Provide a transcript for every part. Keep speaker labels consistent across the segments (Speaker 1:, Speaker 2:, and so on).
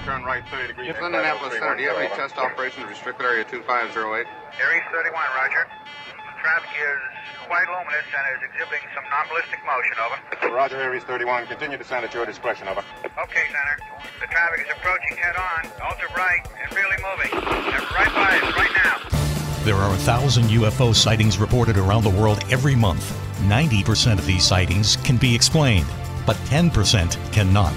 Speaker 1: 30 degrees.
Speaker 2: It's Indianapolis Center. Do you have any test operations restricted area 2508?
Speaker 3: Aries 31, roger. Traffic is quite luminous and is exhibiting some non-ballistic motion, over.
Speaker 1: Roger, Aries 31. Continue to stand at your discretion, over.
Speaker 3: Okay, Center. The traffic is approaching head-on, ultra right, and really moving. They're right by us, right now.
Speaker 4: There are a thousand UFO sightings reported around the world every month. 90% of these sightings can be explained, but 10% cannot.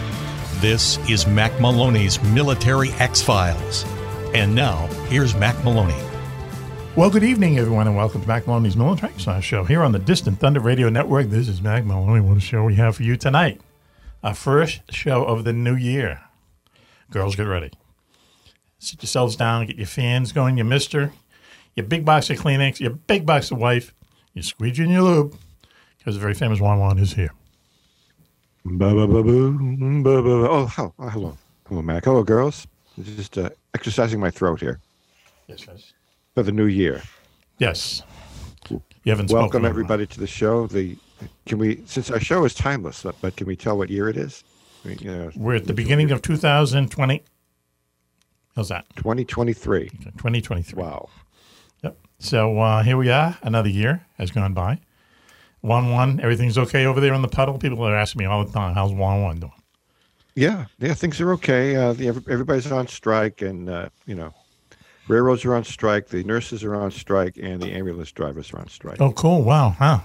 Speaker 4: This is Mac Maloney's Military X Files. And now, here's Mac Maloney.
Speaker 5: Well, good evening, everyone, and welcome to Mac Maloney's Military Exercise Show here on the Distant Thunder Radio Network. This is Mac Maloney. What a show we have for you tonight. Our first show of the new year. Girls, get ready. Sit yourselves down, get your fans going, your mister, your big box of Kleenex, your big box of wife, your squeegee and your lube, because the very famous Juan Juan is here.
Speaker 6: Ba, ba, ba, boom, ba, ba, ba. Oh, hello. Oh, hello. Hello, Mac. Hello, girls. Just uh, exercising my throat here
Speaker 5: Yes, yes.
Speaker 6: for the new year.
Speaker 5: Yes. You haven't spoken
Speaker 6: Welcome,
Speaker 5: in a while.
Speaker 6: everybody, to the show. The can we since our show is timeless, but, but can we tell what year it is? I mean, You know,
Speaker 5: We're at the beginning of 2020. How's that?
Speaker 6: 2023.
Speaker 5: 2023.
Speaker 6: Wow.
Speaker 5: Yep. So uh, here we are. Another year has gone by. One one. Everything's okay over there on the puddle. People are asking me all the time, "How's one one doing?"
Speaker 6: Yeah, yeah. Things are okay. Uh, the, every- everybody's on strike, and uh, you know, railroads are on strike. The nurses are on strike, and the ambulance drivers are on strike.
Speaker 5: Oh, cool. Wow. Huh.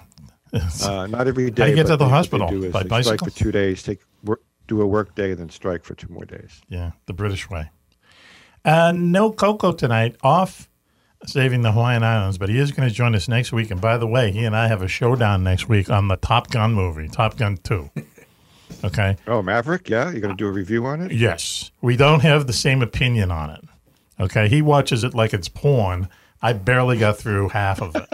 Speaker 6: Uh, not every day.
Speaker 5: get to
Speaker 6: but
Speaker 5: the
Speaker 6: they- what they
Speaker 5: hospital?
Speaker 6: do is
Speaker 5: By
Speaker 6: they
Speaker 5: bicycle?
Speaker 6: Strike for two days. Take work, do a work day, then strike for two more days.
Speaker 5: Yeah, the British way. Uh, no Coco tonight. Off saving the Hawaiian Islands, but he is going to join us next week. And by the way, he and I have a showdown next week on the Top Gun movie, Top Gun Two. Okay.
Speaker 6: Oh, Maverick, yeah, you're going to do a review on it?
Speaker 5: Yes. We don't have the same opinion on it. Okay. He watches it like it's porn. I barely got through half of it.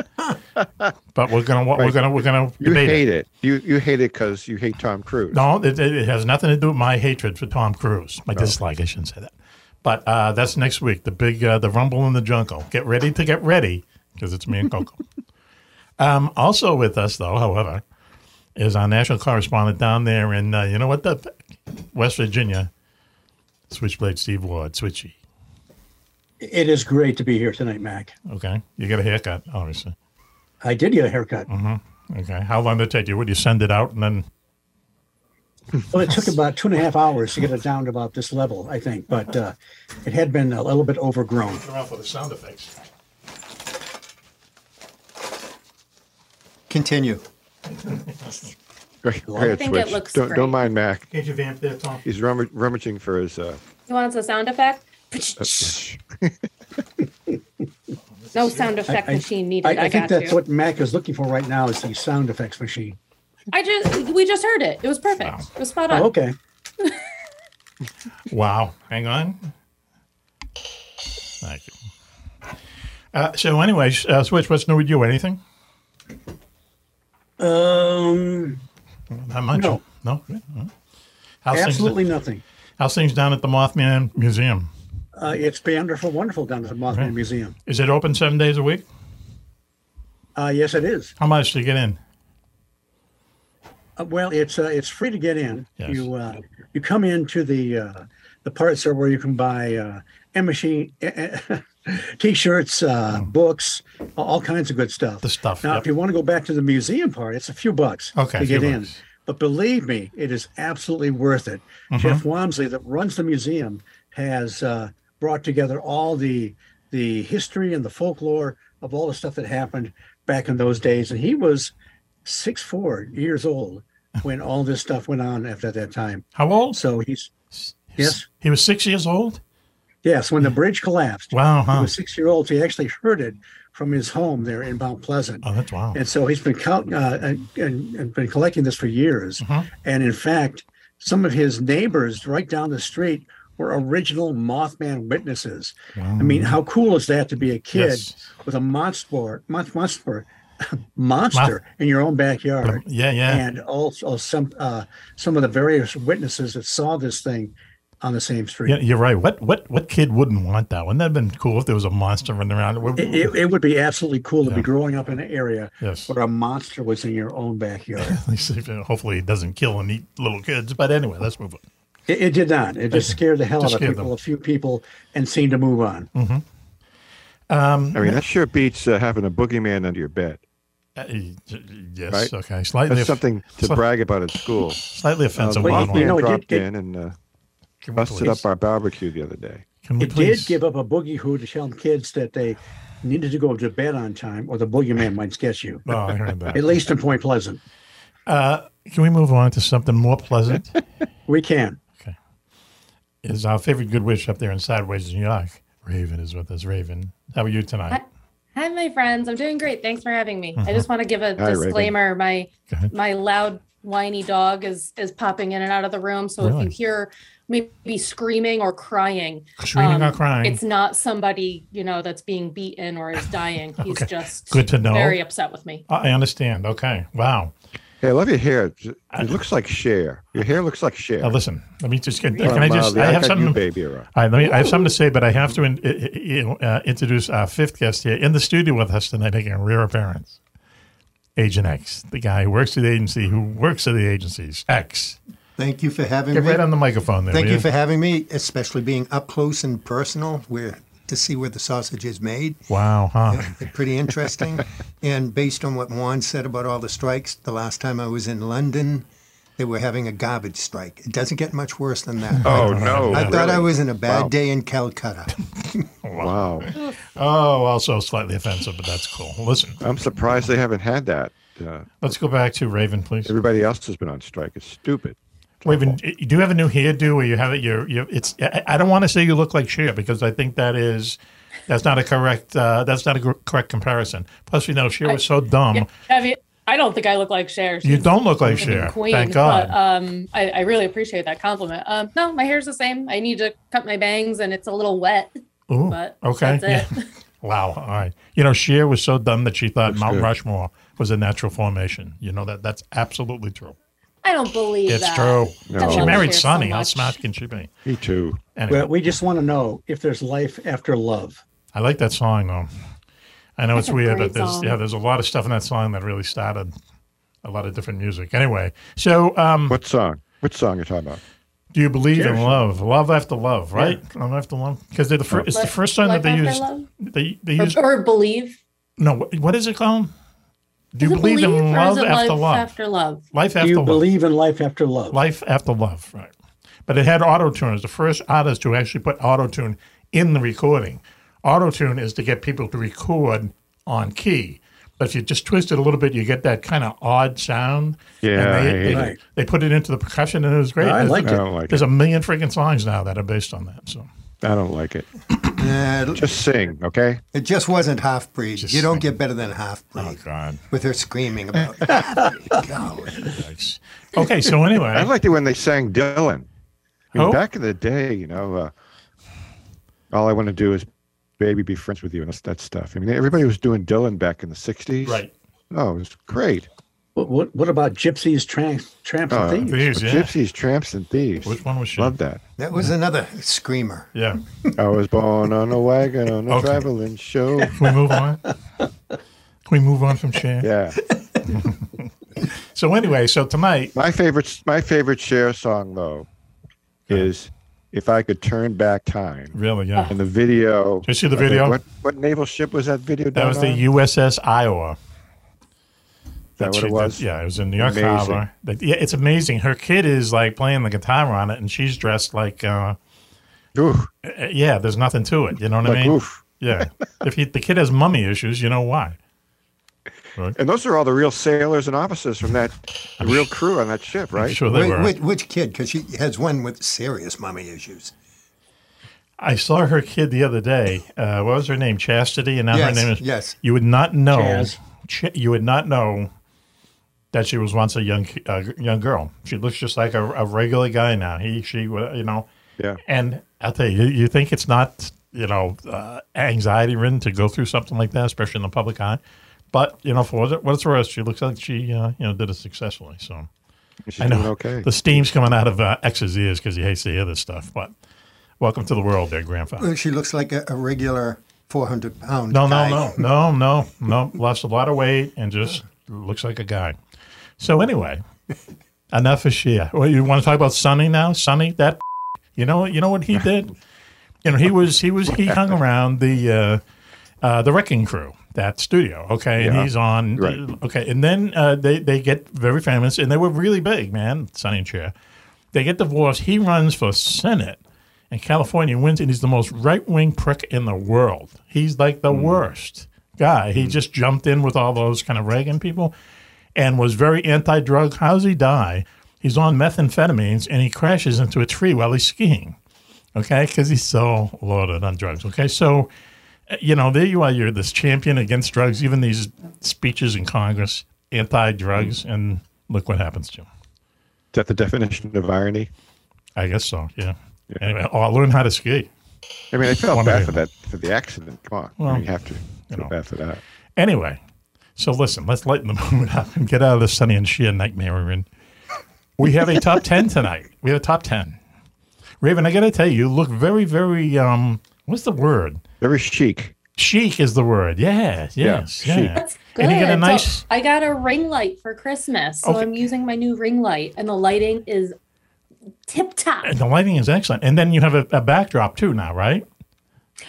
Speaker 5: but we're gonna we're gonna we're gonna
Speaker 6: You
Speaker 5: debate
Speaker 6: hate it. You you hate it because you hate Tom Cruise.
Speaker 5: No, it, it it has nothing to do with my hatred for Tom Cruise. My dislike, I shouldn't say that. But uh, that's next week. The big uh, the rumble in the jungle. Get ready to get ready because it's me and Coco. um, also with us though, however, is our national correspondent down there in uh, you know what the West Virginia, Switchblade Steve Ward, Switchy.
Speaker 7: It is great to be here tonight, Mac.
Speaker 5: Okay. You get a haircut, obviously.
Speaker 7: I did get a haircut.
Speaker 5: Mm-hmm. Okay. How long did it take you? Would you send it out and then
Speaker 7: Well, it took about two and a half hours to get it down to about this level, I think, but uh, it had been a little bit overgrown.
Speaker 5: around for the sound effects?
Speaker 8: Continue.
Speaker 6: Great,
Speaker 7: I
Speaker 6: great
Speaker 9: think
Speaker 6: switch.
Speaker 9: it looks
Speaker 6: don't,
Speaker 9: great.
Speaker 6: don't mind Mac.
Speaker 5: Get your vamp there, Tom.
Speaker 6: He's rummag- rummaging for his. Uh,
Speaker 9: He wants a sound effect. no sound effect machine needed. I,
Speaker 7: I, I think
Speaker 9: got
Speaker 7: that's
Speaker 9: you.
Speaker 7: what Mac is looking for right now is the sound effects machine.
Speaker 9: I just we just heard it. It was perfect.
Speaker 5: Wow.
Speaker 9: It was spot on.
Speaker 7: Oh, okay.
Speaker 5: Wow. Hang on. Thank you. Uh, so, anyways, uh, Switch, what's new with you? Anything?
Speaker 7: Um,
Speaker 5: Not much.
Speaker 7: No.
Speaker 5: No. Good. All right. How's
Speaker 7: absolutely
Speaker 5: Things,
Speaker 7: nothing.
Speaker 5: how's things down at the Mothman Museum?
Speaker 7: Uh, it's been wonderful, wonderful down at the Mothman
Speaker 5: Right.
Speaker 7: Museum.
Speaker 5: Is it open seven days a week?
Speaker 7: Uh, yes, it is.
Speaker 5: How much do you get in?
Speaker 7: Uh, well, it's uh, it's free to get in.
Speaker 5: Yes.
Speaker 7: You uh, you come into the uh, the parts are where you can buy uh, machine eh, t-shirts, uh, books, a- all kinds of good stuff.
Speaker 5: Mm. The stuff,
Speaker 7: Now,
Speaker 5: yep.
Speaker 7: if you want to go back to the museum part, it's a few bucks
Speaker 5: Okay, a
Speaker 7: to
Speaker 5: few
Speaker 7: get in.
Speaker 5: bucks.
Speaker 7: But believe me, it is absolutely worth it.
Speaker 5: Mm-hmm.
Speaker 7: Jeff Wamsley, that runs the museum, has uh, brought together all the the history and the folklore of all the stuff that happened back in those days, and he was six four years old when all this stuff went on after that time.
Speaker 5: How old?
Speaker 7: So he's yes,
Speaker 5: He was six years old?
Speaker 7: yes. When the bridge collapsed,
Speaker 5: Wow,
Speaker 7: he
Speaker 5: huh?
Speaker 7: was six year old. He actually heard it from his home there in Mount Pleasant.
Speaker 5: Oh, that's wow.
Speaker 7: And so he's been count, uh, and, and, and been
Speaker 5: Uh-huh.
Speaker 7: collecting this for years. And in fact, some of his neighbors right down the street were original Mothman witnesses. I mean, how cool is that to be a kid
Speaker 5: Yes.
Speaker 7: with a monster, mon- monster, monster in your own backyard?
Speaker 5: Yeah, yeah.
Speaker 7: And also some uh, some of the various witnesses that saw this thing on the same street.
Speaker 5: Yeah, you're right. What what what kid wouldn't want that? Wouldn't that have been cool if there was a monster running around?
Speaker 7: It, it, it would be absolutely cool to be growing up in an area
Speaker 5: Yes.
Speaker 7: where a monster was in your own backyard.
Speaker 5: At least if- Hopefully, it doesn't kill and eat little kids. But anyway, let's move on.
Speaker 7: it, it did not. It just scared the hell
Speaker 5: Just
Speaker 7: out of
Speaker 5: scared
Speaker 7: people,
Speaker 5: them.
Speaker 7: a few people, and seemed to move on.
Speaker 5: Mm-hmm. Um,
Speaker 6: I mean, that sure beats uh, having a boogeyman under your bed.
Speaker 5: Uh, y- y- yes.
Speaker 6: Right.
Speaker 5: Okay. Slightly.
Speaker 6: That's
Speaker 5: off-
Speaker 6: something to
Speaker 5: sli-
Speaker 6: brag about at school.
Speaker 5: Slightly
Speaker 6: Uh, the
Speaker 5: offensive.
Speaker 7: Well,
Speaker 5: one
Speaker 7: you- you
Speaker 6: Mothman
Speaker 7: know, it did-
Speaker 6: dropped
Speaker 7: it-
Speaker 6: in and uh,
Speaker 5: Can we
Speaker 6: busted
Speaker 5: please-
Speaker 6: up our barbecue the other day.
Speaker 5: Can we
Speaker 7: It
Speaker 5: please?
Speaker 7: did give up a boogie who to tell kids that they needed to go to bed on time, or the boogeyman might get you.
Speaker 5: Oh, I heard that.
Speaker 7: At least in Point Pleasant,
Speaker 5: uh, Can we move on to something more pleasant?
Speaker 7: we can.
Speaker 5: is our favorite good wish up there in Sideways, New York. Raven is with us. Raven, how are you tonight?
Speaker 9: Hi, my friends. I'm doing great. Thanks for having me. I just want to give a
Speaker 6: Hi, Reagan.
Speaker 9: disclaimer. My
Speaker 5: Uh-huh. Go ahead.
Speaker 9: my loud whiny dog is is popping in and out of the room. So if
Speaker 5: Really?
Speaker 9: you hear maybe screaming or crying, um,
Speaker 5: Screaming or crying.
Speaker 9: it's not somebody you know that's being beaten or is dying. He's
Speaker 5: Okay.
Speaker 9: just
Speaker 5: Good to know.
Speaker 9: Very upset with me.
Speaker 5: I I understand. Okay. Wow.
Speaker 6: Hey, I love your hair. It looks like Cher. Your hair looks like Cher.
Speaker 5: Now listen, let me just get.
Speaker 6: From,
Speaker 5: Can I
Speaker 6: uh,
Speaker 5: just?
Speaker 6: the
Speaker 5: I have
Speaker 6: Got You
Speaker 5: something.
Speaker 6: baby era.
Speaker 5: All right, let me, I have something to say, but I have to in, i- i- i- uh, introduce our fifth guest here in the studio with us tonight, making a rare appearance. Agent X, the guy who works at the agency, who works at the agencies. X,
Speaker 8: Thank you for having
Speaker 5: get
Speaker 8: me.
Speaker 5: right on the microphone there.
Speaker 8: Thank
Speaker 5: will
Speaker 8: you for having me, especially being up close and personal where to see where the sausage is made.
Speaker 5: Wow, huh?
Speaker 8: Pretty interesting. and based on what Juan said about all the strikes, the last time I was in London, they were having a garbage strike. It doesn't get much worse than that.
Speaker 6: Oh no!
Speaker 8: I thought I
Speaker 6: really?
Speaker 8: was in a bad
Speaker 6: Wow.
Speaker 8: day in Calcutta.
Speaker 6: Wow,
Speaker 5: Oh, also slightly offensive, but that's cool. Listen,
Speaker 6: I'm surprised they haven't had that. Uh,
Speaker 5: let's go back to Raven, please.
Speaker 6: everybody else has been on strike. It's stupid.
Speaker 5: Raven, you do have a new hairdo, or you have it. Your, your it's. I I don't want to say you look like Cher because I think that is, that's not a correct. Uh, that's not a gr- correct comparison. Plus, you know, Cher was so dumb.
Speaker 9: I mean, I don't think I look like Cher.
Speaker 5: You
Speaker 9: She's
Speaker 5: don't look like
Speaker 9: freaking
Speaker 5: Cher.
Speaker 9: Queen,
Speaker 5: Thank God.
Speaker 9: But, um, I, I really appreciate that compliment. Um, no, my hair's the same. I need to cut my bangs, and it's a little wet.
Speaker 5: Ooh,
Speaker 9: uh, but
Speaker 5: okay.
Speaker 9: that's
Speaker 5: yeah. wow. All right. You know, Cher was so dumb that she thought Mount Rushmore was a natural formation. You know that that's absolutely true.
Speaker 9: I don't believe
Speaker 5: It's
Speaker 9: that.
Speaker 5: true.
Speaker 9: uh, I
Speaker 5: She
Speaker 9: love
Speaker 5: married
Speaker 9: Cher so
Speaker 5: Sonny. How
Speaker 9: much.
Speaker 5: smart can she be?
Speaker 6: Me too.
Speaker 5: Anyway,
Speaker 7: Well, we just want to know if there's life after love.
Speaker 5: I like that song though. I know
Speaker 9: That's
Speaker 5: it's
Speaker 9: a
Speaker 5: weird,
Speaker 9: great
Speaker 5: but there's
Speaker 9: song.
Speaker 5: yeah, there's a lot of stuff in that song that really started a lot of different music. Anyway, so um,
Speaker 6: What song? What song you're talking about?
Speaker 5: do you believe in
Speaker 7: Cheers.
Speaker 5: love? Love after love, right? Love after love, because they're the first. It's the
Speaker 9: Life-
Speaker 5: first song that
Speaker 9: Life
Speaker 5: they
Speaker 9: After
Speaker 5: used.
Speaker 9: Love?
Speaker 5: They they
Speaker 9: Or-
Speaker 5: use
Speaker 9: Or, believe.
Speaker 5: no. what- What is it called? Do
Speaker 9: Is
Speaker 5: you
Speaker 9: it
Speaker 5: believe
Speaker 9: believe,
Speaker 5: in
Speaker 9: or
Speaker 5: love
Speaker 9: is it
Speaker 5: after
Speaker 9: life
Speaker 5: love?
Speaker 9: after love?
Speaker 5: life
Speaker 7: Do
Speaker 5: after
Speaker 7: you
Speaker 5: love.
Speaker 7: believe in life after love?
Speaker 5: life after love, right? But it had auto tune. It was the first artist to actually put auto tune in the recording. Auto tune is to get people to record on key. But if you just twist it a little bit, you get that kind of odd sound. And
Speaker 6: Yeah, I
Speaker 5: they,
Speaker 6: hate
Speaker 5: they,
Speaker 7: it.
Speaker 5: they put it into the percussion, and it was great.
Speaker 7: I
Speaker 5: There's-
Speaker 7: liked
Speaker 6: I
Speaker 7: it.
Speaker 6: don't like
Speaker 5: There's
Speaker 6: it.
Speaker 5: a million freaking songs now that are based on that. So
Speaker 6: I I don't like it.
Speaker 8: Uh,
Speaker 6: Just sing, okay?
Speaker 8: it just wasn't half breed.
Speaker 5: Just
Speaker 8: You don't
Speaker 5: sing.
Speaker 8: get better than half breed
Speaker 5: God,
Speaker 8: with her screaming about half-breed. Golly.
Speaker 5: yikes. Okay, so anyway,
Speaker 6: I liked it when they sang Dylan. I mean,
Speaker 5: Who?
Speaker 6: back in the day, you know, uh, all I want to do is baby be friends with you and that's that stuff. I mean, everybody was doing Dylan back in the '60s.
Speaker 5: right?
Speaker 6: Oh, it was great.
Speaker 7: What, what, what about gypsies, tramps, tramps,
Speaker 6: Oh,
Speaker 7: and thieves?
Speaker 5: Thieves, yeah.
Speaker 6: Gypsies, tramps, and thieves.
Speaker 5: Which one was she?
Speaker 6: Love that.
Speaker 8: That was another screamer.
Speaker 5: Yeah.
Speaker 6: I was born on a wagon on a
Speaker 5: Okay.
Speaker 6: traveling show.
Speaker 5: Can we move on? Can we move on from Cher?
Speaker 6: Yeah,
Speaker 5: So anyway, so tonight,
Speaker 6: my favorite, my favorite Cher song though, is "If I Could Turn Back Time."
Speaker 5: really, yeah.
Speaker 6: And the video.
Speaker 5: you see the
Speaker 6: I think-
Speaker 5: video?
Speaker 6: What, what naval ship was that video?
Speaker 5: That
Speaker 6: done
Speaker 5: was the
Speaker 6: on?
Speaker 5: USS Iowa.
Speaker 6: that what
Speaker 5: she-
Speaker 6: it was?
Speaker 5: yeah, it was in New York
Speaker 6: Amazing.
Speaker 5: Harbor. That- yeah, it's amazing. Her kid is like playing the guitar on it, and she's dressed like, uh,
Speaker 6: Oof,
Speaker 5: uh, yeah, there's nothing to it. You know what I
Speaker 6: like,
Speaker 5: mean?
Speaker 6: oof.
Speaker 5: Yeah. if he, the kid has mummy issues, you know why?
Speaker 6: And those are all the real sailors and officers from that the real crew on that ship, right?
Speaker 5: Sure, they
Speaker 8: Whi-
Speaker 5: were.
Speaker 8: Which, which kid? Because she has one with serious mommy issues.
Speaker 5: I saw her kid the other day. Uh, what was her name? Chastity, and now
Speaker 8: Yes,
Speaker 5: her name is.
Speaker 8: yes.
Speaker 5: You would not know.
Speaker 7: Chaz.
Speaker 5: Ch- you would not know that she was once a young uh, young girl. She looks just like a, a regular guy now. He, she, wha- you know.
Speaker 6: Yeah.
Speaker 5: And I'll tell you, you- you think it's not, you know, uh, anxiety ridden to go through something like that, especially in the public eye. But, you know, for what it- what it's worth, she looks like she, uh, you know, did it successfully. So
Speaker 6: She's
Speaker 5: I know
Speaker 6: doing okay.
Speaker 5: the steam's coming out of uh, X's ears because he hates to hear this stuff. But welcome to the world there, grandfather.
Speaker 8: Well, She looks like a, a regular 400 pound.
Speaker 5: No, no,
Speaker 8: guy.
Speaker 5: no, no, no, no. Lost a lot of weight and just looks like a guy. So anyway, enough of Shia. Well, you want to talk about Sonny now? Sonny, that you know, you know what he did. You know, he was he was he hung around the uh, uh, the Wrecking Crew that studio. Okay, and
Speaker 6: Yeah.
Speaker 5: he's on.
Speaker 6: Right.
Speaker 5: Okay, and then uh, they they get very famous, and they were really big, man. Sonny and Cher. They get divorced. He runs for senate. And California wins, and he's the most right wing prick in the world. He's like the worst guy. He just jumped in with all those kind of Reagan people and was very anti drug. How's he die? He's on methamphetamines and he crashes into a tree while he's skiing. Okay, because he's so loaded on drugs. Okay, so uh, you know there you are. You're this champion against drugs. Even these speeches in Congress, anti drugs, and look what happens to him.
Speaker 6: Is that the definition of irony?
Speaker 5: I guess so. Yeah. Anyway, oh, I learned how to ski.
Speaker 6: I mean, I felt
Speaker 5: One million.
Speaker 6: bad for that for the accident. Come on, I mean, you have to feel
Speaker 5: know.
Speaker 6: bad for that.
Speaker 5: Anyway, so listen, let's lighten the mood up and get out of the sunny and sheer nightmare we're in. We have a top 10 tonight. We have a top 10. Raven, I got to tell you, you look very, very, um, what's the word?
Speaker 6: Very chic.
Speaker 5: Chic is the word. Yeah, yes,
Speaker 6: chic.
Speaker 5: yeah.
Speaker 9: That's good.
Speaker 5: And you get a
Speaker 9: So
Speaker 5: nice,
Speaker 9: I got a ring light for Christmas, so
Speaker 5: Okay.
Speaker 9: I'm using my new ring light, and the lighting is tip top.
Speaker 5: and the lighting is excellent. And then you have a, a backdrop too now, right?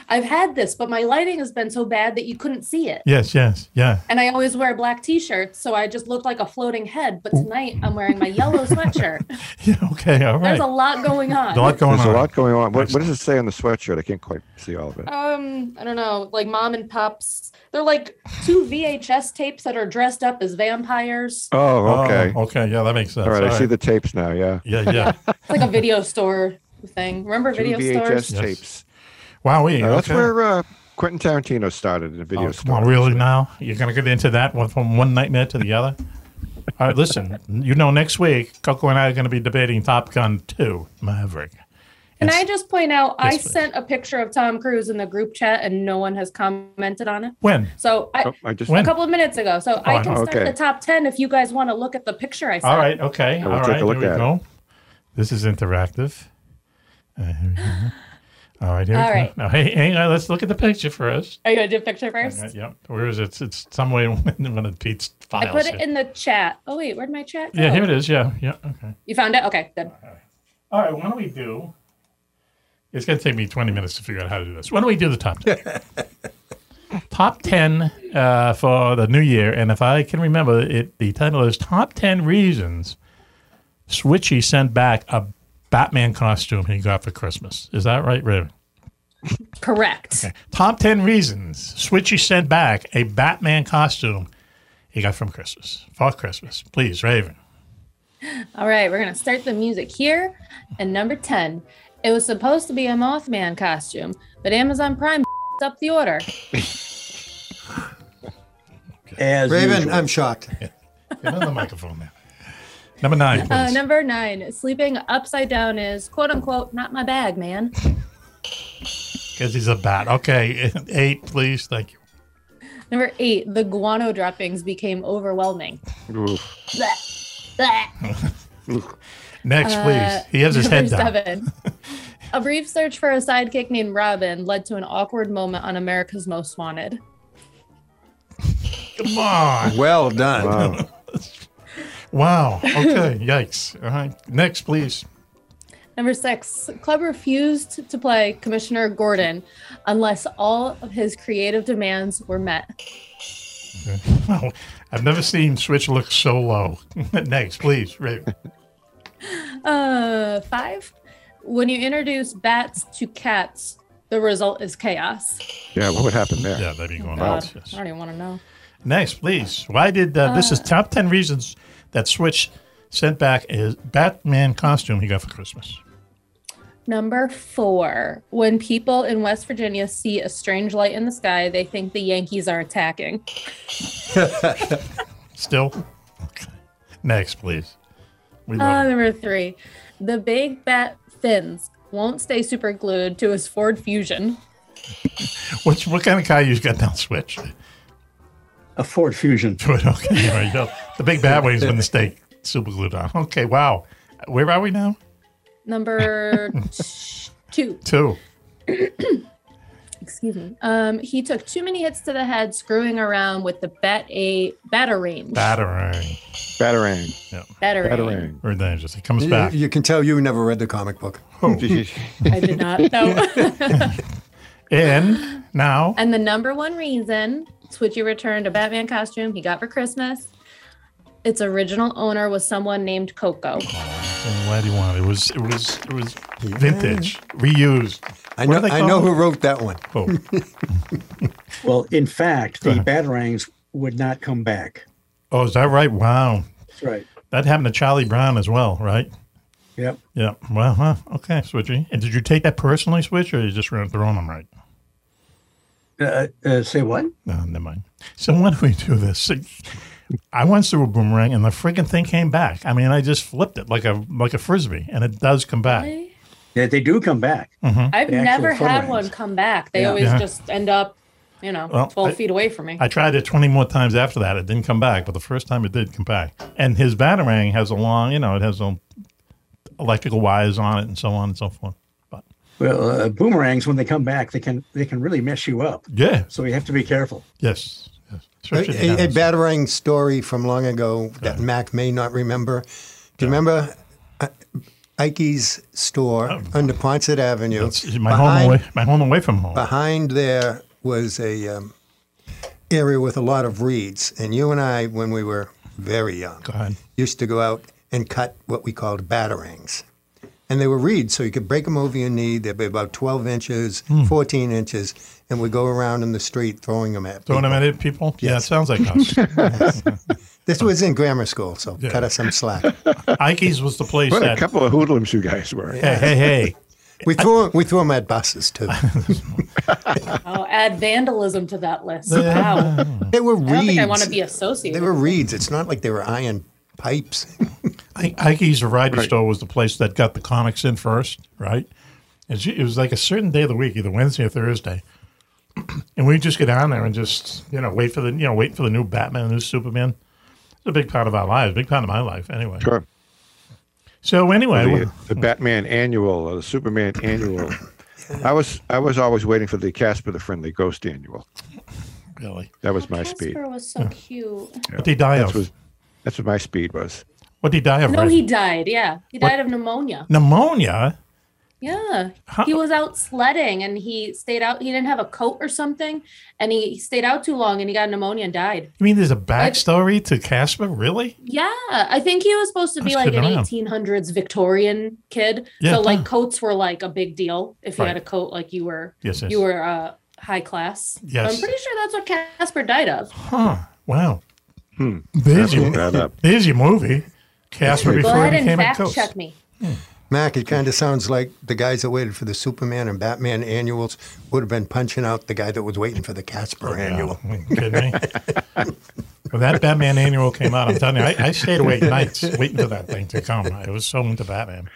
Speaker 9: I've had this, but my lighting has been so bad that you couldn't see it.
Speaker 5: Yes, yes, yeah.
Speaker 9: And I always wear black t-shirts, so I just looked like a floating head. But tonight I'm wearing my yellow sweatshirt.
Speaker 5: Yeah, okay, all right.
Speaker 9: There's a lot going on.
Speaker 5: A lot going
Speaker 6: There's
Speaker 5: on. Uh,
Speaker 6: a lot going on. What, what does it say on the sweatshirt? I can't quite see all of it.
Speaker 9: um, I don't know, like mom and pops. They're like two VHS tapes that are dressed up as vampires.
Speaker 6: Oh, okay.
Speaker 5: Oh, okay, yeah, that makes sense.
Speaker 6: all right, I see the tapes now. Yeah,
Speaker 5: Yeah, yeah.
Speaker 9: It's like a video store thing. Remember
Speaker 6: two
Speaker 9: video
Speaker 6: VHS
Speaker 9: stores?
Speaker 6: tapes.
Speaker 5: Wowee.
Speaker 6: Now, that's
Speaker 5: okay.
Speaker 6: where uh, Quentin Tarantino started in the video
Speaker 5: Oh, come
Speaker 6: store.
Speaker 5: on, really now? You're going to get into that one from one nightmare to the other? All right, listen, you know, next week, Coco and I are going to be debating Top Gun 2, Maverick.
Speaker 9: Can
Speaker 5: Yes.
Speaker 9: I just point out I
Speaker 5: Yes, please.
Speaker 9: sent a picture of Tom Cruise in the group chat and no one has commented on it.
Speaker 5: When?
Speaker 9: So I,
Speaker 6: Oh, I just
Speaker 5: When?
Speaker 9: a couple of minutes ago. So I
Speaker 5: Oh,
Speaker 9: can start
Speaker 6: okay.
Speaker 9: the top ten if you guys want to look at the picture I sent.
Speaker 5: All right, okay.
Speaker 6: I will
Speaker 5: all
Speaker 6: take
Speaker 5: right,
Speaker 6: a look
Speaker 5: here we
Speaker 6: at it.
Speaker 5: go. This is interactive. Uh, here we go. All right, here
Speaker 9: All
Speaker 5: we
Speaker 9: right.
Speaker 5: go. Now, hey, hang on, let's look at the picture first.
Speaker 9: Are you gonna do a picture first?
Speaker 5: All right, yep. Where is it? It's, it's somewhere in one of Pete's
Speaker 9: I
Speaker 5: files.
Speaker 9: put it
Speaker 5: here.
Speaker 9: in the chat. Oh wait, where'd my chat go?
Speaker 5: yeah, here it is. Yeah, Uh-huh. yeah, okay.
Speaker 9: You found it? Okay, good.
Speaker 5: All right, why don't we do? It's going to take me 20 minutes to figure out how to do this. Why don't we do the top 10? top 10 uh, for the new year. And if I can remember, it the title is Top 10 Reasons Switchy Sent Back a Batman Costume He Got for Christmas. Is that right, Raven?
Speaker 9: Correct.
Speaker 5: Top 10 Reasons Switchy Sent Back a Batman Costume He Got from Christmas. For Christmas. Please, Raven.
Speaker 9: All right, we're gonna start the music here. And number ten, it was supposed to be a Mothman costume, but Amazon Prime up the order.
Speaker 7: As
Speaker 8: Raven,
Speaker 7: usual.
Speaker 8: I'm shocked.
Speaker 5: Get on the microphone there. Number nine, please.
Speaker 9: Uh, number nine, sleeping upside down is quote unquote not my bag, man.
Speaker 5: Because he's a bat. Okay, eight, please. Thank you.
Speaker 9: Number eight, the guano droppings became overwhelming.
Speaker 6: Oof.
Speaker 9: Blech. Blech.
Speaker 5: Next,
Speaker 9: Uh,
Speaker 5: please. He has his head
Speaker 9: number
Speaker 5: down.
Speaker 9: seven, a brief search for a sidekick named Robin led to an awkward moment on America's Most Wanted.
Speaker 5: Come on.
Speaker 10: Well done.
Speaker 6: Wow.
Speaker 5: Wow. Okay. Yikes. All right. Next, please.
Speaker 9: Number six, Club refused to play Commissioner Gordon unless all of his creative demands were met.
Speaker 5: Wow. I've never seen Switch look so low. Next, please. Raven.
Speaker 9: Uh, five, when you introduce bats to cats, the result is chaos.
Speaker 6: Yeah, what would happen there?
Speaker 5: Yeah, that'd be going on.
Speaker 9: God, I
Speaker 5: Yes.
Speaker 9: don't even want to know.
Speaker 5: Next, please. Why did uh, this is top 10 reasons that Switch sent back his Batman costume he got for Christmas?
Speaker 9: Number four, when people in West Virginia see a strange light in the sky, they think the Yankees are attacking.
Speaker 5: Still? Okay. Next, please. We love
Speaker 9: Uh,
Speaker 5: it.
Speaker 9: number three, the big bat fins won't stay super glued to his Ford Fusion.
Speaker 5: What's, what kind of car you got down switch?
Speaker 7: A Ford Fusion.
Speaker 5: Good. Okay. There you go. The big bad ways when the steak super glued on. Okay. Wow. Where are we now?
Speaker 9: Number t- two.
Speaker 5: Two.
Speaker 9: Excuse me. Um, he took too many hits to the head screwing around with the bat a batarang.
Speaker 5: Batarang.
Speaker 6: Batarang.
Speaker 9: batarang.
Speaker 6: Batarang.
Speaker 5: Or then just it comes
Speaker 8: You-
Speaker 5: back.
Speaker 8: you can tell you never read the comic book.
Speaker 9: I did not know.
Speaker 5: And now
Speaker 9: and the number one reason Twitchy returned a Batman costume he got for Christmas. Its original owner was someone named
Speaker 5: I'm
Speaker 9: Coco.
Speaker 5: glad you wanted. It was it was it was vintage, reused.
Speaker 8: I
Speaker 5: What
Speaker 8: know.
Speaker 5: do they
Speaker 8: I
Speaker 5: call
Speaker 8: know who
Speaker 5: them?
Speaker 8: wrote that one.
Speaker 5: Oh,
Speaker 7: Well, in fact, the
Speaker 5: ahead.
Speaker 7: batarangs would not come back.
Speaker 5: oh, is that right? Wow,
Speaker 7: That's right.
Speaker 5: that happened to Charlie Brown as well, right?
Speaker 7: Yep.
Speaker 5: Yeah. Well, huh. okay, Switchy. And did you take that personally, Switch, or you just ran throwing them right?
Speaker 7: Uh, uh, say what?
Speaker 5: No, never mind. So why do we do this? I once threw a boomerang and the freaking thing came back. I mean, I just flipped it like a like a frisbee, and it does come back. Mm-hmm.
Speaker 7: They, they do come back.
Speaker 9: I've
Speaker 7: The actual
Speaker 9: never
Speaker 7: phone
Speaker 9: had
Speaker 7: rings.
Speaker 9: one come back. They
Speaker 7: Yeah.
Speaker 9: always
Speaker 5: Yeah.
Speaker 9: just end up, you know,
Speaker 5: Well,
Speaker 9: 12
Speaker 5: I-
Speaker 9: feet away from me.
Speaker 5: I tried it 20 more times after that. It didn't come back, but the first time it did come back. And his batarang has a long, you know, it has um, electrical wires on it and so on and so forth. But
Speaker 7: Well, uh, boomerangs when they come back, they can they can really mess you up.
Speaker 5: yeah,
Speaker 7: So you have to be careful.
Speaker 5: yes, yes.
Speaker 8: A,
Speaker 5: Search it
Speaker 8: a- a
Speaker 5: down.
Speaker 8: batarang story from long ago that Mac may not remember. Do you remember uh, Ike's store under Ponset Avenue?
Speaker 5: It's Oh. my home away, my home away from home.
Speaker 8: behind there was a um, area with a lot of reeds, and you and I, when we were very young,
Speaker 5: Go ahead.
Speaker 8: used to go out and cut what we called batarangs. And they were reeds, so you could break them over your knee. They'd be about 12 inches,
Speaker 5: Hmm.
Speaker 8: 14 inches, and we'd go around in the street throwing them at
Speaker 5: Throwing
Speaker 8: people.
Speaker 5: them at it, people. Yeah, it
Speaker 8: Yes.
Speaker 5: sounds like us.
Speaker 8: This was in grammar school, so
Speaker 5: Yeah.
Speaker 8: cut us some slack.
Speaker 5: Ike's was the place
Speaker 6: What a
Speaker 5: that.
Speaker 6: couple of hoodlums you guys were.
Speaker 5: Hey, hey, hey!
Speaker 8: We threw, we threw them at buses, too.
Speaker 9: oh, add vandalism to that list. Wow.
Speaker 8: They were
Speaker 9: I
Speaker 8: reeds.
Speaker 9: don't think I want to be
Speaker 8: They
Speaker 9: associated.
Speaker 8: were reeds. It's not like they were iron pipes.
Speaker 5: I, Ike's variety
Speaker 6: Right.
Speaker 5: store was the place that got the comics in first, right? It's, it was like a certain day of the week, either Wednesday or Thursday, and we just get down there and just you know wait for the you know wait for the new Batman, the new Superman. It's a big part of our lives, big part of my life, anyway.
Speaker 6: Sure.
Speaker 5: So anyway,
Speaker 6: The, the Batman annual or the Superman annual. I was I was always waiting for the Casper the Friendly Ghost annual.
Speaker 5: really,
Speaker 6: That was my speed.
Speaker 9: was so cute.
Speaker 5: what did he die
Speaker 6: That's
Speaker 5: of?
Speaker 6: what that's what my speed was.
Speaker 5: what did he die of?
Speaker 9: No,
Speaker 5: Ray?
Speaker 9: he died. Yeah. He died of pneumonia.
Speaker 5: pneumonia.
Speaker 9: Yeah. He was out sledding and he stayed out. He didn't have a coat or something and he stayed out too long and he got pneumonia and died.
Speaker 5: You mean there's a backstory to Casper? Really?
Speaker 9: Yeah, I think he was supposed to be
Speaker 5: That's
Speaker 9: like
Speaker 5: good
Speaker 9: an
Speaker 5: to know.
Speaker 9: 1800s Victorian kid.
Speaker 5: Yeah.
Speaker 9: so like coats were like a big deal. If you had a
Speaker 5: Right.
Speaker 9: coat, like you were,
Speaker 5: Yes, yes.
Speaker 9: you were uh, high class.
Speaker 5: Yes.
Speaker 9: I'm pretty sure that's what Casper died of.
Speaker 5: Huh? Wow.
Speaker 6: Hmm. I
Speaker 5: There's
Speaker 6: looked
Speaker 5: your
Speaker 6: that up.
Speaker 5: there's your movie, Casper
Speaker 9: Go
Speaker 5: before
Speaker 9: ahead
Speaker 5: he
Speaker 9: and
Speaker 5: became a
Speaker 9: fact
Speaker 5: coach.
Speaker 9: check me.
Speaker 8: Mac, it kind of sounds like the guys that waited for the Superman and Batman annuals would have been punching out the guy that was waiting for the Casper annual.
Speaker 5: Yeah, you kidding me? when that Batman annual came out, I'm telling you, I, I stayed awake nights waiting for that thing to come. I was so into Batman.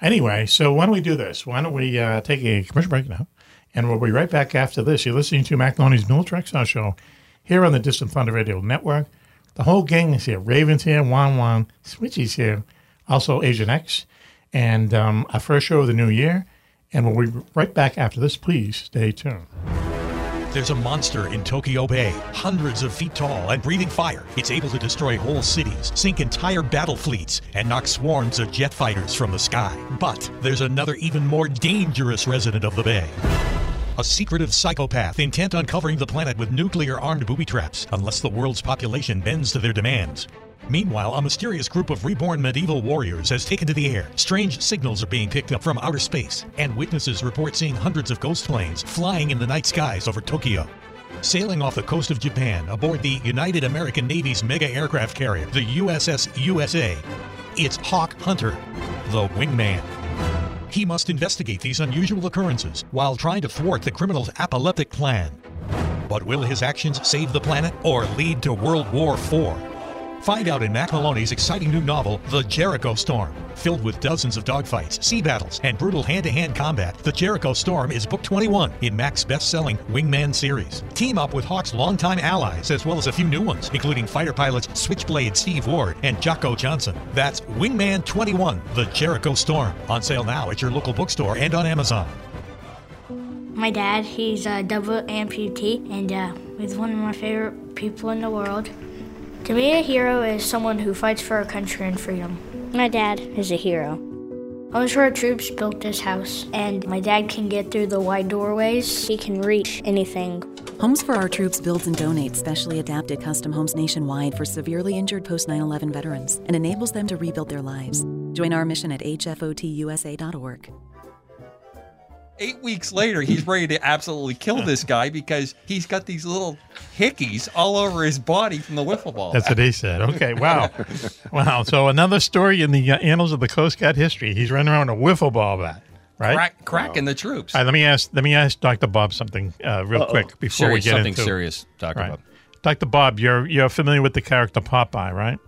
Speaker 5: Anyway, so why don't we do this? Why don't we uh, take a commercial break now? And we'll be right back after this. You're listening to McDonald's Mule Trackstar Show here on the Distant Thunder Radio Network. The whole gang is here. Raven's here, Wan Wan, Switchy's here, also Asian X, and um, our first show of the new year. And we'll be right back after this. Please stay tuned.
Speaker 4: There's a monster in Tokyo Bay, hundreds of feet tall and breathing fire. It's able to destroy whole cities, sink entire battle fleets, and knock swarms of jet fighters from the sky. But there's another even more dangerous resident of the bay. A secretive psychopath intent on covering the planet with nuclear armed booby traps unless the world's population bends to their demands. Meanwhile, a mysterious group of reborn medieval warriors has taken to the air. Strange signals are being picked up from outer space, and witnesses report seeing hundreds of ghost planes flying in the night skies over Tokyo. Sailing off the coast of Japan aboard the United American Navy's mega aircraft carrier, the USS USA, it's Hawk Hunter, the Wingman. He must investigate these unusual occurrences while trying to thwart the criminal's apocalyptic plan. But will his actions save the planet or lead to World War IV? Find out in Matt Maloney's exciting new novel, The Jericho Storm. Filled with dozens of dogfights, sea battles, and brutal hand to hand combat, The Jericho Storm is book 21 in Mac's best selling Wingman series. Team up with Hawk's longtime allies, as well as a few new ones, including fighter pilots Switchblade Steve Ward and Jocko Johnson. That's Wingman 21, The Jericho Storm. On sale now at your local bookstore and on Amazon.
Speaker 10: My dad, he's a double amputee, and uh, he's one of my favorite people in the world. To me, a hero is someone who fights for our country and freedom. My dad is a hero. Onshore troops built this house, and my dad can get through the wide doorways. He can reach anything.
Speaker 11: Homes for Our Troops builds and donates specially adapted custom homes nationwide for severely injured post 9 11 veterans and enables them to rebuild their lives. Join our mission at hfotusa.org.
Speaker 12: Eight weeks later, he's ready to absolutely kill this guy because he's got these little hickeys all over his body from the wiffle ball.
Speaker 5: That's what he said. Okay, wow. wow. So another story in the uh, annals of the Coast Guard history. He's running around with a wiffle ball bat, right?
Speaker 12: Crack, cracking the troops.
Speaker 5: All right, let me ask. Let me ask Dr. Bob something uh, real
Speaker 12: Uh-oh.
Speaker 5: quick before
Speaker 12: Serious,
Speaker 5: we get
Speaker 12: something
Speaker 5: into
Speaker 12: serious, Dr.
Speaker 5: Right.
Speaker 12: Bob.
Speaker 5: Dr. Bob, you're you're familiar with the character Popeye, right?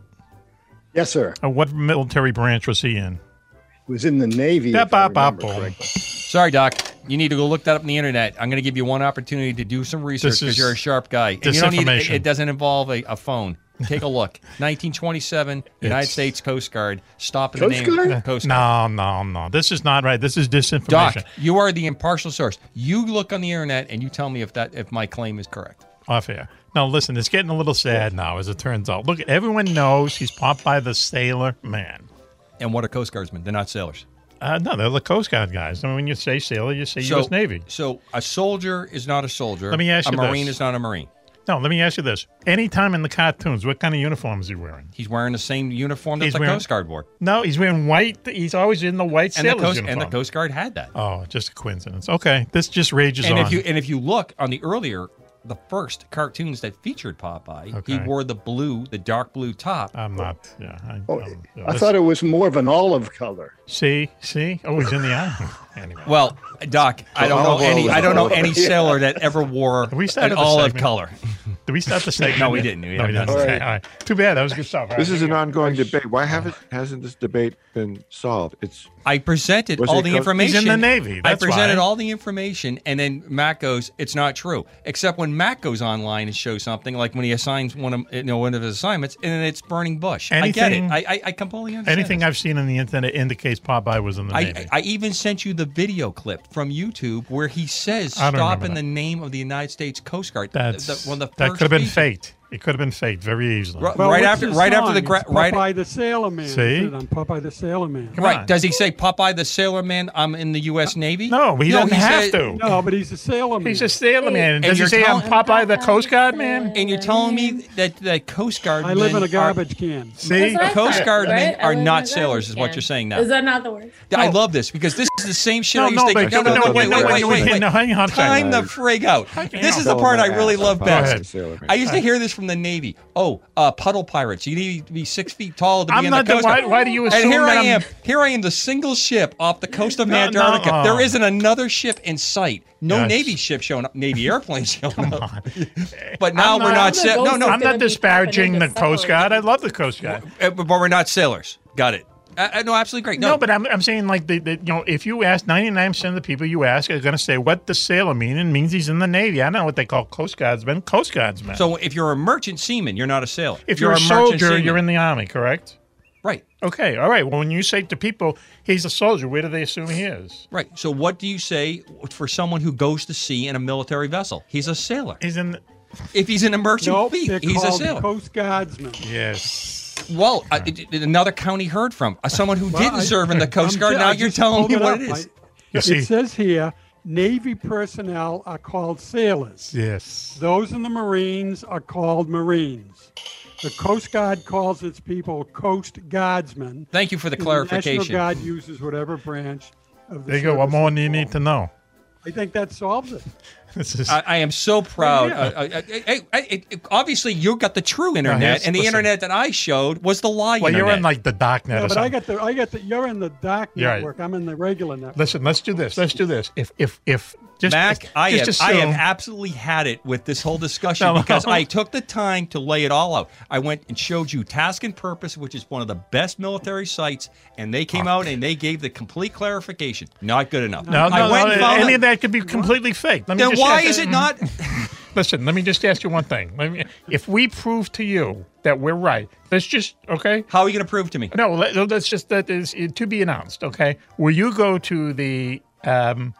Speaker 13: Yes, sir.
Speaker 5: Uh, what military branch was he in?
Speaker 13: It was in the Navy. if I remember correctly.
Speaker 12: Sorry, Doc. You need to go look that up on the internet. I'm going to give you one opportunity to do some research
Speaker 5: This
Speaker 12: because
Speaker 5: is
Speaker 12: you're a sharp guy. And you don't need it,
Speaker 5: disinformation.
Speaker 12: it doesn't involve a, a phone. Take a look. 1927, United
Speaker 5: It's-
Speaker 12: States Coast Guard. Stop in the
Speaker 5: Coast
Speaker 12: name of the
Speaker 5: Guard?
Speaker 12: Coast Guard.
Speaker 5: No, no, no. This is not right. This is disinformation.
Speaker 12: Doc, you are the impartial source. You look on the internet and you tell me if that if my claim is correct.
Speaker 5: off air. Now listen, it's getting a little sad now, as it turns out. Look, everyone knows he's Popeye the Sailor Man.
Speaker 12: And what are Coast Guardsmen? They're not sailors.
Speaker 5: Uh, no, they're the Coast Guard guys. I mean, when you say sailor, you say U.S. Navy.
Speaker 12: So a soldier is not a soldier.
Speaker 5: Let me ask you
Speaker 12: A marine
Speaker 5: this.
Speaker 12: is not a marine.
Speaker 5: No, let me ask you this: Anytime in the cartoons, what kind of uniform is he wearing?
Speaker 12: He's wearing the same uniform that
Speaker 5: He's
Speaker 12: the
Speaker 5: wearing-
Speaker 12: Coast Guard wore.
Speaker 5: No, he's wearing white. He's always in the white
Speaker 12: And the,
Speaker 5: sailor's
Speaker 12: Coast,
Speaker 5: uniform.
Speaker 12: and the Coast Guard had that.
Speaker 5: Oh, just a coincidence. Okay, this just rages
Speaker 12: and
Speaker 5: on.
Speaker 12: if you and if you look on the earlier the first cartoons that featured Popeye, he
Speaker 5: Okay.
Speaker 12: wore the blue, the dark blue top.
Speaker 5: I'm not. Yeah. I,
Speaker 13: Oh, I thought it was more of an olive color.
Speaker 5: See, see. Oh, he's in the eye. Anyway.
Speaker 12: Well, Doc, I don't know
Speaker 5: olive oil
Speaker 12: any.
Speaker 5: is
Speaker 12: I don't know
Speaker 5: olive.
Speaker 12: any sailor that ever wore
Speaker 5: We
Speaker 12: an
Speaker 5: started the
Speaker 12: olive
Speaker 5: segment.
Speaker 12: color.
Speaker 5: Did we start the segment?
Speaker 12: No, we
Speaker 5: yet?
Speaker 12: didn't. We
Speaker 5: No, we
Speaker 12: haven't
Speaker 5: didn't.
Speaker 12: done
Speaker 5: Okay,
Speaker 12: the
Speaker 5: all right. Too bad. That was good stuff. All
Speaker 6: This
Speaker 5: right,
Speaker 6: is
Speaker 5: here
Speaker 6: an
Speaker 5: we go.
Speaker 6: ongoing debate. Why haven't hasn't this debate been solved? It's
Speaker 12: I presented
Speaker 6: Was
Speaker 12: all
Speaker 6: it
Speaker 12: the
Speaker 6: Coast-
Speaker 12: information.
Speaker 6: He's in the Navy,
Speaker 12: I
Speaker 6: that's
Speaker 12: presented
Speaker 6: why.
Speaker 12: all the information, and then Matt goes, "It's not true." Except when Matt goes online and shows something, like when he assigns one of you know one of his assignments, and then it's burning bush.
Speaker 5: Anything-
Speaker 12: I get it. I I, I completely understand.
Speaker 5: Anything I've seen on the internet indicates Popeye was in the Navy.
Speaker 12: I, I even sent you the video clip from YouTube where he says,
Speaker 5: I don't
Speaker 12: "Stop
Speaker 5: remember
Speaker 12: in
Speaker 5: that.
Speaker 12: the name of the United States Coast Guard." The-
Speaker 5: That's
Speaker 12: the- one of the
Speaker 5: that
Speaker 12: first
Speaker 5: could have been
Speaker 12: speeches.
Speaker 5: fate. It could have been fate very easily.
Speaker 12: Ri- Well, right what's after- the right after the song? gra-
Speaker 14: It's
Speaker 12: right-
Speaker 14: Popeye the Sailor Man.
Speaker 5: See?
Speaker 14: isn't it? I'm Popeye the Sailor Man.
Speaker 12: right? Does he say Popeye the Sailor Man? I'm in the U.S. Navy.
Speaker 5: No, he doesn't have to.
Speaker 14: No, but he's a sailor man.
Speaker 5: He's a sailor man.
Speaker 12: And
Speaker 5: Does he
Speaker 12: you're
Speaker 5: say I'm
Speaker 12: telling-
Speaker 5: Popeye the Coast Guard man?
Speaker 12: And you're telling me that the Coast Guard
Speaker 14: I live in a garbage can.
Speaker 5: See,
Speaker 12: The Coast Guardmen
Speaker 9: right? I
Speaker 12: are
Speaker 9: live in
Speaker 12: not
Speaker 9: a
Speaker 12: sailors, is what
Speaker 9: can.
Speaker 12: you're saying now.
Speaker 9: Is that not the word?
Speaker 12: I love this because this is the same shit
Speaker 5: No,
Speaker 12: I used
Speaker 5: no,
Speaker 12: to
Speaker 5: but- no, no,
Speaker 12: wait,
Speaker 5: no,
Speaker 12: wait,
Speaker 5: no,
Speaker 12: wait,
Speaker 5: no,
Speaker 12: wait,
Speaker 5: no,
Speaker 12: wait.
Speaker 5: no, hang on a
Speaker 12: Time
Speaker 5: second.
Speaker 12: the frig out. This is the
Speaker 6: Sailor
Speaker 12: part I
Speaker 6: Man.
Speaker 12: really love
Speaker 6: Go ahead.
Speaker 12: best.
Speaker 6: Sailor Man.
Speaker 12: I used to hear this from the Navy. Oh, uh, puddle pirates. You need to be six feet tall to be
Speaker 5: I'm
Speaker 12: in
Speaker 5: not
Speaker 12: the
Speaker 5: the-
Speaker 12: Coast
Speaker 5: why-
Speaker 12: Guard.
Speaker 5: why do you
Speaker 12: And
Speaker 5: assume
Speaker 12: here
Speaker 5: that
Speaker 12: I
Speaker 5: I'm-
Speaker 12: am. Here I am, the single ship off the coast of
Speaker 5: No, no,
Speaker 12: Antarctica.
Speaker 5: uh.
Speaker 12: There isn't another ship in sight. No
Speaker 5: Yes.
Speaker 12: Navy ship showing up. Navy airplanes showing up. But now we're not. sa- No, no.
Speaker 5: I'm not disparaging the Coast Guard. I love the Coast Guard.
Speaker 12: Uh, But we're not sailors. Got it. Uh, uh, no, absolutely great.
Speaker 5: No, but I'm, I'm saying like the, the you know if you ask 99 percent of the people you ask are going to say what does sailor mean and means he's in the Navy. I know what they call Coast Guardsmen. Coast Guardsmen.
Speaker 12: So if you're a merchant seaman, you're not a sailor.
Speaker 5: if you're, a,
Speaker 12: merchant
Speaker 5: soldier,
Speaker 12: seaman.
Speaker 5: you're in the Army, correct?
Speaker 12: right,
Speaker 5: Okay, all right. Well, when you say to people he's a soldier, where do they assume he is?
Speaker 12: right. So what do you say for someone who goes to sea in a military vessel? He's a sailor.
Speaker 5: He's in. The,
Speaker 12: If he's in a merchant
Speaker 14: Nope,
Speaker 12: fleet,
Speaker 14: they're
Speaker 12: he's a
Speaker 14: called
Speaker 12: sailor.
Speaker 14: Coast Guardsmen.
Speaker 5: yes.
Speaker 12: well, I, did- did another county heard from uh, someone who didn't
Speaker 14: I-
Speaker 12: serve in the Coast
Speaker 14: I'm
Speaker 12: Guard.
Speaker 14: ju-
Speaker 12: now
Speaker 14: I
Speaker 12: you're
Speaker 14: just
Speaker 12: telling
Speaker 14: pulled
Speaker 12: me
Speaker 14: it
Speaker 12: what
Speaker 14: up.
Speaker 12: it is.
Speaker 5: You
Speaker 14: It
Speaker 5: see,
Speaker 14: says here, Navy personnel are called sailors.
Speaker 5: yes.
Speaker 14: Those in the Marines are called Marines. The Coast Guard calls its people Coast Guardsmen.
Speaker 12: Thank you for the
Speaker 14: and
Speaker 12: clarification.
Speaker 14: National Guard uses whatever branch of the
Speaker 5: There you go. What
Speaker 14: service
Speaker 5: more do you
Speaker 14: it's
Speaker 5: need to know?
Speaker 14: for. I think that solves it.
Speaker 5: This is
Speaker 12: I, I am so proud.
Speaker 5: Yeah.
Speaker 12: Uh, uh, I- I- I- it- obviously, you got the true internet,
Speaker 5: here's-
Speaker 12: and the
Speaker 5: listen.
Speaker 12: internet that I showed was the lie
Speaker 5: well,
Speaker 12: internet.
Speaker 5: you're in like the dark net
Speaker 14: Yeah,
Speaker 5: or
Speaker 14: but I
Speaker 5: something.
Speaker 14: got the I got the you're in the dark
Speaker 5: You're right.
Speaker 14: network. I'm in the regular network.
Speaker 5: Listen, let's do this. Let's do this. If if if just
Speaker 12: Mac,
Speaker 5: just,
Speaker 12: I have
Speaker 5: just
Speaker 12: I have
Speaker 5: assume-
Speaker 12: absolutely had it with this whole discussion
Speaker 5: No.
Speaker 12: because I took the time to lay it all out. I went and showed you Task and Purpose, which is one of the best military sites, and they came out and they gave the complete clarification. Not good enough.
Speaker 5: No,
Speaker 12: I
Speaker 5: no,
Speaker 12: went
Speaker 5: no,
Speaker 12: and found
Speaker 5: any
Speaker 12: it.
Speaker 5: of that could be completely fake. Let me
Speaker 12: Then
Speaker 5: just
Speaker 12: why
Speaker 5: ask-
Speaker 12: is it not-
Speaker 5: Listen, let me just ask you one thing. Let me, if we prove to you that we're right, let's just okay.
Speaker 12: How are you going to prove to me?
Speaker 5: No, let, us just that is it- to be announced. Okay, will you go to the um,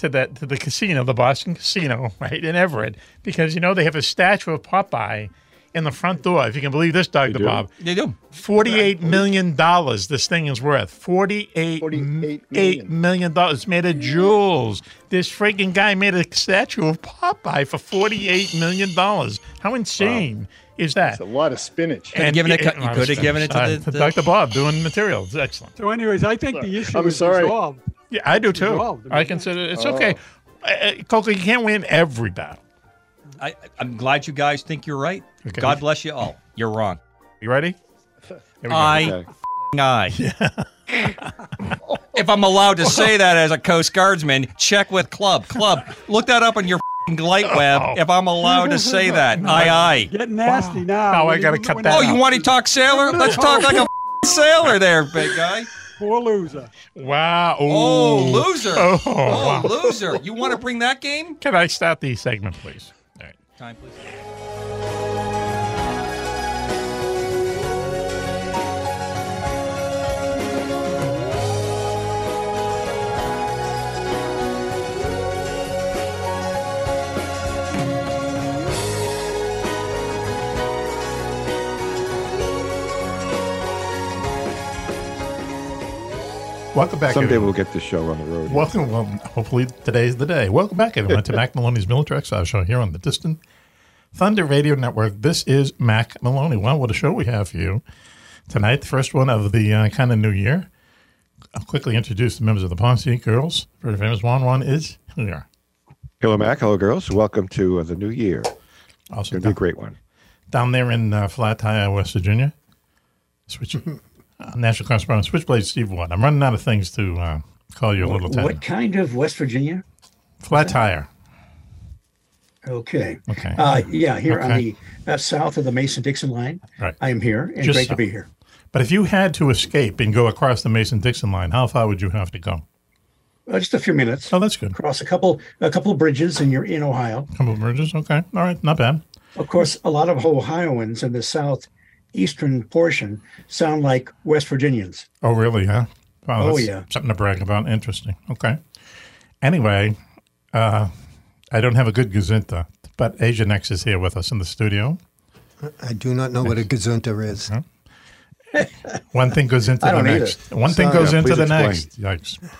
Speaker 5: to the to the casino, the Boston Casino, right in Everett, because you know they have a statue of Popeye in the front door. If you can believe this, Doctor Bob,
Speaker 12: They do.
Speaker 5: Forty-eight million dollars. This thing is worth forty-eight eight million dollars. It's made of jewels. This freaking guy made a statue of Popeye for forty-eight million dollars. How insane is that? It's a
Speaker 13: lot of spinach.
Speaker 14: Could've given it- you could've given it to
Speaker 5: uh,
Speaker 14: the- the-
Speaker 5: Dr. Bob doing materials. Excellent.
Speaker 14: So, anyways, I think the issue
Speaker 5: I'm
Speaker 14: is
Speaker 5: sorry.
Speaker 14: resolved.
Speaker 5: Yeah, I do too.
Speaker 14: Resolved.
Speaker 5: I consider it's
Speaker 14: Oh.
Speaker 5: okay. Uh, uh, Coco, you can't win every battle.
Speaker 12: I, I'm glad you guys think you're right.
Speaker 5: Okay.
Speaker 12: God bless you all. You're wrong.
Speaker 5: You ready? we go.
Speaker 12: I, f***ing I. if I'm allowed to say that as a Coast Guardsman, check with club. Club, look that up on your f***ing light web.
Speaker 5: Oh.
Speaker 12: If I'm allowed to say that, aye, aye.
Speaker 14: Get nasty now.
Speaker 5: Now
Speaker 14: What
Speaker 5: I
Speaker 14: do
Speaker 5: gotta
Speaker 14: you-
Speaker 5: cut
Speaker 14: what
Speaker 5: that
Speaker 14: do
Speaker 12: Oh, you want to talk sailor? Let's talk like a f***ing sailor, there, big guy.
Speaker 14: Poor loser.
Speaker 5: Wow.
Speaker 12: Oh,
Speaker 5: Ooh.
Speaker 12: loser.
Speaker 5: Oh,
Speaker 12: Oh,
Speaker 5: wow.
Speaker 12: loser. You want to bring that game?
Speaker 5: Can I start the segment, please? All right.
Speaker 12: Time, please.
Speaker 5: Welcome back.
Speaker 6: Someday
Speaker 5: everyone.
Speaker 6: we'll get this show on the road.
Speaker 5: Welcome. Well, hopefully today's the day. Welcome back, everyone, to Mac Maloney's Military Exile Show here on the Distant Thunder Radio Network. This is Mac Maloney. Wow, what a show we have for you tonight. The first one of the uh, kind of new year. I'll quickly introduce the members of the Ponce Girls. Very famous one. One is here.
Speaker 6: Hello, Mac. Hello, girls. Welcome to uh, the new year.
Speaker 5: Also,
Speaker 6: going to be a great one.
Speaker 5: down there in uh, Flat Tire, West Virginia. Switch. Uh, National Correspondent Switchblade Steve Ward. I'm running out of things to uh, call you a little time.
Speaker 7: What kind of West Virginia?
Speaker 5: Flat Tire.
Speaker 7: Okay.
Speaker 5: Okay.
Speaker 7: Uh, yeah, here on
Speaker 5: Okay.
Speaker 7: the uh, south of the Mason Dixon line.
Speaker 5: Right.
Speaker 7: I am here, and
Speaker 5: Just
Speaker 7: great
Speaker 5: so.
Speaker 7: to be here.
Speaker 5: But if you had to escape and go across the Mason Dixon line, how far would you have to go?
Speaker 7: Uh, just a few minutes.
Speaker 5: Oh, that's good.
Speaker 7: Cross a couple, a couple of bridges, and you're in Ohio.
Speaker 5: Couple of bridges. Okay. All right. Not bad.
Speaker 7: Of course, a lot of Ohioans in the southeastern portion sound like West Virginians.
Speaker 5: Oh, really? Huh? Wow,
Speaker 7: Oh,
Speaker 5: that's
Speaker 7: yeah.
Speaker 5: Something to brag about. Interesting. Okay. Anyway, uh, I don't have a good gazinta, but Asia Next is here with us in the studio.
Speaker 8: I do not know what a gazunter is.
Speaker 5: One thing goes into
Speaker 8: I
Speaker 5: the
Speaker 8: don't either.
Speaker 5: next. One thing
Speaker 8: Sorry.
Speaker 5: goes
Speaker 8: Yeah,
Speaker 5: into
Speaker 8: please
Speaker 5: the
Speaker 8: explain.
Speaker 5: next. Yikes.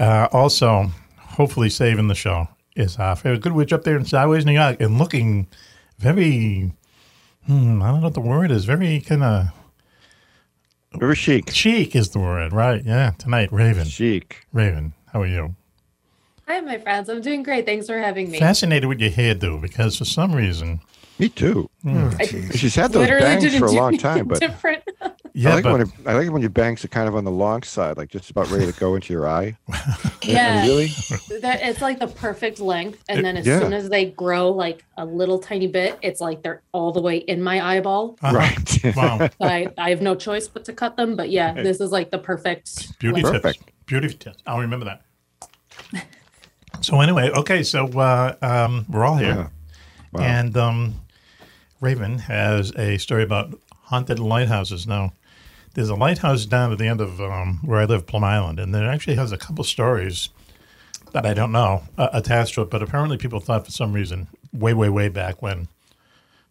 Speaker 5: Uh, also, hopefully, saving the show is our favorite good witch up there in Sideways, New York, and looking very. Hmm, I don't know what the word is. Very kind of.
Speaker 6: Very chic.
Speaker 5: Chic is the word, right? Yeah. Tonight, Raven.
Speaker 6: Chic.
Speaker 5: Raven, how are you?
Speaker 9: Hi, my friends. I'm doing great. Thanks for having me.
Speaker 5: Fascinated with your hairdo because for some reason. Hmm.
Speaker 6: Me too.
Speaker 9: I
Speaker 6: Oh, She's had those
Speaker 9: literally
Speaker 6: bangs
Speaker 9: didn't
Speaker 6: for a
Speaker 9: do
Speaker 6: long time,
Speaker 9: anything
Speaker 6: but
Speaker 9: different.
Speaker 5: Yeah,
Speaker 6: I like
Speaker 5: but-
Speaker 6: when it, I like when your bangs are kind of on the long side, like just about ready to go into your eye.
Speaker 9: Yeah.
Speaker 6: really?
Speaker 9: They're- it's like the perfect length,
Speaker 6: It-
Speaker 9: and then as
Speaker 6: yeah.
Speaker 9: soon as they grow like a little tiny bit, it's like they're all the way in my eyeball.
Speaker 6: Uh-huh. Right.
Speaker 5: Wow.
Speaker 9: So I, I have no choice but to cut them. But yeah, this is like the perfect
Speaker 5: Beauty
Speaker 9: length.
Speaker 5: tips. Beauty tips. I'll remember that. So anyway, okay, so uh, um, we're all here,
Speaker 6: Wow.
Speaker 5: and um, Raven has a story about haunted lighthouses. Now, there's a lighthouse down at the end of um, where I live, Plum Island, and it actually has a couple stories that I don't know uh, attached to it. But apparently, people thought for some reason, way, way, way back when,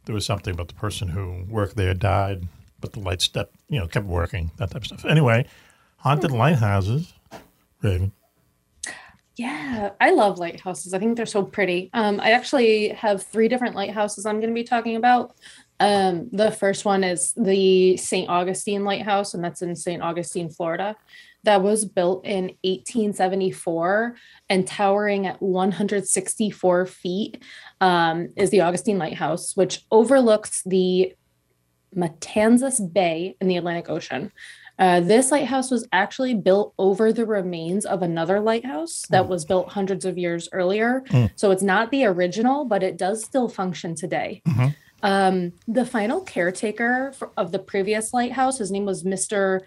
Speaker 5: there was something about the person who worked there died, but the lights stepped, you know, kept working, that type of stuff. Anyway, haunted lighthouses, Raven.
Speaker 9: Yeah, I love lighthouses. I think they're so pretty. Um, I actually have three different lighthouses I'm going to be talking about. Um, the first one is the St. Augustine Lighthouse, and that's in St. Augustine, Florida. that was built in 1874 and towering at 164 feet um, is the Augustine Lighthouse, which overlooks the Matanzas Bay in the Atlantic Ocean. Uh, this lighthouse was actually built over the remains of another lighthouse
Speaker 5: Hmm.
Speaker 9: that was built hundreds of years earlier.
Speaker 15: Mm.
Speaker 9: So it's not the original, but it does still function today.
Speaker 5: Mm-hmm.
Speaker 9: Um, the final caretaker for, of the previous lighthouse, his name was Mr.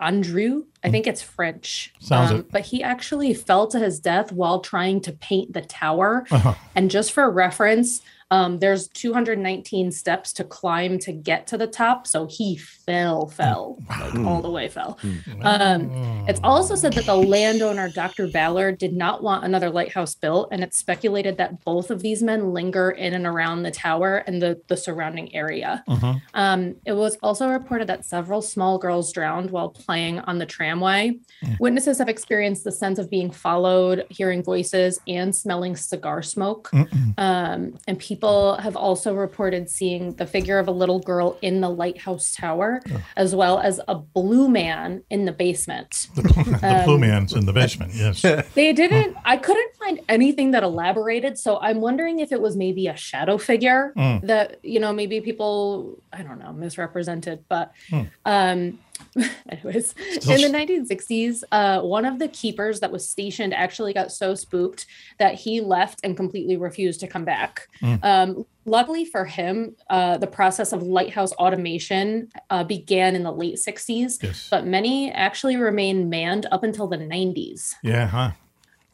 Speaker 9: Andrew. I think it's French.
Speaker 5: Hmm.
Speaker 9: Um,
Speaker 5: Sounds it.
Speaker 9: But he actually fell to his death while trying to paint the tower.
Speaker 5: Uh-huh.
Speaker 9: And just for reference, um, there's 219 steps to climb to get to the top. So he fell, fell, like, all the way fell. Um, it's also said that the landowner, Dr. Ballard, did not want another lighthouse built, and it's speculated that both of these men linger in and around the tower and the, the surrounding area.
Speaker 15: Uh-huh.
Speaker 9: Um, it was also reported that several small girls drowned while playing on the tramway. Witnesses have experienced the sense of being followed, hearing voices, and smelling cigar smoke.
Speaker 15: Mm-mm.
Speaker 9: Um, and people have also reported seeing the figure of a little girl in the lighthouse tower,
Speaker 5: Oh.
Speaker 9: as well as a blue man in the basement.
Speaker 5: The
Speaker 9: Um,
Speaker 5: blue man's in the basement. Yes.
Speaker 9: They didn't, I couldn't find anything that elaborated. So I'm wondering if it was maybe a shadow figure
Speaker 5: Hmm.
Speaker 15: Mm.
Speaker 9: that, you know, maybe people, I don't know, misrepresented. But um, anyways,
Speaker 15: Still
Speaker 9: in the
Speaker 15: sh-
Speaker 9: 1960s, uh, one of the keepers that was stationed actually got so spooked that he left and completely refused to come back.
Speaker 15: Mm.
Speaker 9: Um, luckily for him, uh, the process of lighthouse automation uh, began in the late 60s,
Speaker 5: Yes.
Speaker 9: but many actually remained manned up until the 90s.
Speaker 5: Yeah, huh?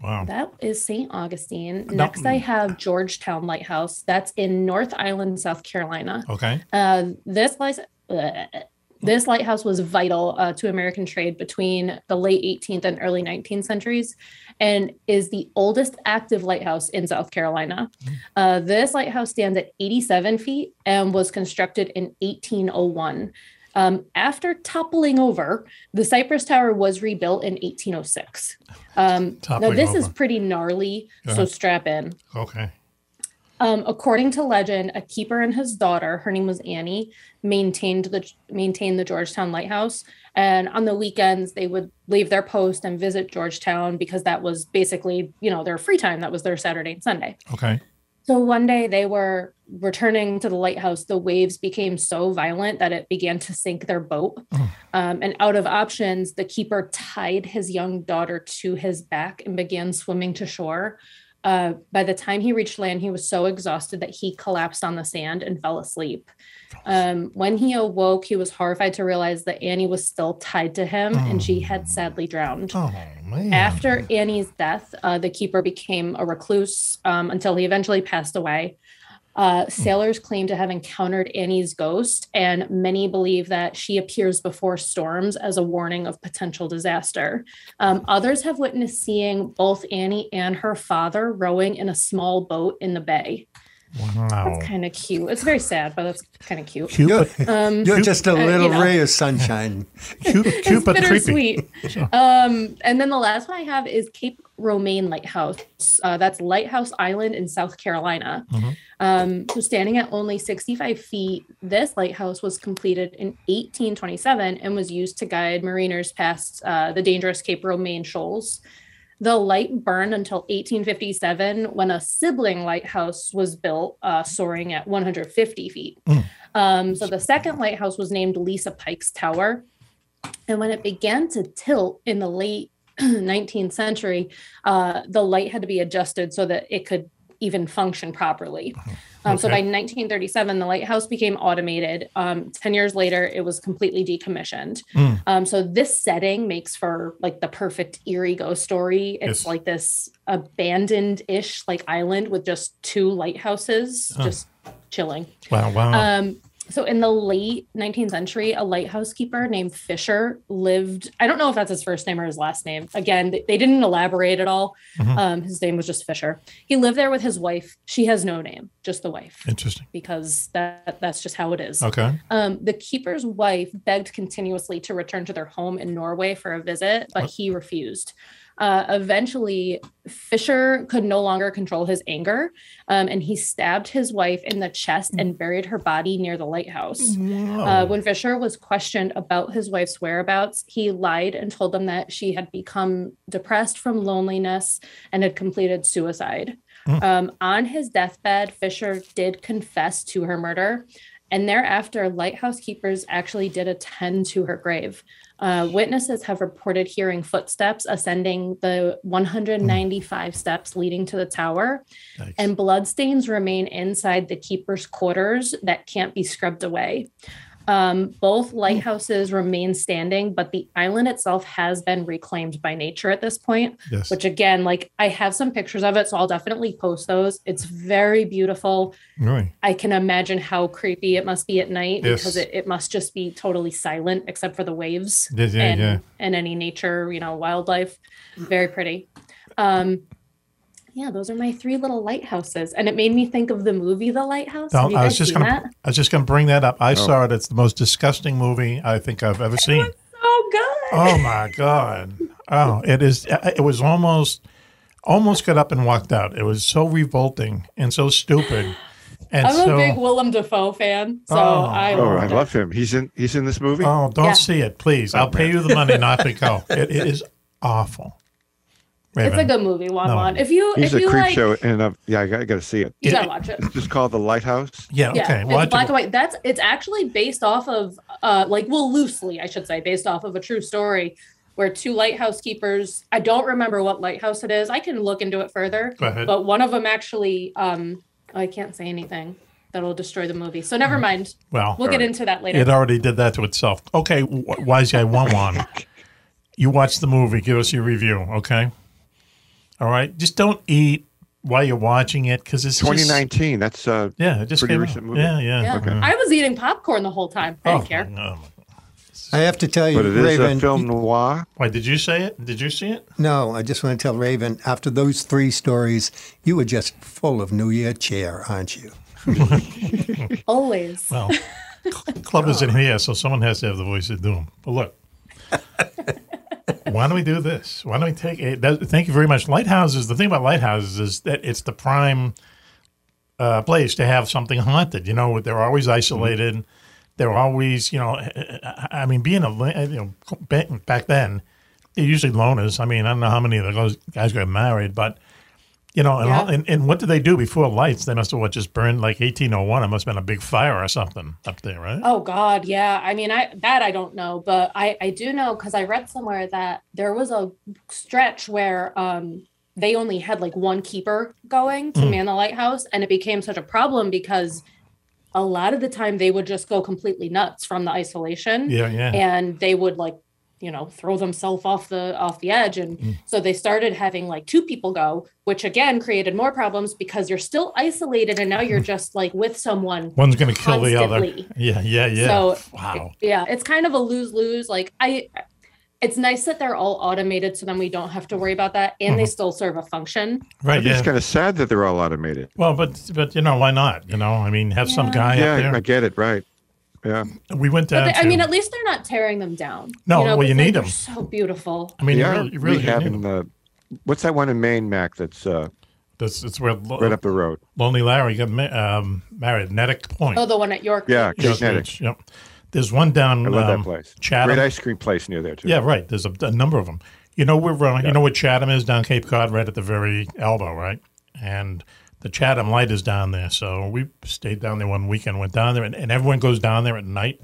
Speaker 5: Wow.
Speaker 9: That is St. Augustine.
Speaker 5: No.
Speaker 9: Next, I have Georgetown Lighthouse. That's in North Island, South Carolina.
Speaker 5: Okay.
Speaker 9: Uh, this light, this lighthouse was vital uh, to American trade between the late 18th and early 19th centuries, and is the oldest active lighthouse in South Carolina.
Speaker 5: Mm-hmm.
Speaker 9: Uh, this lighthouse stands at 87 feet and was constructed in 1801. Um, after toppling over, the Cypress Tower was rebuilt in 1806. Um, now
Speaker 5: Toppling
Speaker 9: this is
Speaker 5: over.
Speaker 9: pretty gnarly, so
Speaker 5: Uh-huh.
Speaker 9: strap in.
Speaker 5: Okay.
Speaker 9: Um, according to legend, a keeper and his daughter, her name was Annie, maintained the maintained the Georgetown Lighthouse. And on the weekends, they would leave their post and visit Georgetown because that was basically, you know, their free time. That was their Saturday and Sunday.
Speaker 5: Okay.
Speaker 9: So one day they were returning to the lighthouse. The waves became so violent that it began to sink their boat. Um, and out of options, the keeper tied his young daughter to his back and began swimming to shore. Uh, by the time he reached land, he was so exhausted that he collapsed on the sand and fell asleep. Um, when he awoke, he was horrified to realize that Annie was still tied to him and she had sadly drowned. After Annie's death, uh, the keeper became a recluse um, until he eventually passed away. Uh, sailors claim to have encountered Annie's ghost, and many believe that she appears before storms as a warning of potential disaster. Um, others have witnessed seeing both Annie and her father rowing in a small boat in the bay.
Speaker 5: Wow.
Speaker 9: That's kind of cute. It's very sad, but that's kind of cute.
Speaker 8: You're,
Speaker 5: um,
Speaker 8: you're just a
Speaker 9: uh, you
Speaker 8: little
Speaker 9: know.
Speaker 8: ray of sunshine.
Speaker 5: cute,
Speaker 9: it's bittersweet. um, and then the last one I have is Cape Romaine Lighthouse. Uh, that's Lighthouse Island in South Carolina. Um, so standing at only 65 feet, this lighthouse was completed in 1827 and was used to guide mariners past uh, the dangerous Cape Romaine shoals. The light burned until 1857 when a sibling lighthouse was built, uh, soaring at 150 feet. Um, so the second lighthouse was named Lisa Pike's Tower. And when it began to tilt in the late 19th century, uh, the light had to be adjusted so that it could even function properly. Um, So by
Speaker 15: Okay.
Speaker 9: 1937, the lighthouse became automated. Um, 10 years later, it was completely decommissioned.
Speaker 15: Mm.
Speaker 9: Um, so this setting makes for like the perfect eerie ghost story. It's
Speaker 15: Yes.
Speaker 9: like this abandoned ish like island with just two lighthouses,
Speaker 5: Huh.
Speaker 9: just chilling.
Speaker 5: Wow, wow.
Speaker 9: Um, so in the late 19th century, a lighthouse keeper named Fisher lived. I don't know if that's his first name or his last name. Again, th- they didn't elaborate at all.
Speaker 5: Mhm.
Speaker 9: Um, his name was just Fisher. He lived there with his wife. She has no name, just the wife,
Speaker 5: Interesting.
Speaker 9: because that that's just how it is.
Speaker 5: Okay.
Speaker 9: Um, the keeper's wife begged continuously to return to their home in Norway for a visit, but he refused. Uh, eventually, Fisher could no longer control his anger, um, and he stabbed his wife in the chest and buried her body near the lighthouse.
Speaker 15: Wow.
Speaker 9: Uh, when Fisher was questioned about his wife's whereabouts, he lied and told them that she had become depressed from loneliness and had completed suicide.
Speaker 15: Mm.
Speaker 9: Um, on his deathbed, Fisher did confess to her murder. And thereafter, lighthouse keepers actually did attend to her grave. Uh, witnesses have reported hearing footsteps ascending the 195 steps leading to the tower, and bloodstains remain inside the keeper's quarters that can't be scrubbed away. Um, both lighthouses remain standing, but the island itself has been reclaimed by nature at this point.
Speaker 15: Yes.
Speaker 9: Which, again, like I have some pictures of it, so I'll definitely post those. It's very beautiful.
Speaker 5: Right.
Speaker 9: I can imagine how creepy it must be at night
Speaker 5: Yes.
Speaker 9: because it, it must just be totally silent except for the waves
Speaker 5: Yes, yeah,
Speaker 9: and,
Speaker 5: yeah.
Speaker 9: and any nature, you know, wildlife. Very pretty. Um, yeah, those are my three little lighthouses. And it made me think of the movie The Lighthouse. Have
Speaker 5: Don't-
Speaker 9: you
Speaker 5: I
Speaker 9: guys
Speaker 5: was just
Speaker 9: seen
Speaker 5: gonna.
Speaker 9: that?
Speaker 5: I was just gonna bring that up. I
Speaker 16: Oh.
Speaker 5: saw it. It's the most disgusting movie I think I've ever seen.
Speaker 9: Oh, God.
Speaker 5: Oh my god! Oh, it is. It was almost, almost got up and walked out. It was so revolting and so stupid, and
Speaker 9: I'm
Speaker 5: so.
Speaker 9: a big Willem Dafoe fan, so
Speaker 5: Oh.
Speaker 9: I
Speaker 5: Oh,
Speaker 6: Oh, I
Speaker 9: loved it.
Speaker 6: love him. He's in. He's in this movie.
Speaker 5: Oh, don't
Speaker 9: Yeah.
Speaker 5: see it, please. I'll pay you the money not to go. It, it is awful.
Speaker 9: It's a
Speaker 5: Raven.
Speaker 9: good movie, Juan
Speaker 5: No.
Speaker 9: Juan. If you
Speaker 6: He's
Speaker 9: if
Speaker 6: a
Speaker 9: you
Speaker 6: creep
Speaker 9: like,
Speaker 6: show, and uh, yeah, I got, to see it.
Speaker 9: You gotta watch it.
Speaker 6: It's just called The Lighthouse.
Speaker 5: Yeah.
Speaker 9: it's black and white. That's it's actually based off of uh like well loosely I should say based off of a true story where two lighthouse keepers I don't remember what lighthouse it is. I can look into it further.
Speaker 15: Go ahead.
Speaker 9: But one of them actually um I can't say anything that'll destroy the movie. So never mind.
Speaker 5: Well,
Speaker 9: we'll get into that later.
Speaker 5: It already did that to itself. Okay, wh- wise guy one one. You watch the movie. Give us your review. Okay. All right. Just don't eat while you're watching it because it's just-
Speaker 6: 2019. That's uh,
Speaker 5: Yeah, it just
Speaker 6: pretty
Speaker 5: came out.
Speaker 6: recent movie.
Speaker 5: Yeah, yeah.
Speaker 9: yeah.
Speaker 6: Okay.
Speaker 9: I was eating popcorn the whole time. I didn't care.
Speaker 8: I have to tell you,
Speaker 6: But it is
Speaker 8: Raven.
Speaker 6: a film noir.
Speaker 5: Why did you say it? Did you see it?
Speaker 8: No, I just want to tell Raven. After those three stories, you were just full of New Year chair, aren't you?
Speaker 9: Always.
Speaker 5: Well, cl- club is in here, so someone has to have the voice of doom. But look, why don't we do this? Why don't we take a That, thank you very much. Lighthouses. The thing about lighthouses is that it's the prime uh, place to have something haunted. You know, they're always isolated. They're always, you know, I I mean, being a li- you know back back then, they're usually loners. I mean, I don't know how many of those guys got married, but you know, and,
Speaker 16: Yeah.
Speaker 5: all- and, and what did they do before lights? They must have what just burned like 1801. It must have been a big fire or something up there, right?
Speaker 9: Oh God, yeah. I mean, I that I don't know, but I I do know because I read somewhere that there was a stretch where um they only had like one keeper going to
Speaker 15: Mm.
Speaker 9: man the lighthouse, and it became such a problem because a lot of the time they would just go completely nuts from the isolation.
Speaker 15: Yeah, yeah.
Speaker 9: And they would like you know throw themselves off the off the edge and
Speaker 15: Hmm.
Speaker 9: so they started having like two people go which again created more problems because you're still isolated and now you're
Speaker 15: Hmm.
Speaker 9: just like with someone
Speaker 5: One's going to kill the other.
Speaker 9: constantly.
Speaker 5: Yeah, yeah, yeah.
Speaker 9: So
Speaker 5: wow.
Speaker 9: yeah, it's kind of a lose lose. Like I, it's nice that they're all automated, so then we don't have to worry about that, and
Speaker 5: Mm-hmm.
Speaker 9: they still serve a function.
Speaker 5: Right,
Speaker 6: It's
Speaker 5: yeah.
Speaker 6: kind of sad that they're all automated.
Speaker 5: Well, but but you know why not? You know, I mean, have some guy
Speaker 6: yeah,
Speaker 5: up there.
Speaker 6: I get it. Right. Yeah.
Speaker 5: We went
Speaker 9: But
Speaker 5: down.
Speaker 9: they,
Speaker 5: to,
Speaker 9: I mean, at least they're not tearing them down.
Speaker 5: No, well, you
Speaker 9: 'cause
Speaker 5: need
Speaker 9: they're
Speaker 5: 'em.
Speaker 9: So beautiful.
Speaker 5: I mean,
Speaker 6: They
Speaker 5: you
Speaker 6: are
Speaker 5: really- you really do
Speaker 6: rehabbing the. What's that one in Maine, Mac? That's uh,
Speaker 5: that's that's where
Speaker 6: right up the road.
Speaker 5: Lonely Larry got ma- um, married, Natick Point.
Speaker 9: Oh, the one at York.
Speaker 6: Yeah,
Speaker 5: York
Speaker 6: Cape Natick.
Speaker 5: Ridge, Yep. There's one down.
Speaker 6: I love
Speaker 5: um,
Speaker 6: that place.
Speaker 5: Chatham.
Speaker 6: Great ice cream place near there too.
Speaker 5: Yeah, right. There's a, a number of them. You know where uh, you know where Chatham is down Cape Cod, right at the very elbow, right? And the Chatham Light is down there. So we stayed down there one weekend, went down there, and, and everyone goes down there at night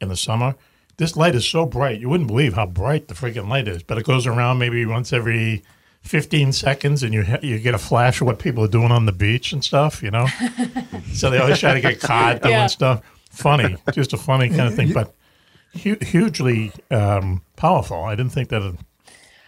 Speaker 5: in the summer. This light is so bright, you wouldn't believe how bright the freaking light is. But it goes around maybe once every 15 seconds, and you ha- you get a flash of what people are doing on the beach and stuff, you know. so they always try to get caught doing
Speaker 16: Yeah.
Speaker 5: stuff. Funny, just a funny kind of thing, but hu- hugely um, powerful. I didn't think that it,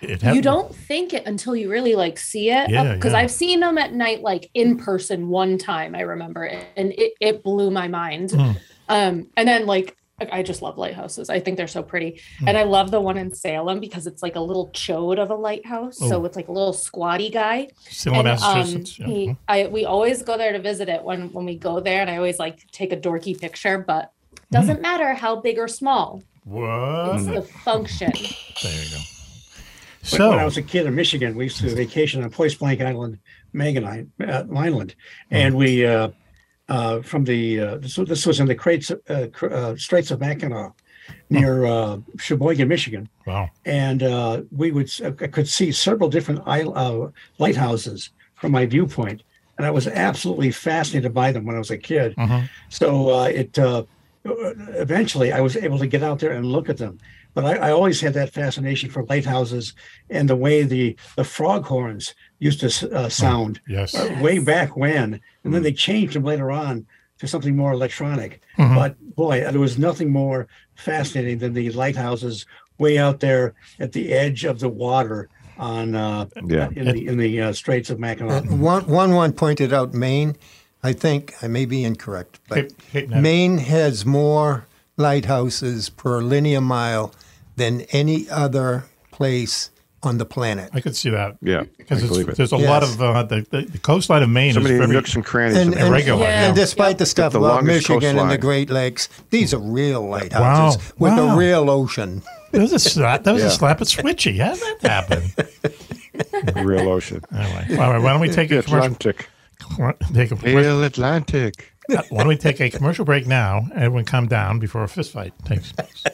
Speaker 5: it happened.
Speaker 9: You don't think it until you really like see it.
Speaker 5: Yeah,
Speaker 9: Because
Speaker 5: yeah.
Speaker 9: I've seen them at night, like in person, one time. I remember it, and it it blew my mind.
Speaker 5: Mm-hmm.
Speaker 15: Mm.
Speaker 9: Um, and then like I I just love lighthouses. I think they're so pretty,
Speaker 15: Mm.
Speaker 9: and I love the one in Salem because it's like a little chode of a lighthouse. So
Speaker 15: Oh.
Speaker 9: it's like a little squatty guy.
Speaker 15: Salem,
Speaker 9: And, um,
Speaker 15: Massachusetts, yeah. Mm-hmm.
Speaker 9: he- I we always go there to visit it when when we go there, and I always like take a dorky picture, but
Speaker 15: Hmm.
Speaker 9: doesn't matter how big or small.
Speaker 15: Uh,
Speaker 5: What?
Speaker 15: hmm.
Speaker 9: It's the function.
Speaker 5: There you go.
Speaker 7: When-
Speaker 5: So-
Speaker 7: when I was a kid in Michigan, we used to vacation on Point Blank Island, Manganine uh, Mineland, and we uh, uh, from the uh, this, was- this was in the crates, uh, Cr- uh, Straits of Mackinac near uh, Sheboygan, Michigan.
Speaker 5: Wow.
Speaker 7: And uh, we would s- I could see several different isle, uh, lighthouses from my viewpoint, and I was absolutely fascinated by them when I was a kid.
Speaker 5: Mm-hmm.
Speaker 7: So uh, it uh, eventually I was able to get out there and look at them. But I, I always had that fascination for lighthouses and the way the the frog horns used to s- uh, sound
Speaker 5: yes. Mm.
Speaker 7: uh, way back when, and then they changed them later on to something more electronic.
Speaker 5: Mhm.
Speaker 7: But boy, there was nothing more fascinating than the lighthouses way out there at the edge of the water on uh,
Speaker 8: Yeah.
Speaker 7: in the in the uh, Straits of Mackinac.
Speaker 8: One, one, one pointed out Maine. I think I may be incorrect, but
Speaker 7: Hit- hit net.
Speaker 8: Maine has more lighthouses per linear mile than any other place on the planet.
Speaker 5: I could see that.
Speaker 6: Yeah, I
Speaker 5: Because
Speaker 6: believe it.
Speaker 5: there's a lot of uh, the, the, the coastline of Maine
Speaker 6: So many
Speaker 5: is very
Speaker 6: nooks and crannies
Speaker 8: And, and,
Speaker 5: irregular.
Speaker 8: and despite the stuff
Speaker 6: The
Speaker 8: about
Speaker 6: longest
Speaker 8: Michigan and the
Speaker 6: coastline.
Speaker 8: Great Lakes, these are real lighthouses with
Speaker 5: wow.
Speaker 8: a real ocean.
Speaker 5: That was a slap. That was
Speaker 8: Yeah.
Speaker 5: a slap at Switchy. How did that happen?
Speaker 6: Real ocean.
Speaker 5: Anyway, all right, why don't we take a commercial-
Speaker 6: Atlantic?
Speaker 5: Cl- Take a
Speaker 6: Real Atlantic.
Speaker 5: Uh, Why don't we take a commercial break now and we come down before a fist fight takes place?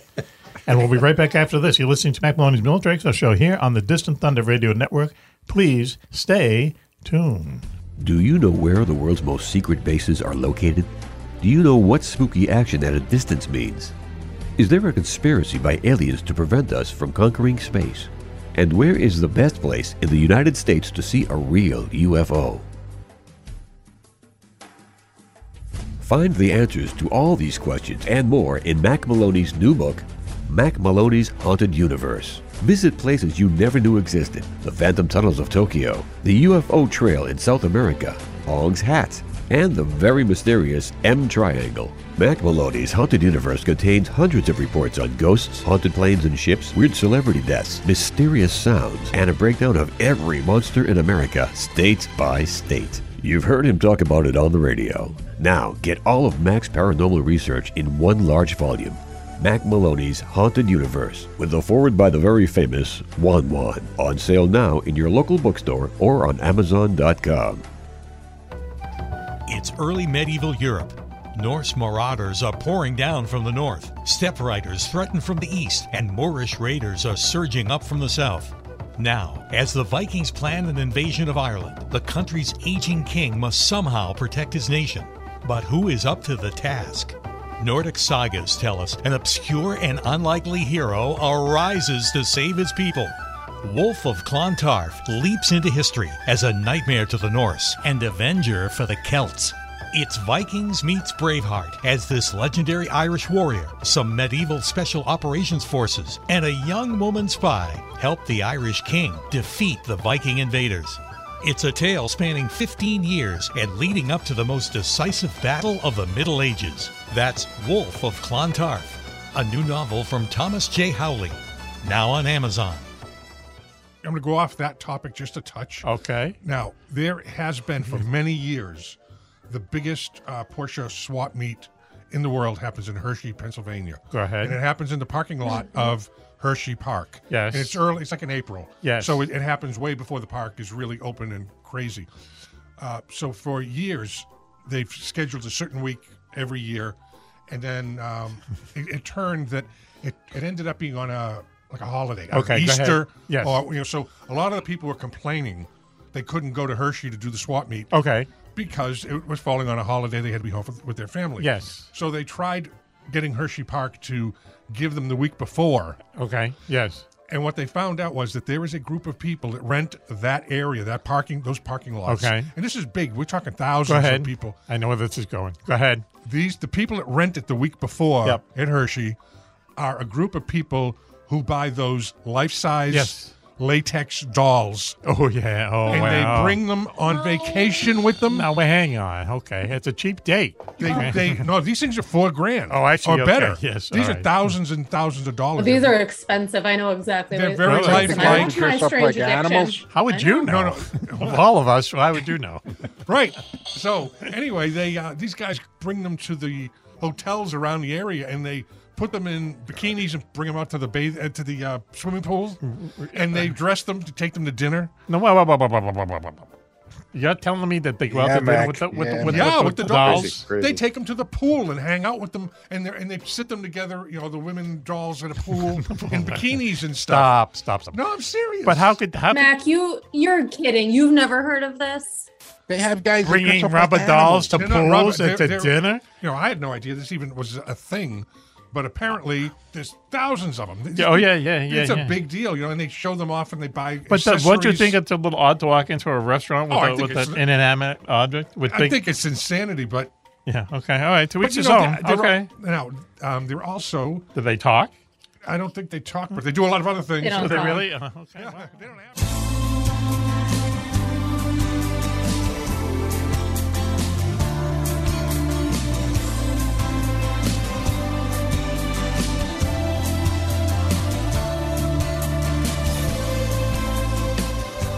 Speaker 5: and we'll be right back after this. You're listening to Mac Maloney's Military Expo Show here on the Distant Thunder Radio Network. Please stay tuned.
Speaker 15: Do you know where the world's most secret bases are located? Do you know what spooky action at a distance means? Is there a conspiracy by aliens to prevent us from conquering space? And where is the best place in the United States to see a real UFO? Find the answers to all these questions and more in Mac Maloney's new book, Mac Maloney's Haunted Universe. Visit places you never knew existed the Phantom Tunnels of Tokyo, the UFO Trail in South America, Ong's Hat, and the very mysterious M Triangle. Mac Maloney's Haunted Universe contains hundreds of reports on ghosts, haunted planes and ships, weird celebrity deaths, mysterious sounds, and a breakdown of every monster in America, state by state. You've heard him talk about it on the radio. Now, get all of Mac's paranormal research in one large volume Mac Maloney's Haunted Universe, with a forward by the very famous Juan Juan. On sale now in your local bookstore or on Amazon.com.
Speaker 4: It's early medieval Europe. Norse marauders are pouring down from the north, steppe riders threaten from the east, and Moorish raiders are surging up from the south. Now, as the Vikings plan an invasion of Ireland, the country's aging king must somehow protect his nation. But who is up to the task? Nordic sagas tell us an obscure and unlikely hero arises to save his people. Wolf of Clontarf leaps into history as a nightmare to the Norse and avenger for the Celts. It's Vikings meets Braveheart as this legendary Irish warrior, some medieval special operations forces, and a young woman spy help the Irish king defeat the Viking invaders. It's a tale spanning 15 years and leading up to the most decisive battle of the Middle Ages. That's Wolf of Clontarf, a new novel from Thomas J. Howley, now on Amazon.
Speaker 16: I'm going to go off that topic just a touch.
Speaker 5: Okay. Mm-hmm.
Speaker 16: Now, there has been for many years the biggest uh, Porsche swap meet in the world happens in Hershey, Pennsylvania.
Speaker 5: Go ahead. Mm-hmm.
Speaker 16: And it happens in the parking lot of Hershey Park.
Speaker 5: Yes.
Speaker 16: And it's early, it's like in April.
Speaker 5: Yes.
Speaker 16: So it, it happens way before the park is really open and crazy. Uh, so for years, they've scheduled a certain week every year. And then um, it, it turned that it, it ended up being on a like a holiday, on
Speaker 5: Okay, go ahead.
Speaker 16: Easter,
Speaker 5: Yes.
Speaker 16: or you know, so a lot of the people were complaining they couldn't go to Hershey to do the swap meet.
Speaker 5: Okay.
Speaker 16: Because it was falling on a holiday, they had to be home with- with their family.
Speaker 5: Yes.
Speaker 16: So they tried getting Hershey Park to give them the week before.
Speaker 5: Okay. Yes.
Speaker 16: And what they found out was that there was a group of people that rent that area, that parking, those parking lots.
Speaker 5: Okay.
Speaker 16: And this is big. We're talking thousands
Speaker 5: ahead.
Speaker 16: of people.
Speaker 5: I know where this is going. Go ahead.
Speaker 16: These the people that rent it the week before
Speaker 5: Yep.
Speaker 16: at Hershey are a group of people who buy those life-size
Speaker 5: Yes.
Speaker 16: latex dolls.
Speaker 5: Oh yeah. Oh
Speaker 16: and
Speaker 5: wow.
Speaker 16: they bring them on vacation with them.
Speaker 5: Now, well, hang on. Okay, it's a cheap date.
Speaker 16: They, they no, these things are four grand.
Speaker 5: Oh, actually,
Speaker 16: or
Speaker 5: okay,
Speaker 16: better.
Speaker 5: yes,
Speaker 16: these
Speaker 5: all
Speaker 16: are
Speaker 5: right.
Speaker 16: thousands and thousands of
Speaker 15: Oh,
Speaker 16: dollars.
Speaker 9: These are expensive. I know exactly.
Speaker 16: They're
Speaker 9: what-
Speaker 16: very
Speaker 9: what it is.
Speaker 16: lifelike.
Speaker 9: I don't have
Speaker 16: Dress up
Speaker 9: strange
Speaker 16: like animals.
Speaker 9: addiction.
Speaker 5: How would you know? of all of us, why would you know?
Speaker 16: right. So anyway, they uh, these guys bring them to the hotels around the area, and they put them in bikinis and bring them out to the bathe uh, to the uh, swimming pools,
Speaker 5: Mm-hmm.
Speaker 16: and they dress them to take them to dinner.
Speaker 5: No, whoa, whoa, whoa, whoa, whoa, whoa, whoa, whoa. You're telling me that they go out
Speaker 16: Yeah,
Speaker 5: to dinner
Speaker 16: Mac.
Speaker 5: with the with,
Speaker 16: yeah,
Speaker 5: the, with,
Speaker 16: yeah,
Speaker 5: the,
Speaker 16: with the
Speaker 5: dolls?
Speaker 16: dolls. They take them to the pool and hang out with them, and they and they sit them together. You know, the women dolls in a pool in bikinis and stuff.
Speaker 5: Stop, stop, stop.
Speaker 16: No, I'm serious.
Speaker 5: But how could how could
Speaker 9: Mac, you you're kidding. You've never heard of this?
Speaker 16: They have guys
Speaker 5: that Bringing dress up like rubber dolls animals. to pools and to dinner?
Speaker 16: You know, I had no idea this even was a thing, but apparently there's thousands of them.
Speaker 5: Yeah, oh, yeah, yeah, yeah,
Speaker 16: It's
Speaker 5: yeah.
Speaker 16: a big deal, you know, and they show them off and they buy.
Speaker 5: But the,
Speaker 16: accessories.
Speaker 5: what do you think it's a little odd to walk into a restaurant with,
Speaker 16: Oh, I
Speaker 5: a,
Speaker 16: think
Speaker 5: with
Speaker 16: it's-
Speaker 5: an inanimate object? With
Speaker 16: I
Speaker 5: big,
Speaker 16: think it's insanity, but
Speaker 5: yeah, okay, all right, to
Speaker 16: But
Speaker 5: each
Speaker 16: you
Speaker 5: his
Speaker 16: know,
Speaker 5: own.
Speaker 16: they're- they're
Speaker 5: Okay,
Speaker 16: al- Now, um, they're also.
Speaker 5: Do they talk?
Speaker 16: I don't think they talk, but they do a lot of other things.
Speaker 5: They don't Do they talk. really? Uh, okay,
Speaker 16: Yeah, they don't have.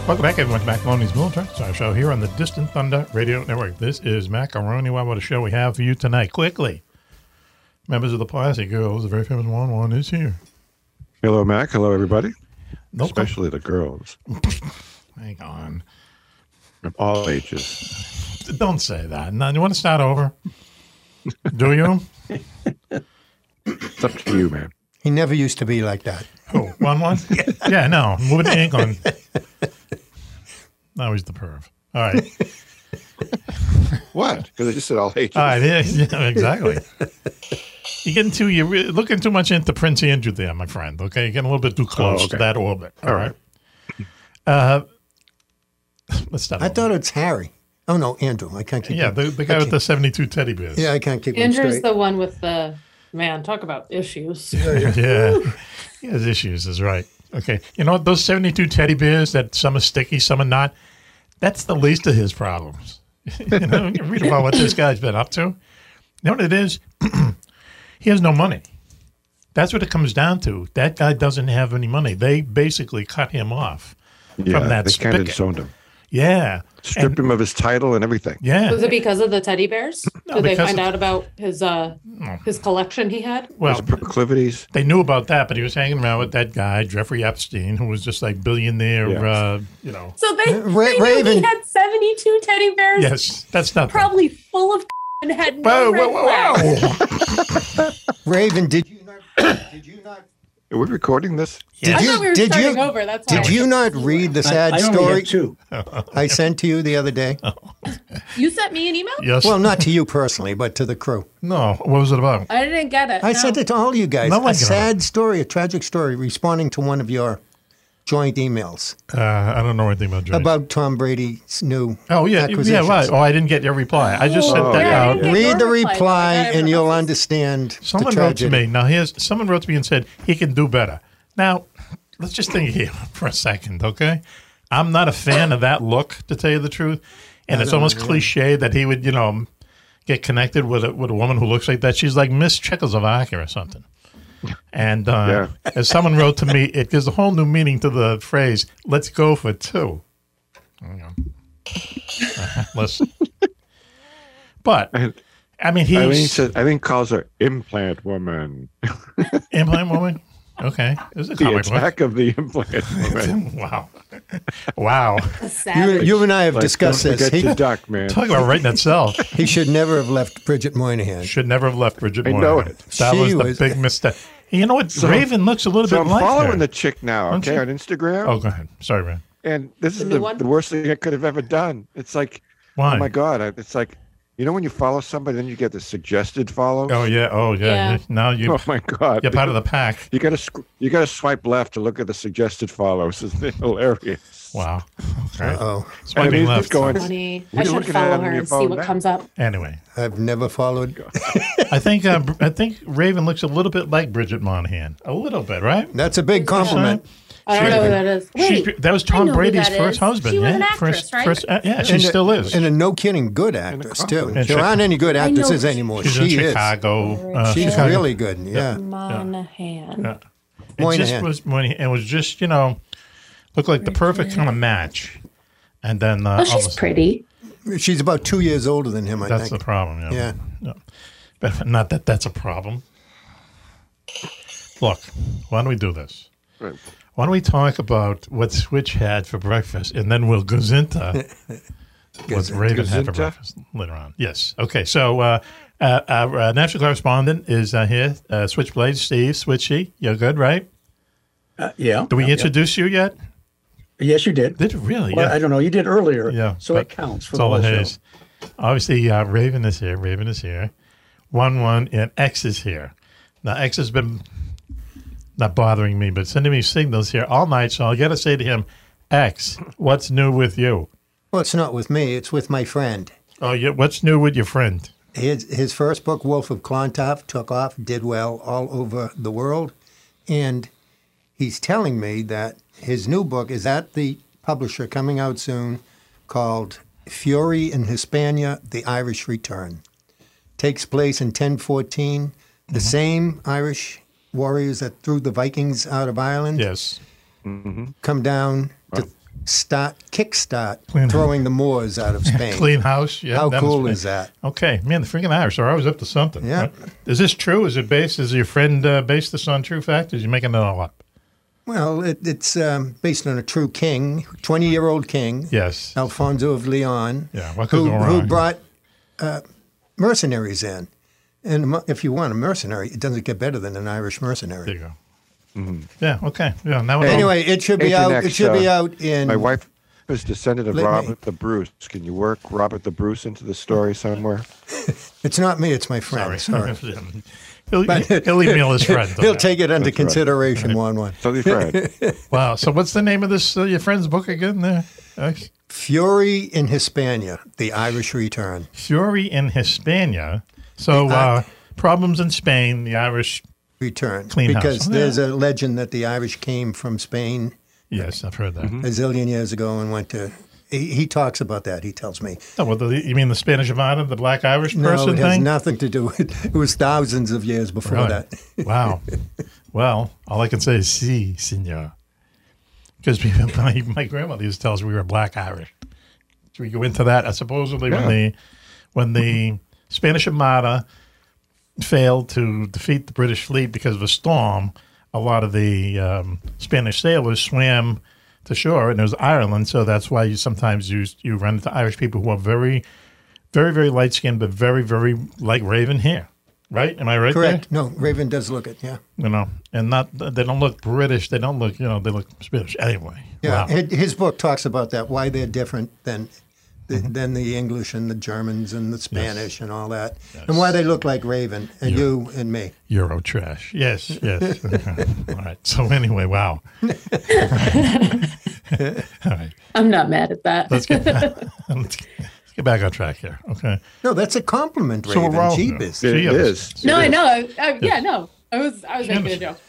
Speaker 5: welcome back everyone to Macaroni's Military Star Show here on the Distant Thunder Radio Network. This is Macaroni. Wow, what a show we have for you tonight! Quickly, members of the Posse Girls, the very famous one, one is here.
Speaker 6: Hello, Mac. Hello, everybody.
Speaker 5: Nope.
Speaker 6: Especially the girls
Speaker 5: Hang on,
Speaker 6: of all ages.
Speaker 5: don't say that. Now, you want to start over? Do you?
Speaker 6: It's up to you, man.
Speaker 8: He never used to be like that.
Speaker 5: Oh, one one? yeah, no. Moving to England. Now he's the perv. All right.
Speaker 6: What? Because I just said all ages.
Speaker 5: All right. Yeah, yeah, exactly. You're getting too you're re- looking too much into Prince Andrew there, my friend. Okay, you're getting a little bit too close
Speaker 6: okay.
Speaker 5: to that orbit.
Speaker 6: All
Speaker 5: Oh, All right. Uh, let's stop.
Speaker 8: I thought it's Harry. Oh no, Andrew. I can't keep.
Speaker 5: Yeah, the, the guy with the 72 teddy bears.
Speaker 8: Yeah, I can't keep. him
Speaker 9: Andrew's
Speaker 8: straight.
Speaker 9: the one with the man. Talk about issues.
Speaker 5: yeah. He has issues, is right. Okay. You know what? Those 72 teddy bears that some are sticky, some are not, that's the least of his problems. you know, you read about what this guy's been up to. You know what it is? he has no money. That's what it comes down to. That guy doesn't have any money. They basically cut him off
Speaker 6: Yeah,
Speaker 5: from that
Speaker 6: they kind of
Speaker 5: spigot.
Speaker 6: zoned him,
Speaker 5: Yeah.
Speaker 6: stripped him of his title and everything.
Speaker 5: Yeah.
Speaker 9: Was it because of the teddy bears?
Speaker 5: No,
Speaker 9: Did they
Speaker 5: because
Speaker 9: find
Speaker 5: of-
Speaker 9: out about his uh his collection he had?
Speaker 5: Well,
Speaker 6: proclivities.
Speaker 5: They knew about that, but he was hanging around with that guy, Jeffrey Epstein, who was just like billionaire,
Speaker 6: Yeah.
Speaker 5: uh, you know.
Speaker 9: So they, they
Speaker 5: Ra-
Speaker 9: knew he
Speaker 5: Raven-
Speaker 9: had seventy two teddy bears.
Speaker 5: Yes, that's not
Speaker 9: Probably full of and had no red flags.
Speaker 8: Raven, did you?
Speaker 6: Are we recording this?
Speaker 9: I
Speaker 8: Did
Speaker 9: thought we
Speaker 8: you?
Speaker 9: were
Speaker 8: Did
Speaker 9: starting
Speaker 8: you?
Speaker 9: over. That's why.
Speaker 8: Did you not read the sad
Speaker 9: I only
Speaker 8: story
Speaker 9: have
Speaker 8: too? I sent to you the other day?
Speaker 5: Oh,
Speaker 9: You sent me an email.
Speaker 8: Well, not to you personally, but to the crew.
Speaker 5: No. What was it about?
Speaker 9: I didn't get it.
Speaker 8: I
Speaker 9: no.
Speaker 8: sent it to all you guys.
Speaker 5: No one
Speaker 8: a
Speaker 5: got it.
Speaker 8: sad story, a tragic story, responding to one of your joint emails
Speaker 5: Uh, I don't know anything about Jeffrey.
Speaker 8: about Tom Brady's new
Speaker 5: Oh yeah, yeah,
Speaker 8: acquisitions.
Speaker 5: right. Oh, I didn't get your reply. I just sent that out.
Speaker 8: Read the reply, and you'll understand
Speaker 5: Someone
Speaker 8: the
Speaker 5: wrote to
Speaker 8: tragedy.
Speaker 5: me. Now here's someone wrote to me and said he can do better. Now let's just think here for a second, okay? I'm not a fan of that look, to tell you the truth, and
Speaker 17: I
Speaker 5: it's
Speaker 17: don't
Speaker 5: almost
Speaker 17: know, yeah.
Speaker 5: cliche that he would, you know, get connected with a, with a woman who looks like that. She's like Miss Czechoslovakia or something. And uh, as someone wrote to me, it gives a whole new meaning to the phrase "Let's go for two. Hang on. Listen. But I mean, he's
Speaker 6: Eileen says Eileen calls her implant woman.
Speaker 5: implant woman. Okay, this is a comic
Speaker 6: the
Speaker 5: book.
Speaker 6: attack of the implant woman.
Speaker 5: wow, wow.
Speaker 8: You, you and I have
Speaker 6: Like,
Speaker 8: discussed
Speaker 6: don't
Speaker 8: this.
Speaker 6: forget to duck, man.
Speaker 5: Talk about writing itself.
Speaker 8: He should never have left Bridget Moynihan.
Speaker 5: Should never have left Bridget
Speaker 6: I know
Speaker 5: Moynihan.
Speaker 6: it.
Speaker 5: That
Speaker 8: She
Speaker 5: was the
Speaker 8: was-
Speaker 5: big mistake. You know what?
Speaker 6: So-
Speaker 5: Raven looks a little
Speaker 6: so
Speaker 5: bit
Speaker 6: I'm
Speaker 5: like
Speaker 6: following
Speaker 5: her.
Speaker 6: the chick now,
Speaker 5: Don't
Speaker 6: okay,
Speaker 5: you?
Speaker 6: on Instagram.
Speaker 5: Oh, go ahead. Sorry, man.
Speaker 6: And this
Speaker 5: The
Speaker 6: is
Speaker 5: new
Speaker 6: the,
Speaker 5: one?
Speaker 6: the worst thing I could have ever done. It's like,
Speaker 5: Why?
Speaker 6: oh my god, I- it's like, you know, when you follow somebody, then you get the suggested follow.
Speaker 5: Oh yeah. Oh yeah.
Speaker 6: Yeah.
Speaker 5: Now you.
Speaker 6: Oh my god,
Speaker 5: You're part of the pack.
Speaker 6: You gotta sc- you gotta swipe left to look at the suggested follows. It's hilarious.
Speaker 5: Wow. Okay.
Speaker 8: Uh-oh.
Speaker 6: I mean, it's just going.
Speaker 9: Funny.
Speaker 6: what
Speaker 9: I
Speaker 6: are you
Speaker 9: should
Speaker 6: looking at
Speaker 9: follow
Speaker 6: on
Speaker 9: her
Speaker 6: your
Speaker 9: and see
Speaker 6: phone
Speaker 9: what
Speaker 6: now?
Speaker 9: comes up.
Speaker 5: Anyway,
Speaker 8: I've never followed.
Speaker 5: I think uh, Br- I think Raven looks a little bit like Bridget Monahan. A little bit, right?
Speaker 8: That's a big compliment.
Speaker 9: I don't know who that is.
Speaker 5: She-
Speaker 9: Wait,
Speaker 5: that was
Speaker 9: I
Speaker 5: Tom
Speaker 9: know who
Speaker 5: Brady's
Speaker 9: that
Speaker 5: first
Speaker 9: is.
Speaker 5: husband.
Speaker 9: She was
Speaker 5: yeah,
Speaker 9: an actress,
Speaker 5: first,
Speaker 9: right?
Speaker 5: first, uh, yeah, she
Speaker 8: And a-
Speaker 5: still is.
Speaker 8: And a no kidding good actress, too.
Speaker 5: And
Speaker 8: There
Speaker 5: Chi-
Speaker 8: aren't any good
Speaker 9: I know
Speaker 8: actresses
Speaker 9: she-
Speaker 8: anymore.
Speaker 5: She's
Speaker 8: she
Speaker 5: in
Speaker 8: is.
Speaker 5: Chicago. uh,
Speaker 8: She's
Speaker 5: Chicago.
Speaker 8: really good. Yeah.
Speaker 9: Monahan.
Speaker 5: Yeah. It just
Speaker 8: Moynihan.
Speaker 5: was Moynihan. It was just you know, looked like the perfect kind of match. And then
Speaker 9: Oh,
Speaker 5: uh, all of a sudden-
Speaker 8: She's about two years older than him, I
Speaker 5: That's
Speaker 8: think.
Speaker 5: the problem. Yeah.
Speaker 8: Yeah.
Speaker 5: But not that that's a problem. Look, why don't we do this?
Speaker 6: Right.
Speaker 5: Why don't we talk about what Switch had for breakfast, and then we'll gazinta what
Speaker 6: Gazinta.
Speaker 5: Raven had for
Speaker 6: Gazinta?
Speaker 5: breakfast later on. Yes. Okay. So uh, uh, our uh, national correspondent is uh, here. Uh, Switchblade Steve Switchy. You're good, right?
Speaker 7: Uh, yeah.
Speaker 5: Did we
Speaker 7: Yeah, yeah.
Speaker 5: introduce you yet?
Speaker 7: Yes, you did.
Speaker 5: Did you really?
Speaker 7: Well,
Speaker 5: yeah.
Speaker 7: I don't know. You did earlier.
Speaker 5: Yeah.
Speaker 7: So
Speaker 5: but
Speaker 7: it counts for
Speaker 5: it's
Speaker 7: the
Speaker 5: all
Speaker 7: whole
Speaker 5: it
Speaker 7: show.
Speaker 5: is. Obviously, uh, Raven is here. Raven is here. One one and X is here. Now X has been not bothering me, but sending me signals here all night. So I got to say to him, X, what's new with you?
Speaker 8: Well, it's not with me, it's with my friend.
Speaker 5: Oh, yeah. What's new with your friend?
Speaker 8: His, his first book, Wolf of Clontarf, took off, did well all over the world. And he's telling me that his new book is at the publisher coming out soon called Fury in Hispania The Irish Return. Takes place in 1014. The
Speaker 5: Mm-hmm.
Speaker 8: same Irish warriors that threw the Vikings out of Ireland.
Speaker 5: Yes.
Speaker 6: mm-hmm,
Speaker 8: Come down to start, kickstart
Speaker 5: Clean-
Speaker 8: throwing the Moors out of Spain.
Speaker 5: Clean house. Yeah.
Speaker 8: How
Speaker 5: that
Speaker 8: cool
Speaker 5: was-
Speaker 8: is that?
Speaker 5: Okay, man, the freaking Irish are always up to something.
Speaker 8: Yeah.
Speaker 5: right? Is this true? Is it based? Is your friend uh, based this on true fact? Is he making it all up?
Speaker 8: Well, it, it's um, based on a true king, 20 year old king.
Speaker 5: Yes.
Speaker 8: Alfonso of Leon.
Speaker 5: Yeah, what could
Speaker 8: who,
Speaker 5: go
Speaker 8: Who
Speaker 5: wrong?
Speaker 8: brought uh, mercenaries in. And mo- if you want a mercenary, it doesn't get better than an Irish mercenary. There
Speaker 5: you go.
Speaker 6: mm-hmm.
Speaker 5: Yeah. Okay. Yeah. Now it all-
Speaker 8: Anyway, it should be
Speaker 6: Agent
Speaker 8: out.
Speaker 6: X,
Speaker 8: it should be
Speaker 6: uh,
Speaker 8: out in.
Speaker 6: My wife is descendant of
Speaker 8: Let me-
Speaker 6: Robert the Bruce. Can you work Robert the Bruce into the story somewhere?
Speaker 8: It's not me. It's my friend. Sorry.
Speaker 5: he'll, e-, he'll email his friend.
Speaker 8: He'll take it
Speaker 6: That's
Speaker 8: under
Speaker 6: right.
Speaker 8: consideration. One one.
Speaker 6: Tell your friend.
Speaker 5: wow. So what's the name of this uh, your friend's book again? There. X?
Speaker 8: Fury in Hispania: The Irish Return.
Speaker 5: Fury in Hispania. So uh, problems in Spain. The Irish
Speaker 8: return
Speaker 5: clean house.
Speaker 8: because
Speaker 5: Oh, yeah.
Speaker 8: there's a legend that the Irish came from Spain.
Speaker 5: Yes, I've heard that.
Speaker 6: Mm-hmm.
Speaker 8: A zillion years ago and went to. He, he talks about that. He tells me.
Speaker 5: Oh, well, the, you mean the Spanish Havana, the Black Irish
Speaker 8: No,
Speaker 5: person
Speaker 8: it has
Speaker 5: thing?
Speaker 8: nothing to do with it. was thousands of years before
Speaker 5: Right.
Speaker 8: that.
Speaker 5: wow. Well, all I can say is si, senor. Because my, my grandmother used to tell us we were black Irish. Should we go into that? Uh, supposedly
Speaker 6: Yeah.
Speaker 5: when the when the Spanish Armada failed to defeat the British fleet because of a storm, a lot of the um, Spanish sailors swam to shore, and it was Ireland, so that's why you sometimes you you run into Irish people who are very, very, very light skinned, but very, very like Raven here, right? Am I right? there?
Speaker 8: Correct. No, Raven does look it. Yeah.
Speaker 5: you know, and not they don't look British. They don't look, you know, they look Spanish anyway.
Speaker 8: Yeah.
Speaker 5: Wow.
Speaker 8: Hi- His book talks about that. Why they're different than. th-
Speaker 5: Mm-hmm.
Speaker 8: Than the English and the Germans and the Spanish and all that, and why they look like Raven and you and me.
Speaker 5: Euro trash. Yes, yes. All right. So anyway, wow. All right.
Speaker 9: I'm not mad at that.
Speaker 5: Let's get back, let's get- let's get back on track here. Okay.
Speaker 8: No, that's a compliment,
Speaker 5: So
Speaker 8: Raven.
Speaker 5: we're all-
Speaker 8: Jeebus.
Speaker 5: It Jeebus. is.
Speaker 9: no, I know. I, I, yeah, no. I was I was making a joke.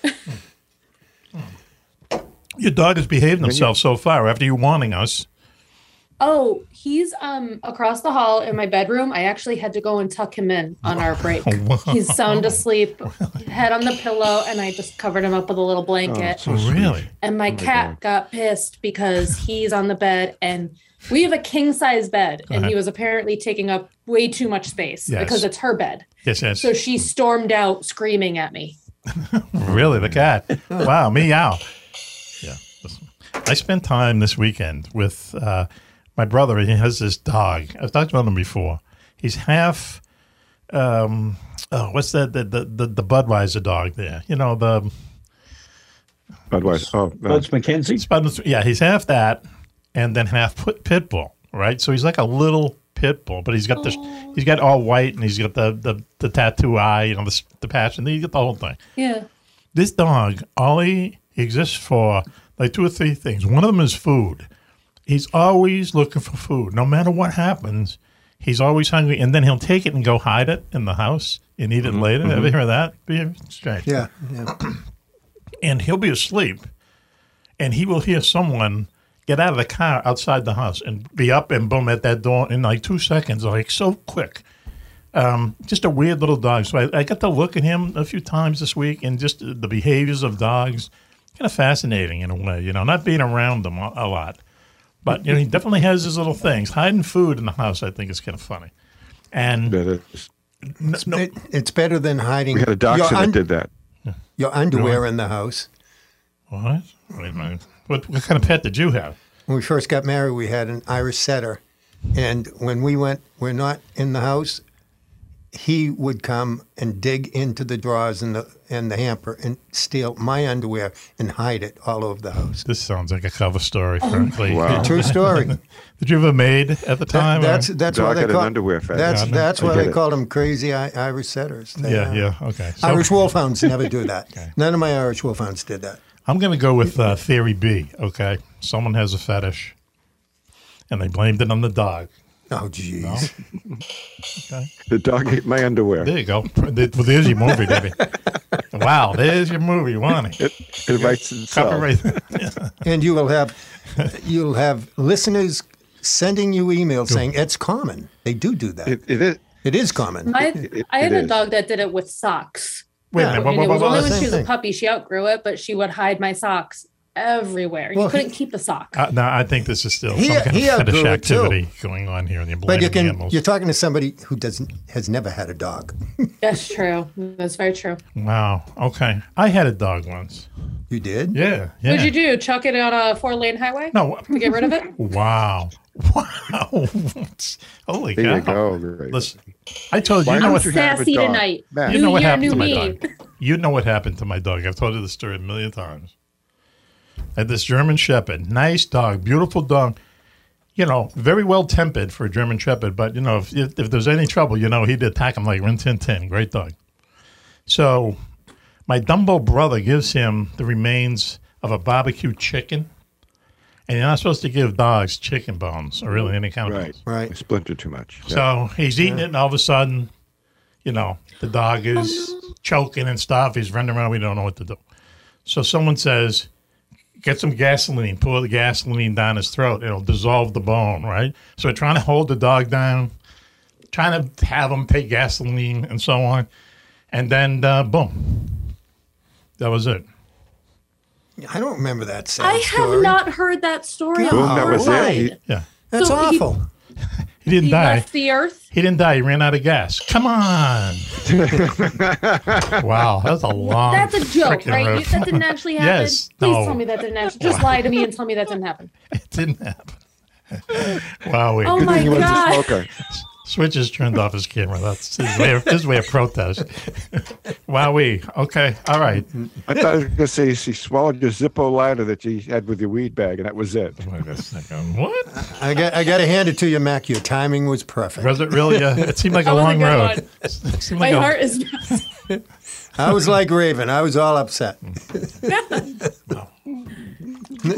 Speaker 5: Your dog has behaved himself so far after you warning us.
Speaker 9: Oh, he's um across the hall in my bedroom. I actually had to go and tuck him in on our break.
Speaker 5: Wow.
Speaker 9: He's sound asleep, head on the pillow, and I just covered him up with a little blanket.
Speaker 5: Oh, really?
Speaker 9: And my
Speaker 5: Oh my
Speaker 9: cat got pissed because he's on the bed and we have a king size bed
Speaker 5: Go
Speaker 9: and
Speaker 5: ahead.
Speaker 9: he was apparently taking up way too much space
Speaker 5: Yes.
Speaker 9: because it's her bed.
Speaker 5: Yes, yes.
Speaker 9: So she stormed out screaming at me.
Speaker 5: Really, the cat. Wow, meow. Yeah. listen. I spent time this weekend with uh, my brother. He has this dog. I've talked about him before. He's half. Um, oh, what's that? The, the the the Budweiser dog there. You know the
Speaker 6: Budweiser. Oh, uh,
Speaker 5: Spuds McKenzie. Spuds, yeah, he's half that, and then half put pit bull, right? So he's like a little pit bull, but he's got this. He's got all white, and he's got the the, the tattoo eye, you know, the s- the patch, and then you get the whole thing.
Speaker 9: Yeah.
Speaker 5: This dog, all he exists for like two or three things. One of them is food. He's always looking for food, no matter what happens. He's always hungry, and then he'll take it and go hide it in the house and eat it later. Ever
Speaker 6: Mhm.
Speaker 5: hear of that? Be strange
Speaker 8: Yeah, yeah.
Speaker 5: and he'll be asleep and he will hear someone get out of the car outside the house and be up and boom at that door in like two seconds like so quick um, just a weird little dog so I, I got to look at him a few times this week and just the behaviors of dogs kind of fascinating in a way you know not being around them a, a lot but you know he definitely has his little things hiding food in the house i think is kind of funny and
Speaker 8: It- it's better than hiding.
Speaker 6: We had a
Speaker 8: your
Speaker 6: dachshund
Speaker 8: un-
Speaker 6: that did that.
Speaker 8: Your underwear
Speaker 5: Really?
Speaker 8: in the house.
Speaker 5: What? Wait a minute. What, what kind of pet did you have?
Speaker 8: When we first got married, we had an Irish setter, and when we went, we're not in the house. He would come and dig into the drawers and the and the hamper and steal my underwear and hide it all over the house.
Speaker 5: This sounds like a cover story, frankly.
Speaker 8: Oh, Wow. True story.
Speaker 5: did you have a maid at the time? or-
Speaker 8: that's that's why they call That's
Speaker 5: Yeah, I know.
Speaker 8: that's
Speaker 5: I
Speaker 8: why
Speaker 5: get
Speaker 8: they
Speaker 5: it.
Speaker 8: called them crazy I- Irish setters. They, uh,
Speaker 5: Yeah, yeah, okay. So-
Speaker 8: Irish wolfhounds never do that. None of my Irish wolfhounds did that.
Speaker 5: I'm going to go with uh, theory B. Okay, someone has a fetish, and they blamed it on the dog.
Speaker 8: Oh, jeez.
Speaker 5: okay.
Speaker 6: The dog ate my underwear.
Speaker 5: There you go. Well, there's your movie, Debbie. wow, there's your movie, Lonnie.
Speaker 6: It, it writes itself.
Speaker 5: Copyright.
Speaker 8: and you will have you'll have listeners sending you emails saying it's common. They do do that.
Speaker 6: it is.
Speaker 8: It is common.
Speaker 9: My, I had a dog that did it with socks.
Speaker 8: Wait a minute, what-
Speaker 9: and it
Speaker 8: what-
Speaker 9: was
Speaker 8: what-
Speaker 9: only
Speaker 8: what-
Speaker 9: when
Speaker 8: same
Speaker 9: she was a
Speaker 8: thing.
Speaker 9: puppy. She outgrew it, but she would hide my socks everywhere.
Speaker 8: Well,
Speaker 9: you couldn't keep a sock.
Speaker 5: Uh, no, I think this is still
Speaker 8: He-
Speaker 5: some kind
Speaker 8: he
Speaker 5: of fetish
Speaker 8: outgrew it, too.
Speaker 5: activity going on here, and you're
Speaker 8: But
Speaker 5: blaming
Speaker 8: you
Speaker 5: the
Speaker 8: can
Speaker 5: animals.
Speaker 8: you're talking to somebody who doesn't has never had a dog.
Speaker 9: That's true. That's very true.
Speaker 5: Wow. Okay, I had a dog once.
Speaker 8: You did?
Speaker 5: Yeah. Yeah.
Speaker 9: What'd you do? Chuck it on a four lane highway?
Speaker 5: No.
Speaker 9: To get rid of it?
Speaker 5: Wow. Wow. Holy
Speaker 6: There you
Speaker 5: cow.
Speaker 6: go, Ray.
Speaker 5: Listen, I told you,
Speaker 6: Why
Speaker 5: you know
Speaker 6: don't
Speaker 5: what
Speaker 6: you have a Sassy dog? tonight. Matt.
Speaker 5: You
Speaker 6: New
Speaker 5: know what
Speaker 6: year,
Speaker 5: happened
Speaker 6: new
Speaker 5: to my
Speaker 6: me.
Speaker 5: dog. You know what happened to my dog. I've told you the story a million times. I had this German Shepherd, nice dog, beautiful dog. You know, very well tempered for a German Shepherd, but you know, if, if, if there's any trouble, you know, he'd attack him like Rin Tin Tin. Great dog. So, my Dumbo brother gives him the remains of a barbecue chicken. And you're not supposed to give dogs chicken bones or really any kind of
Speaker 6: Right.
Speaker 5: bones.
Speaker 8: Right.
Speaker 6: Splintered too much.
Speaker 5: So he's eating it, and all of a sudden, you know, the dog is choking and stuff. He's running around. We don't know what to do. So someone says, Get some gasoline, pour the gasoline down his throat. It'll dissolve the bone, right? So we're trying to hold the dog down, trying to have him take gasoline and so on. And then, uh, boom. That was it.
Speaker 8: I don't remember that sad
Speaker 9: I have
Speaker 8: story.
Speaker 9: not heard that story.
Speaker 8: Boom,
Speaker 9: on
Speaker 8: that
Speaker 9: the
Speaker 8: was it.
Speaker 9: line.
Speaker 8: He-
Speaker 5: Yeah.
Speaker 8: That's
Speaker 9: So he-
Speaker 8: awful.
Speaker 5: He didn't
Speaker 9: He
Speaker 5: die.
Speaker 9: left the earth.
Speaker 5: He didn't die. He ran out of gas. Come on. wow, that's a long.
Speaker 9: That's a joke,
Speaker 5: frickin'
Speaker 9: right?
Speaker 5: road.
Speaker 9: You, that didn't actually happen.
Speaker 5: Yes.
Speaker 9: Please
Speaker 5: No.
Speaker 9: tell me that didn't happen. Just lie to me and tell me that didn't happen.
Speaker 5: It didn't happen. wow. wait.
Speaker 9: Oh Good my thing he wasn't a God. smoker.
Speaker 5: S- Switch has turned off his camera. That's his way of, his way of protest. Wowee. Okay. All right.
Speaker 6: I thought I was going to say she swallowed your Zippo lighter that you had with your weed bag, and that was it.
Speaker 5: What?
Speaker 8: I got I got to hand it to you, Mac. Your timing was perfect.
Speaker 5: Was it really? Yeah, it seemed like a That was a long good road. one. seemed
Speaker 9: My
Speaker 5: like a-
Speaker 9: heart is.
Speaker 8: I was like Raven. I was all upset.
Speaker 6: Mm.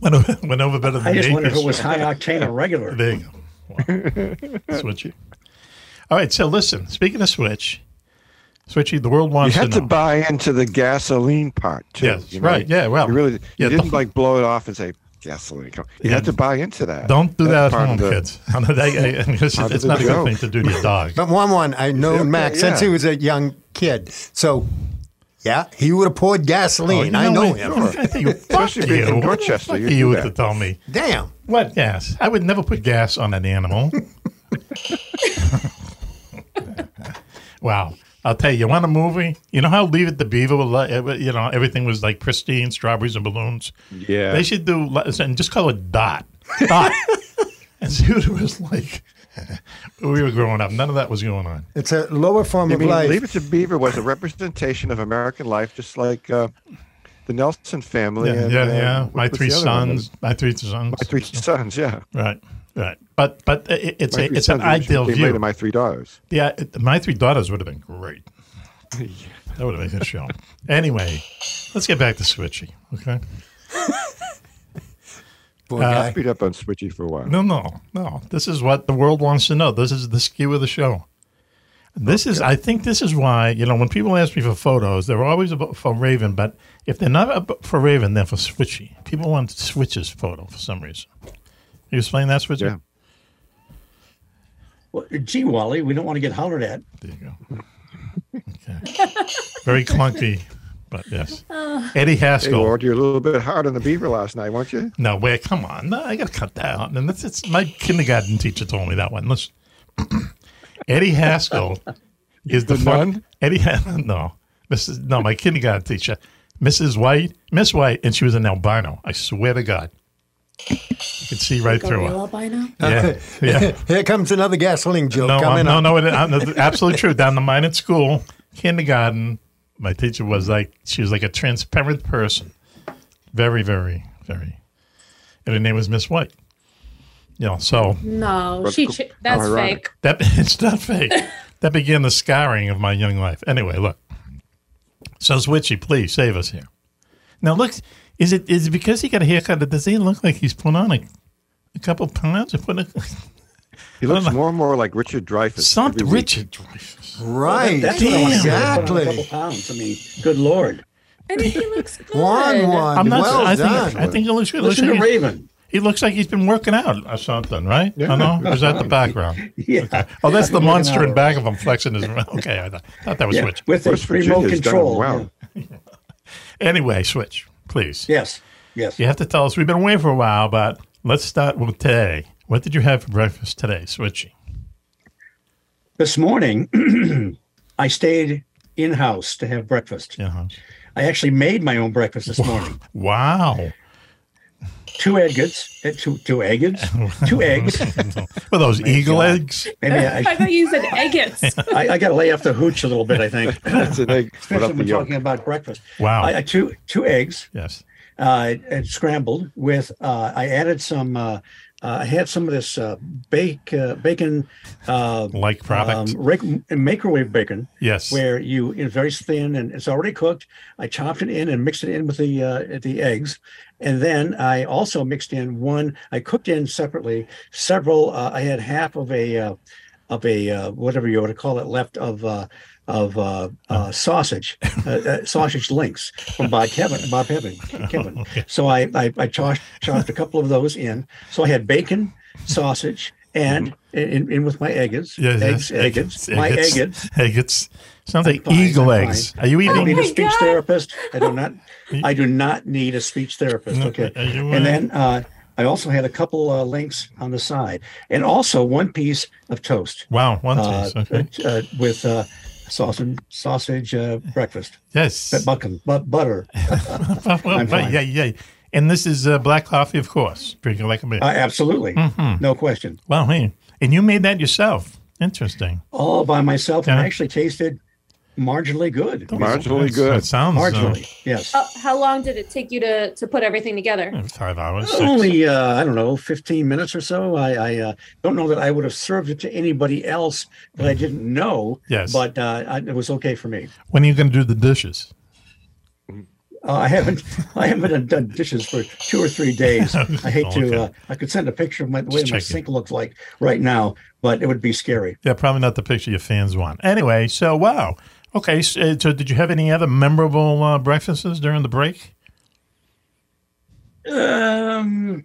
Speaker 5: Went over, went over better than
Speaker 7: I just
Speaker 5: me.
Speaker 7: wondered if it was high octane or regular.
Speaker 5: There you go. Wow. Switchy. All right. So listen. Speaking of Switch, Switchy, the world
Speaker 6: You
Speaker 5: wants
Speaker 6: had
Speaker 5: to
Speaker 6: to
Speaker 5: know.
Speaker 6: buy into the gasoline part too.
Speaker 5: Yes,
Speaker 6: you know?
Speaker 5: right, yeah, well,
Speaker 6: you really you
Speaker 5: yeah,
Speaker 6: didn't
Speaker 5: don't-
Speaker 6: like blow it off and say gasoline. Come. You
Speaker 5: Yeah.
Speaker 6: had to buy into that.
Speaker 5: Don't do
Speaker 6: That's
Speaker 5: that at
Speaker 6: part
Speaker 5: home,
Speaker 6: of the-
Speaker 5: kids. I know that- I- I mean, it's
Speaker 6: part of
Speaker 5: it's
Speaker 6: the
Speaker 5: not a good
Speaker 6: joke.
Speaker 5: thing to do to your dog.
Speaker 8: But one one, I know Mac since he
Speaker 5: yeah.
Speaker 8: was a young kid. So yeah, he would have poured gasoline.
Speaker 5: Oh, you
Speaker 8: I
Speaker 5: know
Speaker 8: know
Speaker 5: what?
Speaker 8: him.
Speaker 5: I think you- fuck
Speaker 8: Especially being
Speaker 5: you.
Speaker 8: from Dorchester,
Speaker 5: Fuck
Speaker 8: you do
Speaker 5: you
Speaker 8: that.
Speaker 5: to tell me.
Speaker 8: Damn.
Speaker 5: What gas? I would never put gas on an animal. wow. I'll tell you, you want a movie? You know how Leave It to Beaver, was like- eh, you know, everything was like pristine, strawberries and balloons?
Speaker 6: Yeah.
Speaker 5: They should do, li- and just call it Dot. Dot. and see what it was like when we were growing up. None of that was going on.
Speaker 8: It's a lower form
Speaker 6: I
Speaker 8: of
Speaker 6: mean,
Speaker 8: life.
Speaker 6: Leave It to Beaver was a representation of American life, just like uh, the Nelson family.
Speaker 5: Yeah,
Speaker 6: and,
Speaker 5: yeah,
Speaker 6: uh,
Speaker 5: yeah.
Speaker 6: what
Speaker 5: My
Speaker 6: was
Speaker 5: three
Speaker 6: the other one?
Speaker 5: sons. My three sons.
Speaker 6: My three sons. Yeah.
Speaker 5: Right, right. But but it, it's
Speaker 6: My
Speaker 5: a,
Speaker 6: Three
Speaker 5: it's an
Speaker 6: Sons actually
Speaker 5: ideal
Speaker 6: came
Speaker 5: view.
Speaker 6: later, my three daughters.
Speaker 5: Yeah, it- my three daughters would have been great. That would have been a good show. Anyway, let's get back to Switchy. Okay.
Speaker 6: Boy,
Speaker 5: Uh,
Speaker 6: I beat up on Switchy for a while.
Speaker 5: No, no, no. This is what the world wants to know. This is the skew of the show. This is, I think, this is why you know when people ask me for photos, they're always about for Raven. But if they're not ab- for Raven, they're for Switchy. People want Switch's photo for some reason. You explain that, Switchy?
Speaker 6: Yeah.
Speaker 7: Well, gee, Wally, we don't want to get hollered at.
Speaker 5: There you go. Very clunky, but yes.
Speaker 6: Oh.
Speaker 5: Eddie Haskell.
Speaker 6: Hey, Ward, you're a little bit hard on the beaver last night, weren't you?
Speaker 5: No, wait, come on. No, I got to cut that out. And that's it's my kindergarten teacher told me that one. Listen, Eddie Haskell is the,
Speaker 17: The
Speaker 5: fuck-
Speaker 17: nun?
Speaker 5: Eddie Haskell. No, Mrs. No, my kindergarten teacher, Mrs. White, Miss White, and she was an albino. I swear to God, you could see right through her. Yeah, yeah.
Speaker 8: Here comes another gasoline joke.
Speaker 5: No,
Speaker 8: coming
Speaker 5: I'm, no,
Speaker 8: up.
Speaker 5: no, it, I'm, the absolute truth. Down the mine at school, kindergarten, my teacher was like, she was like a transparent person. Very, very, very. And her name was Miss White. You know, so.
Speaker 9: No, she. Ch- that's fake.
Speaker 5: That It's not fake. that began the scarring of my young life. Anyway, look. So, Switchy, please save us here. Now, look, is it is it because he got a haircut? that Does he look like he's put on a, a couple pounds? Or put a,
Speaker 6: He looks more and more like Richard Dreyfuss.
Speaker 5: Something, Richard
Speaker 6: Dreyfuss.
Speaker 8: Right.
Speaker 7: That's what I wanted to say. Put on a
Speaker 8: Exactly.
Speaker 7: couple pounds. I mean, good lord.
Speaker 9: I think he looks good.
Speaker 8: One, one.
Speaker 5: I'm not.
Speaker 8: Well
Speaker 5: I,
Speaker 8: done.
Speaker 5: think, I think it looks good. It
Speaker 8: Listen
Speaker 5: looks
Speaker 8: to
Speaker 5: like he-
Speaker 8: Raven.
Speaker 5: He looks like he's been working out or something, right?
Speaker 8: Yeah.
Speaker 5: I know. Is that the background?
Speaker 7: yeah.
Speaker 5: Oh, that's the
Speaker 7: Working
Speaker 5: monster
Speaker 7: out.
Speaker 5: in back of him flexing his. Okay, I thought, thought that was
Speaker 7: Yeah,
Speaker 5: Switch.
Speaker 7: with his West remote Virginia's done control, well.
Speaker 5: anyway, Switch, please.
Speaker 7: Yes. Yes.
Speaker 5: You have to tell us. We've been away for a while, but let's start with today. What did you have for breakfast today, Switchy?
Speaker 7: This morning, I stayed in house to have breakfast.
Speaker 5: Uh-huh.
Speaker 7: I actually made my own breakfast this morning.
Speaker 5: Wow.
Speaker 7: Two eggs, eh, two two eggs, two eggs.
Speaker 5: Were those eagle eggs?
Speaker 7: Maybe
Speaker 9: I,
Speaker 7: I,
Speaker 9: thought you said agates.
Speaker 7: I, I got to lay off the hooch a little bit. I think.
Speaker 6: That's an egg. Put
Speaker 7: Especially
Speaker 6: up
Speaker 7: when
Speaker 6: the
Speaker 7: we're
Speaker 6: yolk.
Speaker 7: talking about breakfast.
Speaker 6: Wow.
Speaker 7: I, I two two eggs.
Speaker 5: Yes.
Speaker 7: Uh, and scrambled with. Uh, I added some. Uh, uh, I had some of this uh, bake uh, bacon. Uh,
Speaker 5: Like product?
Speaker 7: Um, rake- microwave bacon.
Speaker 5: Yes.
Speaker 7: Where you it's very thin and it's already cooked. I chopped it in and mixed it in with the uh, the eggs, and then I also mixed in one. I cooked in separately several. Uh, I had half of a. Uh, of a uh, whatever you want to call it left of uh, of uh, uh, sausage uh, uh, sausage links from Bob Kevin Bob Kevin Kevin. So I I, I chopped, chopped a couple of those in. So I had bacon, sausage, and in, in with my eggs,
Speaker 5: Yes,
Speaker 7: eggs,
Speaker 5: yes,
Speaker 7: eggs, my eggs.
Speaker 5: Eggs. Sounds like
Speaker 7: Fine,
Speaker 5: eagle
Speaker 7: I'm
Speaker 5: eggs.
Speaker 7: fine.
Speaker 5: Are you
Speaker 7: I don't
Speaker 5: eating?
Speaker 7: need a speech therapist. I do not. I do not need a speech therapist.
Speaker 5: No,
Speaker 7: Okay.
Speaker 5: are you,
Speaker 7: And
Speaker 5: uh,
Speaker 7: then uh, I also had a couple uh, links on the side, and also one piece of toast.
Speaker 5: Wow, one
Speaker 7: uh,
Speaker 5: piece, okay.
Speaker 7: Uh, with uh, sausage, sausage uh, breakfast.
Speaker 5: Yes.
Speaker 7: But buckum, but butter.
Speaker 5: Well,
Speaker 7: I'm
Speaker 5: right,
Speaker 7: fine.
Speaker 5: yeah, yeah. And this is uh, black coffee, of course. Drinking like a man.
Speaker 7: Uh, absolutely.
Speaker 5: Mhm.
Speaker 7: No question.
Speaker 5: Wow, hey. And you made that yourself. Interesting.
Speaker 7: All by myself, and
Speaker 5: Yeah.
Speaker 7: actually tasted marginally good.
Speaker 5: That's- That sounds uh,
Speaker 7: Marginally, yes.
Speaker 9: Uh, how long did it take you to to put everything together?
Speaker 5: five hours. six.
Speaker 7: Only uh, I don't know, fifteen minutes or so. I, I uh, don't know that I would have served it to anybody else that I didn't know.
Speaker 5: Yes.
Speaker 7: but uh, I, it was okay for me.
Speaker 5: When are you going to do the dishes?
Speaker 7: Uh, I haven't I haven't done dishes for two or three days. I hate
Speaker 5: Okay.
Speaker 7: to. Uh, I could send a picture of my, the way
Speaker 5: Just
Speaker 7: my
Speaker 5: checking.
Speaker 7: sink looks like right now, but it would be scary.
Speaker 5: Yeah, probably not the picture your fans want. Anyway, so wow. Okay, uh, so, so did you have any other memorable uh, breakfasts during the break?
Speaker 7: Um,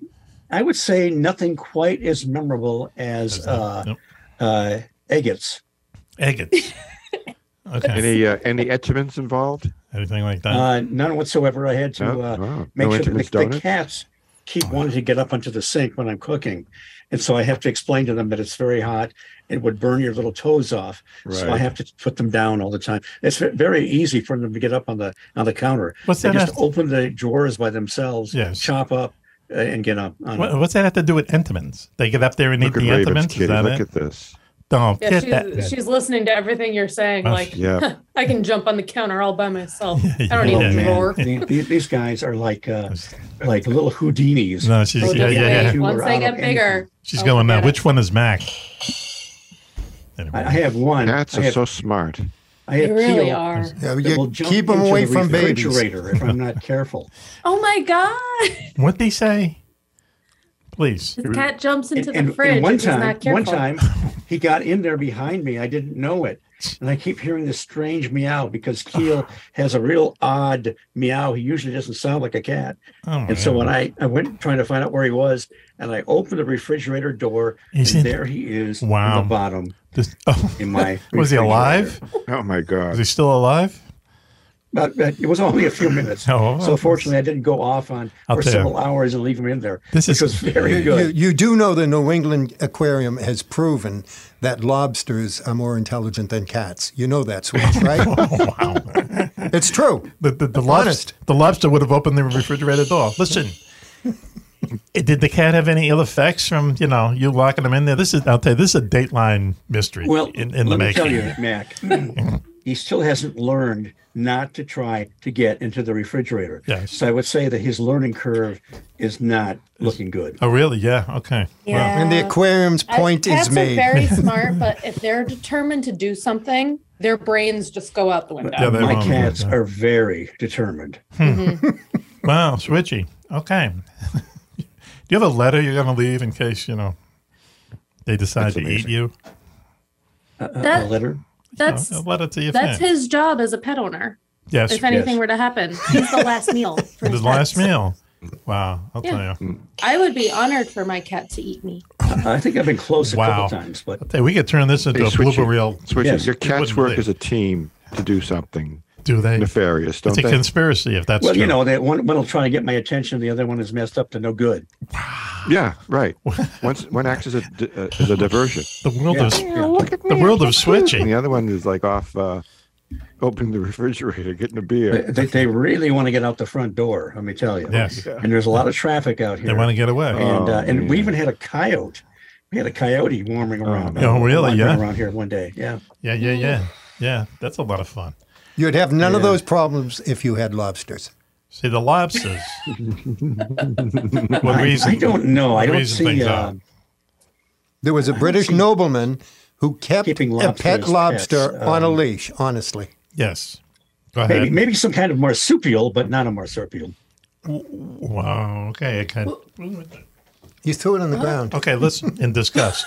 Speaker 7: I would say nothing quite as memorable as uh, uh, agates.
Speaker 5: Agates. Okay.
Speaker 6: Any uh, any etchments involved?
Speaker 5: Anything like that?
Speaker 7: Uh, none whatsoever. I had to
Speaker 6: No?
Speaker 7: uh,
Speaker 6: Wow.
Speaker 7: make
Speaker 6: No
Speaker 7: sure that
Speaker 6: Entenmann's
Speaker 7: the, the
Speaker 6: donuts?
Speaker 7: cats keep
Speaker 5: Oh,
Speaker 7: wanting to get up onto the sink when I'm cooking. And so I have to explain to them that it's very hot and would burn your little toes off. So I
Speaker 6: Right.
Speaker 7: have to put them down all the time. It's ve- very easy for them to get up on the on the counter.
Speaker 5: What's
Speaker 7: they
Speaker 5: that
Speaker 7: just
Speaker 5: have-
Speaker 7: open the drawers by themselves,
Speaker 5: Yes.
Speaker 7: chop up, uh, and get up. On
Speaker 5: What,
Speaker 7: it.
Speaker 5: what's that have to do with Entenmann's? They get up there and
Speaker 6: Look
Speaker 5: eat
Speaker 6: at
Speaker 5: the
Speaker 6: Raven's
Speaker 5: Entenmann's?
Speaker 6: kitty.
Speaker 5: Is that
Speaker 6: Look
Speaker 5: it? Oh,
Speaker 6: at this.
Speaker 5: Don't
Speaker 9: Yeah,
Speaker 5: get
Speaker 9: she's,
Speaker 5: that.
Speaker 9: she's listening to everything you're saying.
Speaker 5: Oh,
Speaker 9: Like,
Speaker 5: yeah.
Speaker 9: I can jump on the counter all by myself. I don't
Speaker 7: Oh,
Speaker 9: need a
Speaker 7: man.
Speaker 9: drawer.
Speaker 7: The- these, these guys are like uh, like little Houdinis.
Speaker 5: No, she's-
Speaker 9: Well,
Speaker 5: yeah,
Speaker 9: just
Speaker 5: yeah,
Speaker 9: wait.
Speaker 5: yeah.
Speaker 7: You
Speaker 9: Once
Speaker 7: are
Speaker 9: I
Speaker 7: out
Speaker 9: get
Speaker 7: of anything.
Speaker 9: bigger, oh.
Speaker 5: She's
Speaker 9: I'll
Speaker 5: going
Speaker 9: look
Speaker 5: now.
Speaker 9: at
Speaker 5: Which one is Mac?
Speaker 7: I I have one.
Speaker 6: Cats
Speaker 7: I
Speaker 6: are
Speaker 7: have
Speaker 6: so smart.
Speaker 7: I have
Speaker 9: They really
Speaker 7: Keel
Speaker 9: are.
Speaker 8: Yeah,
Speaker 7: that
Speaker 8: you
Speaker 7: will jump
Speaker 8: keep 'em
Speaker 7: into
Speaker 8: away
Speaker 7: the
Speaker 8: from babies.
Speaker 7: refrigerator if I'm not careful.
Speaker 9: Oh my god!
Speaker 5: What they say? Please.
Speaker 9: The cat jumps into the
Speaker 7: and,
Speaker 9: fridge.
Speaker 7: and one
Speaker 9: if he's
Speaker 7: time,
Speaker 9: not careful.
Speaker 7: one time, he got in there behind me. I didn't know it, and I keep hearing this strange meow because Keel has a real odd meow. He usually doesn't sound like a cat.
Speaker 5: Oh,
Speaker 7: and so
Speaker 5: man.
Speaker 7: when I I went trying to find out where he was, and I opened the refrigerator door,
Speaker 5: He's
Speaker 7: and
Speaker 5: in-
Speaker 7: there he is.
Speaker 5: Wow.
Speaker 7: on the bottom.
Speaker 5: This- oh.
Speaker 7: In my
Speaker 5: was he alive?
Speaker 6: Oh my God!
Speaker 5: Is he still alive?
Speaker 7: but, but it was only a few minutes.
Speaker 5: Oh,
Speaker 7: so fortunately, I didn't go off on
Speaker 8: I'll
Speaker 7: for
Speaker 8: tell you.
Speaker 7: several hours and leave them in there.
Speaker 8: This
Speaker 7: which
Speaker 8: is
Speaker 7: was very
Speaker 8: you,
Speaker 7: good.
Speaker 8: You, you do know the New England Aquarium has proven that lobsters are more intelligent than cats. You know that, Switch, right? It's true.
Speaker 5: The, the, the, lobster, the lobster would have opened the refrigerator door. Listen, eh, did the cat have any ill effects from, you know, you locking them in there? This is, I'll tell you, this is a Dateline mystery
Speaker 7: Well,
Speaker 5: in, in the
Speaker 7: let me
Speaker 5: making.
Speaker 7: tell you, Mac, he still hasn't learned not to try to get into the refrigerator.
Speaker 5: Yes.
Speaker 7: So I would say that his learning curve is not looking good.
Speaker 5: Oh, really? Yeah. Okay.
Speaker 9: Yeah.
Speaker 8: And the aquarium's
Speaker 9: I-
Speaker 8: point is
Speaker 9: cats
Speaker 8: made.
Speaker 9: Are very smart, but if they're determined to do something, their brains just go out the window.
Speaker 7: My cats are very determined.
Speaker 5: Hmm. Wow, switchy. Okay. Do you have a letter you're going to leave in case, you know, they decide
Speaker 7: That's
Speaker 5: to eat
Speaker 7: amazing.
Speaker 5: you?
Speaker 9: a That- letter? That's
Speaker 5: a letter to your
Speaker 9: that's
Speaker 5: friend.
Speaker 9: his job as a pet owner.
Speaker 5: Yes.
Speaker 9: If anything
Speaker 5: Yes.
Speaker 9: were to happen, he's the last meal. For
Speaker 5: his
Speaker 9: pets.
Speaker 5: last meal. Wow. I'll
Speaker 9: Yeah.
Speaker 5: tell you.
Speaker 9: I would be honored for my cat to eat me.
Speaker 7: I think I've been close a
Speaker 5: wow.
Speaker 7: couple times, but
Speaker 5: Hey, we could turn this into
Speaker 6: Hey,
Speaker 5: a
Speaker 6: Switchy,
Speaker 5: blooper reel.
Speaker 6: Switchy, your
Speaker 5: You
Speaker 6: cats
Speaker 5: wouldn't
Speaker 6: work
Speaker 5: believe.
Speaker 6: as a team to do something.
Speaker 5: Do they?
Speaker 6: Nefarious, don't
Speaker 5: It's a
Speaker 6: they?
Speaker 5: conspiracy if that's
Speaker 7: well,
Speaker 5: true.
Speaker 7: you know, that one one will try to get my attention, the other one is messed up to no good.
Speaker 6: yeah, right. One's, one acts as a, di- uh, as a diversion.
Speaker 5: The world
Speaker 6: yeah.
Speaker 5: of the world of switching.
Speaker 6: And the other one is like off uh, opening the refrigerator, getting a
Speaker 7: They,
Speaker 6: beer.
Speaker 7: they, they really want to get out the front door, let me tell you.
Speaker 6: Yes.
Speaker 7: And there's a lot of traffic out here.
Speaker 5: They want to get away.
Speaker 7: And, uh,
Speaker 5: Oh,
Speaker 7: and we even had a coyote. We had a coyote warming around.
Speaker 5: Oh, really?
Speaker 7: wandering
Speaker 5: Yeah.
Speaker 7: Around here one day. Yeah.
Speaker 5: Yeah, yeah, yeah. Yeah, that's a lot of fun.
Speaker 8: You'd have none of
Speaker 5: Yeah.
Speaker 8: those problems if you had lobsters.
Speaker 5: See, the lobsters.
Speaker 8: I- I don't know. I
Speaker 5: what
Speaker 8: don't
Speaker 5: reason
Speaker 8: see,
Speaker 5: things
Speaker 8: uh,
Speaker 5: out.
Speaker 8: There was a British nobleman who kept a
Speaker 7: lobsters
Speaker 8: pet
Speaker 7: as
Speaker 8: lobster
Speaker 7: pets,
Speaker 8: on a
Speaker 7: um,
Speaker 8: leash, honestly.
Speaker 5: Yes.
Speaker 7: Maybe, maybe some kind of marsupial, but not a marsupial.
Speaker 5: Wow. Oh, Okay. I kind of,
Speaker 8: you threw it on the ground.
Speaker 5: Okay, listen in disgust.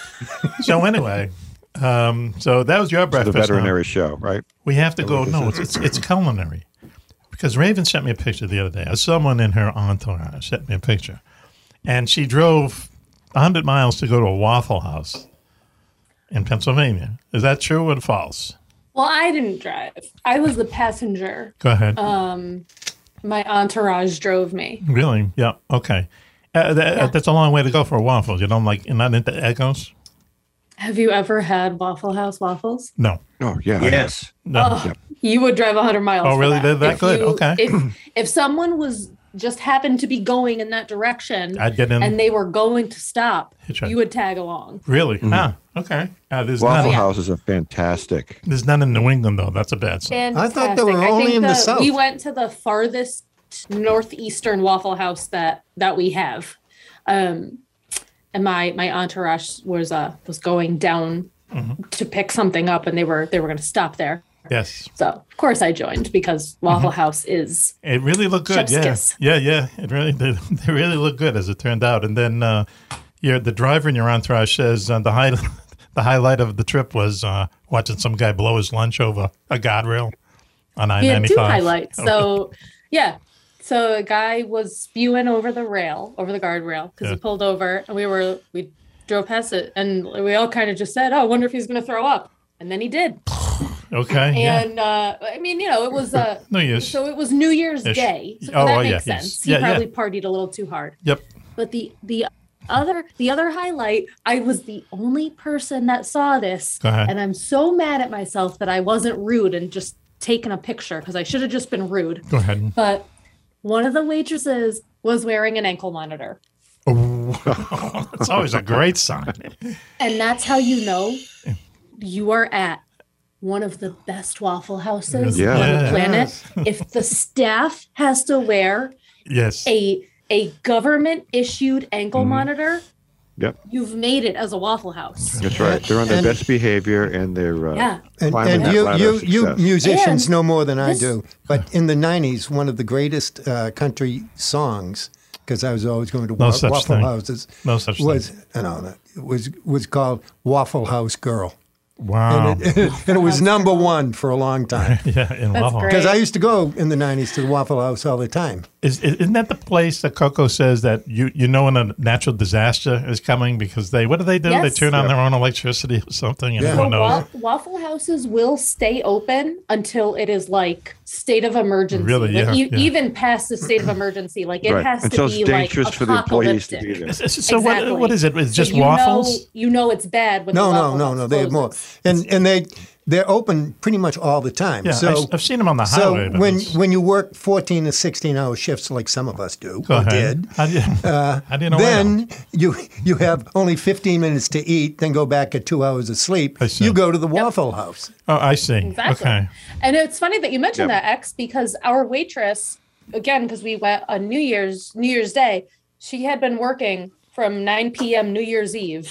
Speaker 5: so anyway, um, so that was your
Speaker 6: It's the
Speaker 5: breakfast. huh?
Speaker 6: veterinary show, right?
Speaker 5: We have to
Speaker 6: Is that
Speaker 5: go.
Speaker 6: what this
Speaker 5: No,
Speaker 6: is?
Speaker 5: it's, it's it's culinary, because Raven sent me a picture the other day. of Someone in her entourage sent me a picture, and she drove hundred miles to go to a Waffle House in Pennsylvania. Is that true or false?
Speaker 9: Well, I didn't drive. I was the passenger.
Speaker 5: Go ahead.
Speaker 9: Um, my entourage drove me.
Speaker 5: Really? Yeah. Okay. Uh, that,
Speaker 9: Yeah.
Speaker 5: That's a long way to go for a waffle. You don't like you're not into echoes?
Speaker 9: Have you ever had Waffle House waffles?
Speaker 5: No.
Speaker 6: Oh yeah.
Speaker 7: Yes.
Speaker 5: No.
Speaker 9: Oh, You would drive 100 miles.
Speaker 5: Oh,
Speaker 9: for
Speaker 5: really? They're that
Speaker 9: If
Speaker 5: good? Okay.
Speaker 9: If, if someone was just happened to be going in that direction
Speaker 5: I'd get in-
Speaker 9: and they were going to stop,
Speaker 5: Hitchhike.
Speaker 9: you would tag along.
Speaker 5: Really?
Speaker 8: Mm-hmm.
Speaker 5: Huh. Okay. Ah. Uh, there's
Speaker 6: Mm-hmm. Waffle
Speaker 5: none.
Speaker 6: houses are fantastic.
Speaker 5: There's none in New England though. That's a bad sign.
Speaker 9: Fantastic. I think We went to the farthest northeastern Waffle House that that we have, um, and my my entourage was uh was going down
Speaker 5: Mhm.
Speaker 9: to pick something up, and they were they were going to stop there.
Speaker 5: Yes.
Speaker 9: So of course I joined because Waffle House is
Speaker 5: It really looked good.
Speaker 9: Chef's
Speaker 5: Yeah.
Speaker 9: kiss.
Speaker 5: Yeah. Yeah. It really they, they really looked good as it turned out. And then uh, your the driver in your entourage says uh, the high the highlight of the trip was uh, watching some guy blow his lunch over a guardrail on I
Speaker 9: he had
Speaker 5: ninety
Speaker 9: two
Speaker 5: five.
Speaker 9: highlights. So yeah. So a guy was spewing over the rail, over the guardrail, because
Speaker 5: Yeah.
Speaker 9: he pulled over, and we were we drove past it, and we all kind of just said, "Oh, I wonder if he's going to throw up," and then he did.
Speaker 5: Okay. yeah.
Speaker 9: and uh, I mean, you know, it was uh,
Speaker 5: New Year's.
Speaker 9: So it was New Year's
Speaker 5: Ish.
Speaker 9: Day. So
Speaker 5: Oh,
Speaker 9: that
Speaker 5: oh,
Speaker 9: makes
Speaker 5: yeah, yes.
Speaker 9: sense. He
Speaker 5: Yeah, yeah.
Speaker 9: probably partied a little too hard.
Speaker 5: Yep.
Speaker 9: But the the other the other highlight, I was the only person that saw this,
Speaker 5: Go ahead.
Speaker 9: and I'm so mad at myself that I wasn't rude and just taken a picture because I should have just been rude.
Speaker 5: Go ahead.
Speaker 9: But one of the waitresses was wearing an ankle monitor.
Speaker 5: Oh, it's always a great sign.
Speaker 9: And that's how you know you are at one of the best waffle houses
Speaker 5: Yeah.
Speaker 9: on
Speaker 5: Yeah.
Speaker 9: the planet. If the staff has to wear
Speaker 5: Yes.
Speaker 9: a a government issued ankle monitor,
Speaker 6: Yep.
Speaker 9: you've made it as a waffle house.
Speaker 6: That's right. They're on their
Speaker 8: And-
Speaker 6: best behavior and they're uh,
Speaker 9: Yeah.
Speaker 8: And,
Speaker 6: climbing
Speaker 8: and
Speaker 6: that
Speaker 8: you,
Speaker 6: ladder
Speaker 8: you,
Speaker 6: of
Speaker 8: you
Speaker 6: success.
Speaker 8: musicians
Speaker 9: And
Speaker 8: know more than I
Speaker 9: this-
Speaker 8: do. But in the 90s, one of the greatest uh, country songs, because I was always going to
Speaker 5: No
Speaker 8: wa-
Speaker 5: such
Speaker 8: Waffle
Speaker 5: thing.
Speaker 8: Houses,
Speaker 5: No such
Speaker 8: was,
Speaker 5: thing.
Speaker 8: I know, that was, was called Waffle House Girl.
Speaker 5: Wow.
Speaker 8: And it, and it was number one for a long time.
Speaker 5: yeah, in
Speaker 9: That's Waffle House.
Speaker 8: Because I
Speaker 9: great.
Speaker 8: used to go in the 90s to the Waffle House all the time.
Speaker 5: Is, is- isn't that the place that Coco says that you you know when a natural disaster is coming because they what do they do?
Speaker 9: Yes.
Speaker 5: They turn on
Speaker 9: Yeah.
Speaker 5: their own electricity or something, and
Speaker 9: So
Speaker 5: everyone knows.
Speaker 9: wa- waffle houses will stay open until it is like state of emergency.
Speaker 5: Really?
Speaker 9: Like,
Speaker 5: Yeah,
Speaker 9: e-
Speaker 5: yeah.
Speaker 9: Even past the state of emergency, like it
Speaker 5: Right.
Speaker 9: has
Speaker 5: Until
Speaker 9: to
Speaker 5: it's
Speaker 9: be like
Speaker 5: dangerous for the employees to be
Speaker 9: apocalyptic.
Speaker 5: there. S- s- so what- what is it? It's
Speaker 9: So
Speaker 5: just
Speaker 9: you know-
Speaker 5: waffles?
Speaker 9: you know it's bad when
Speaker 8: No,
Speaker 9: the
Speaker 8: no,
Speaker 9: waffle
Speaker 8: no,
Speaker 9: House
Speaker 8: no. They have
Speaker 9: closes.
Speaker 8: more. And, and they, they're open pretty much all the time.
Speaker 5: Yeah,
Speaker 8: so,
Speaker 5: I've, I've seen them on the
Speaker 8: so
Speaker 5: highway. but
Speaker 8: when,
Speaker 5: it's-
Speaker 8: when you work 14 to 16 hour shifts like some of us do,
Speaker 5: Go
Speaker 8: or
Speaker 5: ahead.
Speaker 8: did,
Speaker 5: How do you-
Speaker 8: uh,
Speaker 5: I didn't know
Speaker 8: then you you have only 15 minutes to eat, then go back at two hours of sleep. You go to the Waffle House.
Speaker 5: Oh, I see.
Speaker 9: Exactly. And it's funny that you mentioned
Speaker 8: Yeah.
Speaker 9: that X because our waitress, again, because we went on New Year's New Year's Day, she had been working from 9 p.m. New Year's Eve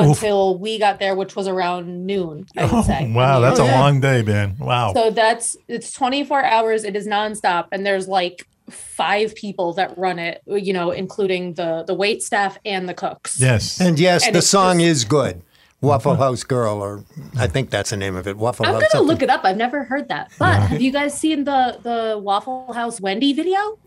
Speaker 5: Oof.
Speaker 9: until we got there, which was around noon. I would say.
Speaker 5: wow, that's
Speaker 9: Oh,
Speaker 5: a
Speaker 9: yeah.
Speaker 5: long day, man. Wow.
Speaker 9: So that's it's 24 hours. It is nonstop, and there's like five people that run it. You know, including the the wait staff and the cooks.
Speaker 8: Yes. And yes,
Speaker 9: And
Speaker 8: the
Speaker 9: it's
Speaker 8: song is good. Waffle House Girl, or I think that's the name of it. Waffle
Speaker 9: I'm
Speaker 8: House.
Speaker 9: gonna
Speaker 8: something.
Speaker 9: look it up. I've never heard that. But have you guys seen the the Waffle House Wendy video?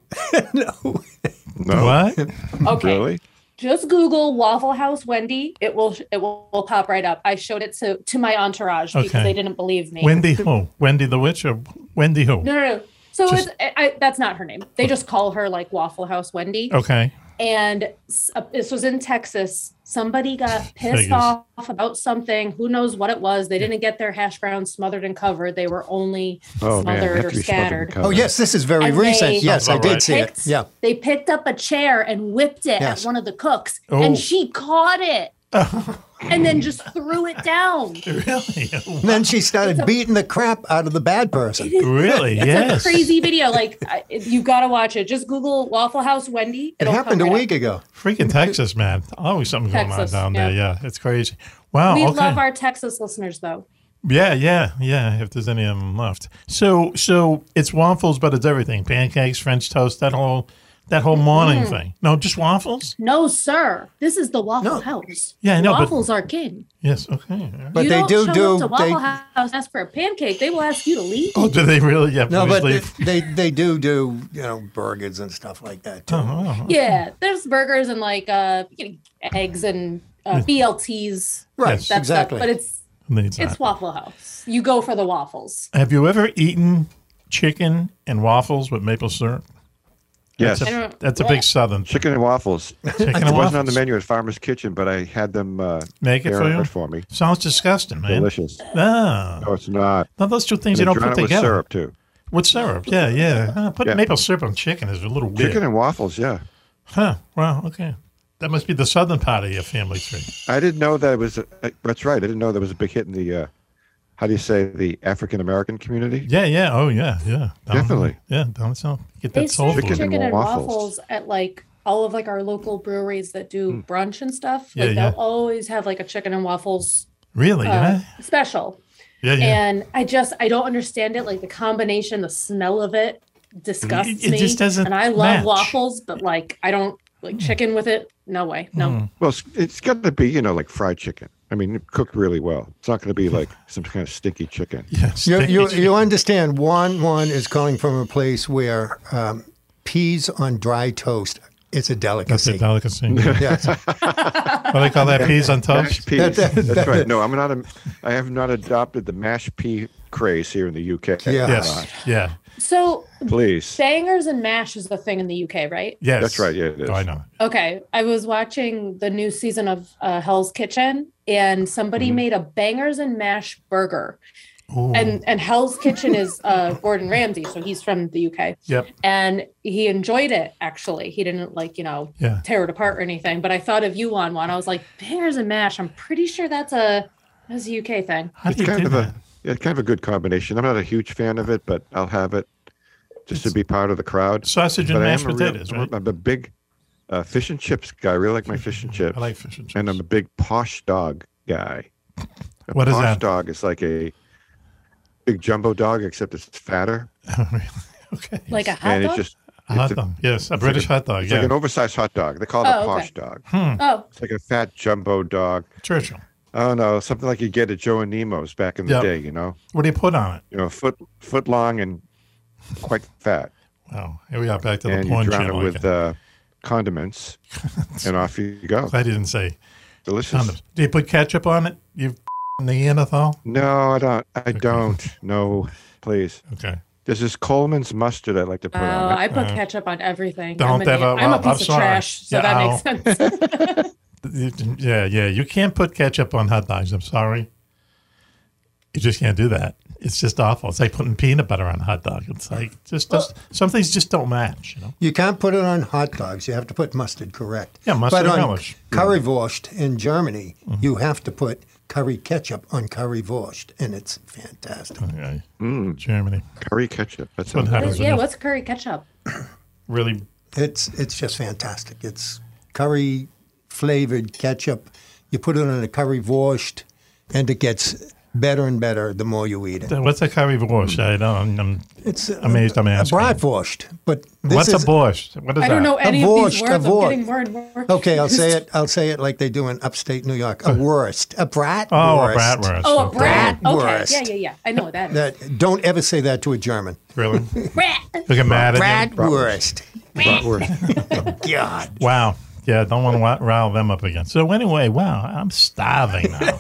Speaker 5: What?
Speaker 9: Okay.
Speaker 6: Really?
Speaker 9: Just Google Waffle House Wendy. It will it will, will pop right up. I showed it to to my entourage
Speaker 5: Okay.
Speaker 9: because they didn't believe me.
Speaker 5: Wendy who? Wendy the witch or Wendy who?
Speaker 9: No, no, no. So
Speaker 5: Just-
Speaker 9: it's I, I- that's not her name. They just call her like Waffle House Wendy.
Speaker 5: Okay.
Speaker 9: And s- uh, this was in Texas. Somebody got pissed
Speaker 5: Vegas.
Speaker 9: off about something. Who knows what it was? They didn't get their hash browns smothered and covered. They were only
Speaker 8: Oh, man,
Speaker 9: smothered
Speaker 8: have
Speaker 9: or
Speaker 8: to be smothered and
Speaker 9: scattered.
Speaker 8: covered. Oh, yes, this is very
Speaker 9: And
Speaker 8: recent.
Speaker 9: they-
Speaker 8: Yes, I did Right. see it.
Speaker 9: picked-
Speaker 8: Yeah.
Speaker 9: They picked up a chair and whipped it
Speaker 8: Yes.
Speaker 9: at one of the cooks,
Speaker 8: Oh.
Speaker 9: and she caught it. and then just threw it down.
Speaker 5: Really?
Speaker 8: And then she started beating the crap out of the bad person.
Speaker 5: Really?
Speaker 9: It's a crazy video. Like I, you got to watch it. Just Google Waffle House Wendy.
Speaker 8: It
Speaker 9: It'll
Speaker 8: happened a
Speaker 9: come right
Speaker 8: week ago.
Speaker 5: Freaking Texas, man. Always something going on
Speaker 9: Texas,
Speaker 5: down there.
Speaker 9: yeah.
Speaker 5: Yeah, it's crazy.
Speaker 9: up.
Speaker 5: Wow.
Speaker 9: we
Speaker 5: okay.
Speaker 9: love our Texas listeners, though.
Speaker 5: Yeah, yeah, yeah. If there's any of them left, so so it's waffles, but it's everything: pancakes, French toast, that whole that whole morning
Speaker 9: Mm.
Speaker 5: thing. No, just waffles.
Speaker 9: No, sir. This is the Waffle House.
Speaker 5: Yeah, I know, but-
Speaker 9: Waffles are king.
Speaker 5: Yes. Okay. all right.
Speaker 9: you don't show Up to Waffle House and ask for a pancake. They will ask you to leave.
Speaker 5: Oh, do they really? Yeah.
Speaker 8: No,
Speaker 5: please
Speaker 8: but
Speaker 5: leave.
Speaker 8: they, they they do do you know burgers and stuff like that too.
Speaker 9: Yeah, there's burgers and like uh, you know, eggs and uh, BLTs.
Speaker 8: Right,
Speaker 9: that stuff,
Speaker 8: exactly.
Speaker 9: But it's
Speaker 5: Needs
Speaker 9: it's
Speaker 5: not.
Speaker 9: Waffle House. You go for the waffles.
Speaker 5: Have you ever eaten chicken and waffles with maple syrup?
Speaker 6: Yes.
Speaker 9: I
Speaker 5: That's a,
Speaker 9: don't-
Speaker 5: that's a
Speaker 9: what?
Speaker 5: big Southern.
Speaker 6: Chicken and waffles.
Speaker 5: Chicken and
Speaker 6: it wasn't on the
Speaker 5: waffles.
Speaker 6: menu at Farmer's Kitchen, but I had them uh,
Speaker 5: Make it
Speaker 6: air
Speaker 5: for you?
Speaker 6: for me.
Speaker 5: Sounds disgusting, man.
Speaker 6: Delicious.
Speaker 5: Ah.
Speaker 6: No, it's not.
Speaker 5: Now those two things
Speaker 6: And
Speaker 5: you don't
Speaker 6: they drown
Speaker 5: put
Speaker 6: it with
Speaker 5: together.
Speaker 6: syrup, too.
Speaker 5: With syrup, yeah, yeah. Huh, putting
Speaker 6: Yeah.
Speaker 5: maple syrup on chicken is a little weird.
Speaker 6: Chicken and waffles, yeah.
Speaker 5: Huh. Wow. Okay. That must be the southern part of your family tree.
Speaker 6: I didn't know that it was. A, uh, that's right. I didn't know that was a big hit in the. Uh, how do you say the African American community?
Speaker 5: Yeah. Yeah. Oh, yeah. Yeah. Down-
Speaker 6: Definitely.
Speaker 5: Yeah. Down south. Get
Speaker 9: They
Speaker 5: that soul
Speaker 9: serve
Speaker 5: food.
Speaker 9: chicken, and waffles. at like all of like our local breweries that do brunch and stuff.
Speaker 5: Hmm. Yeah,
Speaker 9: Like
Speaker 5: yeah.
Speaker 9: they'll always have like a chicken and waffles
Speaker 5: Really?
Speaker 9: uh,
Speaker 5: yeah.
Speaker 9: special.
Speaker 5: Yeah. Yeah.
Speaker 9: And I just I don't understand it. Like the combination, the smell of it disgusts
Speaker 5: It- it
Speaker 9: me.
Speaker 5: just doesn't
Speaker 9: And I love
Speaker 5: match. Hmm.
Speaker 9: waffles, but like I don't like chicken with it. No way. No.
Speaker 6: Well, it's, it's got to be you know like fried chicken. I mean, cooked really well. It's not going to be like some kind of stinky chicken.
Speaker 5: Yes.
Speaker 8: You, you, you understand? Juan Juan is calling from a place where um, peas on dry toast. It's a
Speaker 5: That's
Speaker 8: delicacy.
Speaker 5: a delicacy.
Speaker 8: Yes.
Speaker 5: What do they call that? Peas on toast.
Speaker 6: Mashed peas. That's right. No, I'm not. A, I have not adopted the mashed pea craze here in the UK.
Speaker 5: Yes. Yeah.
Speaker 9: So
Speaker 6: Please.
Speaker 9: bangers and mash is a thing in the UK, right?
Speaker 5: Yes.
Speaker 6: That's right. Yeah, it is.
Speaker 5: Oh, I know.
Speaker 9: Okay, I was watching the new season of uh, Hell's Kitchen, and somebody made a bangers and mash burger.
Speaker 5: Mm-hmm. Ooh.
Speaker 9: And and Hell's Kitchen is uh, Gordon Ramsay, so he's from the UK,
Speaker 5: Yep.
Speaker 9: and he enjoyed it. Actually, he didn't like you know
Speaker 5: Yeah.
Speaker 9: tear it apart or anything. But I thought of you on one. I was like bangers and mash. I'm pretty sure that's a that's a UK thing.
Speaker 6: it's kind of a yeah, it's kind of a good combination. I'm not a huge fan of it, but I'll have it just to be part of the crowd.
Speaker 5: Sausage and
Speaker 6: But I
Speaker 5: mashed
Speaker 6: am a real-
Speaker 5: potatoes, right?
Speaker 6: I'm a big uh, fish and chips guy. I really like my fish and chips.
Speaker 5: I like fish and chips.
Speaker 6: And I'm a big posh dog guy. A
Speaker 5: What is
Speaker 6: posh
Speaker 5: that?
Speaker 6: dog is like a big jumbo dog, except it's fatter.
Speaker 9: Like a hot
Speaker 6: and
Speaker 9: dog.
Speaker 6: it's just
Speaker 5: A hot
Speaker 6: it's
Speaker 5: dog. Yes, a
Speaker 6: it's
Speaker 5: British hot
Speaker 6: like
Speaker 5: dog,
Speaker 6: It's
Speaker 5: yeah.
Speaker 6: like an oversized hot dog. They call it
Speaker 9: Oh,
Speaker 6: a
Speaker 9: okay.
Speaker 6: posh dog.
Speaker 5: Hmm.
Speaker 9: Oh.
Speaker 6: It's like a fat jumbo dog.
Speaker 5: Churchill.
Speaker 6: I don't know, something like you get at Joe and Nemo's back in the
Speaker 5: Yep.
Speaker 6: day, you know?
Speaker 5: What do you put on it?
Speaker 6: You know, foot foot long and quite fat.
Speaker 5: Wow. Here we are back to the
Speaker 6: and
Speaker 5: porn
Speaker 6: you drown
Speaker 5: channel
Speaker 6: it with
Speaker 5: again.
Speaker 6: uh, condiments, and off you go.
Speaker 5: I didn't say
Speaker 6: delicious.
Speaker 5: Condoms. Do you put ketchup on it? You f***ing Neanderthal?
Speaker 6: No, I don't. I don't. No, please.
Speaker 5: Okay. Uh,
Speaker 6: There's this Coleman's mustard I like to put
Speaker 9: Oh,
Speaker 6: on. it.
Speaker 9: I put ketchup on everything.
Speaker 6: Don't
Speaker 9: I'm, an,
Speaker 6: that-
Speaker 9: am
Speaker 6: well,
Speaker 9: a piece
Speaker 6: I'm
Speaker 9: of
Speaker 6: sorry.
Speaker 9: trash, so
Speaker 5: Yeah, ow.
Speaker 9: that makes sense.
Speaker 5: Yeah, yeah. You can't put ketchup on hot dogs. I'm sorry. You just can't do that. It's just awful. It's like putting peanut butter on a hot dog. It's like just, just some things just don't match. You know.
Speaker 8: You can't put it on hot dogs. You have to put mustard, correct?
Speaker 5: Yeah, mustard
Speaker 8: But
Speaker 5: and
Speaker 8: on
Speaker 5: relish. Mm-hmm.
Speaker 8: currywurst in Germany, you have to put curry ketchup on currywurst, and it's fantastic.
Speaker 5: Okay. Germany.
Speaker 6: Mm. Curry ketchup. That's
Speaker 5: what happens.
Speaker 9: yeah,
Speaker 5: when you
Speaker 9: what's curry ketchup?
Speaker 5: really,
Speaker 8: it's it's just fantastic. It's curry flavored ketchup. You put it on a currywurst, and it gets better and better the more you eat it.
Speaker 5: What's a currywurst? I don't. I'm
Speaker 8: It's uh,
Speaker 5: amazed. I'm
Speaker 8: a
Speaker 5: asking.
Speaker 8: bratwurst, but this
Speaker 5: What's a
Speaker 8: is-
Speaker 5: borscht? What is
Speaker 9: I don't know
Speaker 8: A
Speaker 9: any of these
Speaker 8: vorscht,
Speaker 9: words.
Speaker 8: a
Speaker 9: I'm
Speaker 8: vor-
Speaker 9: getting more and more.
Speaker 8: Okay, I'll say
Speaker 9: confused.
Speaker 8: it. I'll say it like they do in upstate New York. A worst, a brat.
Speaker 5: Oh, a
Speaker 8: wurst.
Speaker 5: bratwurst.
Speaker 9: Oh, a brat. Okay.
Speaker 8: Bratwurst.
Speaker 9: Yeah, yeah, yeah. I know what that is.
Speaker 8: That don't ever say that to a German.
Speaker 5: Really?
Speaker 9: Brat.
Speaker 5: You get mad at them.
Speaker 8: Bratwurst. God.
Speaker 5: Wow. Yeah, don't want to rile them up again. So anyway, wow, I'm starving now.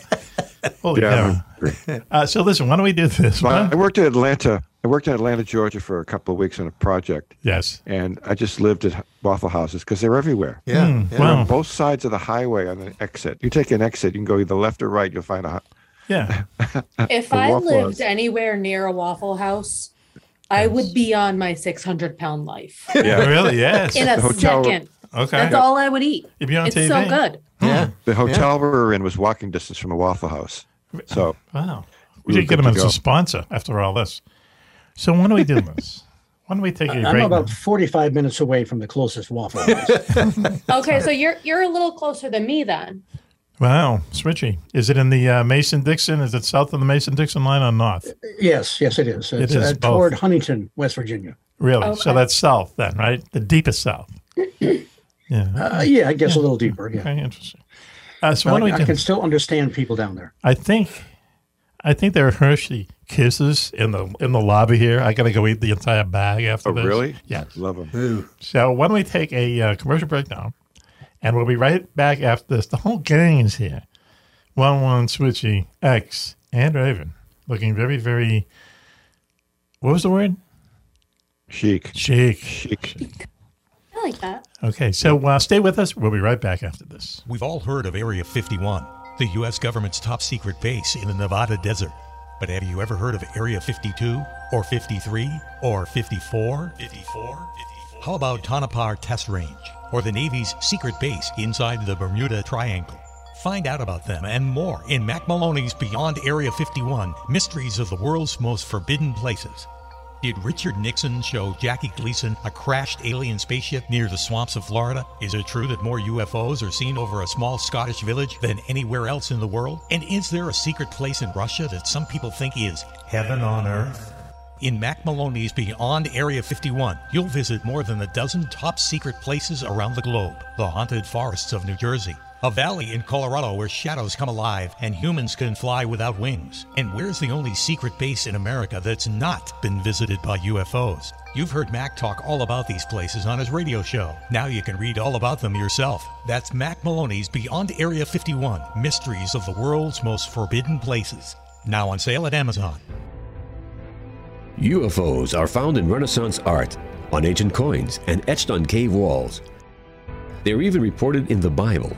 Speaker 5: Holy
Speaker 6: Yeah, I'm
Speaker 5: cow. Uh, so listen, why don't we do this?
Speaker 6: Well,
Speaker 5: Why
Speaker 6: I worked in Atlanta. I worked in Atlanta, Georgia, for a couple of weeks on a project.
Speaker 5: Yes.
Speaker 6: And I just lived at Waffle Houses because they're everywhere.
Speaker 5: Yeah, Hmm, yeah.
Speaker 6: They're
Speaker 5: wow.
Speaker 6: on both sides of the highway on the exit. You take an exit, you can go either left or right. You'll find a.
Speaker 5: Yeah.
Speaker 9: If
Speaker 6: a
Speaker 9: I
Speaker 6: Waffle
Speaker 9: lived
Speaker 6: House.
Speaker 9: anywhere near a Waffle House, I would be on my 600 pound life.
Speaker 6: Yeah.
Speaker 5: Really? Yes.
Speaker 9: In a second.
Speaker 5: Okay. Hmm.
Speaker 9: That's all I would eat.
Speaker 5: You'd be on
Speaker 9: it's
Speaker 5: TV.
Speaker 9: so good.
Speaker 8: Yeah.
Speaker 6: The hotel we were in was walking distance from a Waffle House. So.
Speaker 5: Wow.
Speaker 6: we
Speaker 5: We
Speaker 6: were
Speaker 5: should get
Speaker 6: good
Speaker 5: them
Speaker 6: to
Speaker 5: as
Speaker 6: go.
Speaker 5: a sponsor after all this. So when do we do this? When do we take a
Speaker 8: I'm
Speaker 5: break?
Speaker 8: about 45 minutes away from the closest waffle. House.
Speaker 9: Okay, so you're you're a little closer than me then.
Speaker 5: Wow, switchy. Is it in the uh, Mason Dixon? Is it south of the Mason Dixon line or north?
Speaker 8: yes, yes, it is.
Speaker 5: It
Speaker 8: It's,
Speaker 5: is
Speaker 8: uh,
Speaker 5: both.
Speaker 8: toward Huntington, West Virginia.
Speaker 5: Really? So
Speaker 8: Okay.
Speaker 5: that's south then, right? The deepest south.
Speaker 8: Uh, yeah, I guess a little deeper. Yeah.
Speaker 5: Okay, interesting. Uh, so why
Speaker 8: I,
Speaker 5: don't we
Speaker 8: I
Speaker 5: do
Speaker 8: can still understand people down there.
Speaker 5: I think, I think there are Hershey kisses in the in the lobby here. I gotta go eat the entire bag after
Speaker 6: Oh,
Speaker 5: this.
Speaker 6: really?
Speaker 5: Yeah.
Speaker 6: Love them.
Speaker 5: So why don't we take a uh, commercial break now, and we'll be right back after this. The whole gang is here. One one switchy X and Raven looking very very. What was the word?
Speaker 6: Chic.
Speaker 5: Chic.
Speaker 9: I like that.
Speaker 5: Okay, so uh, stay with us. We'll be right back after this.
Speaker 4: We've all heard of Area 51, the U.S. government's top secret base in the Nevada desert. But have you ever heard of Area 52 or 53 or 54? 54? How about Tonopah Test Range or the Navy's secret base inside the Bermuda Triangle? Find out about them and more in Mac Maloney's Beyond Area 51 Mysteries of the World's Most Forbidden Places. Did Richard Nixon show Jackie Gleason a crashed alien spaceship near the swamps of Florida? Is it true that more UFOs are seen over a small Scottish village than anywhere else in the world? And is there a secret place in Russia that some people think is heaven on earth? In Mac Maloney's Beyond Area 51, you'll visit more than a dozen top secret places around the globe. The haunted forests of New Jersey, a valley in Colorado where shadows come alive and humans can fly without wings. And where's the only secret base in America that's not been visited by UFOs? You've heard Mac talk all about these places on his radio show. Now you can read all about them yourself. That's Mac Maloney's Beyond Area 51 Mysteries of the World's Most Forbidden Places. Now on sale at Amazon.
Speaker 15: UFOs are found in Renaissance art, on ancient coins, and etched on cave walls. They're even reported in the Bible.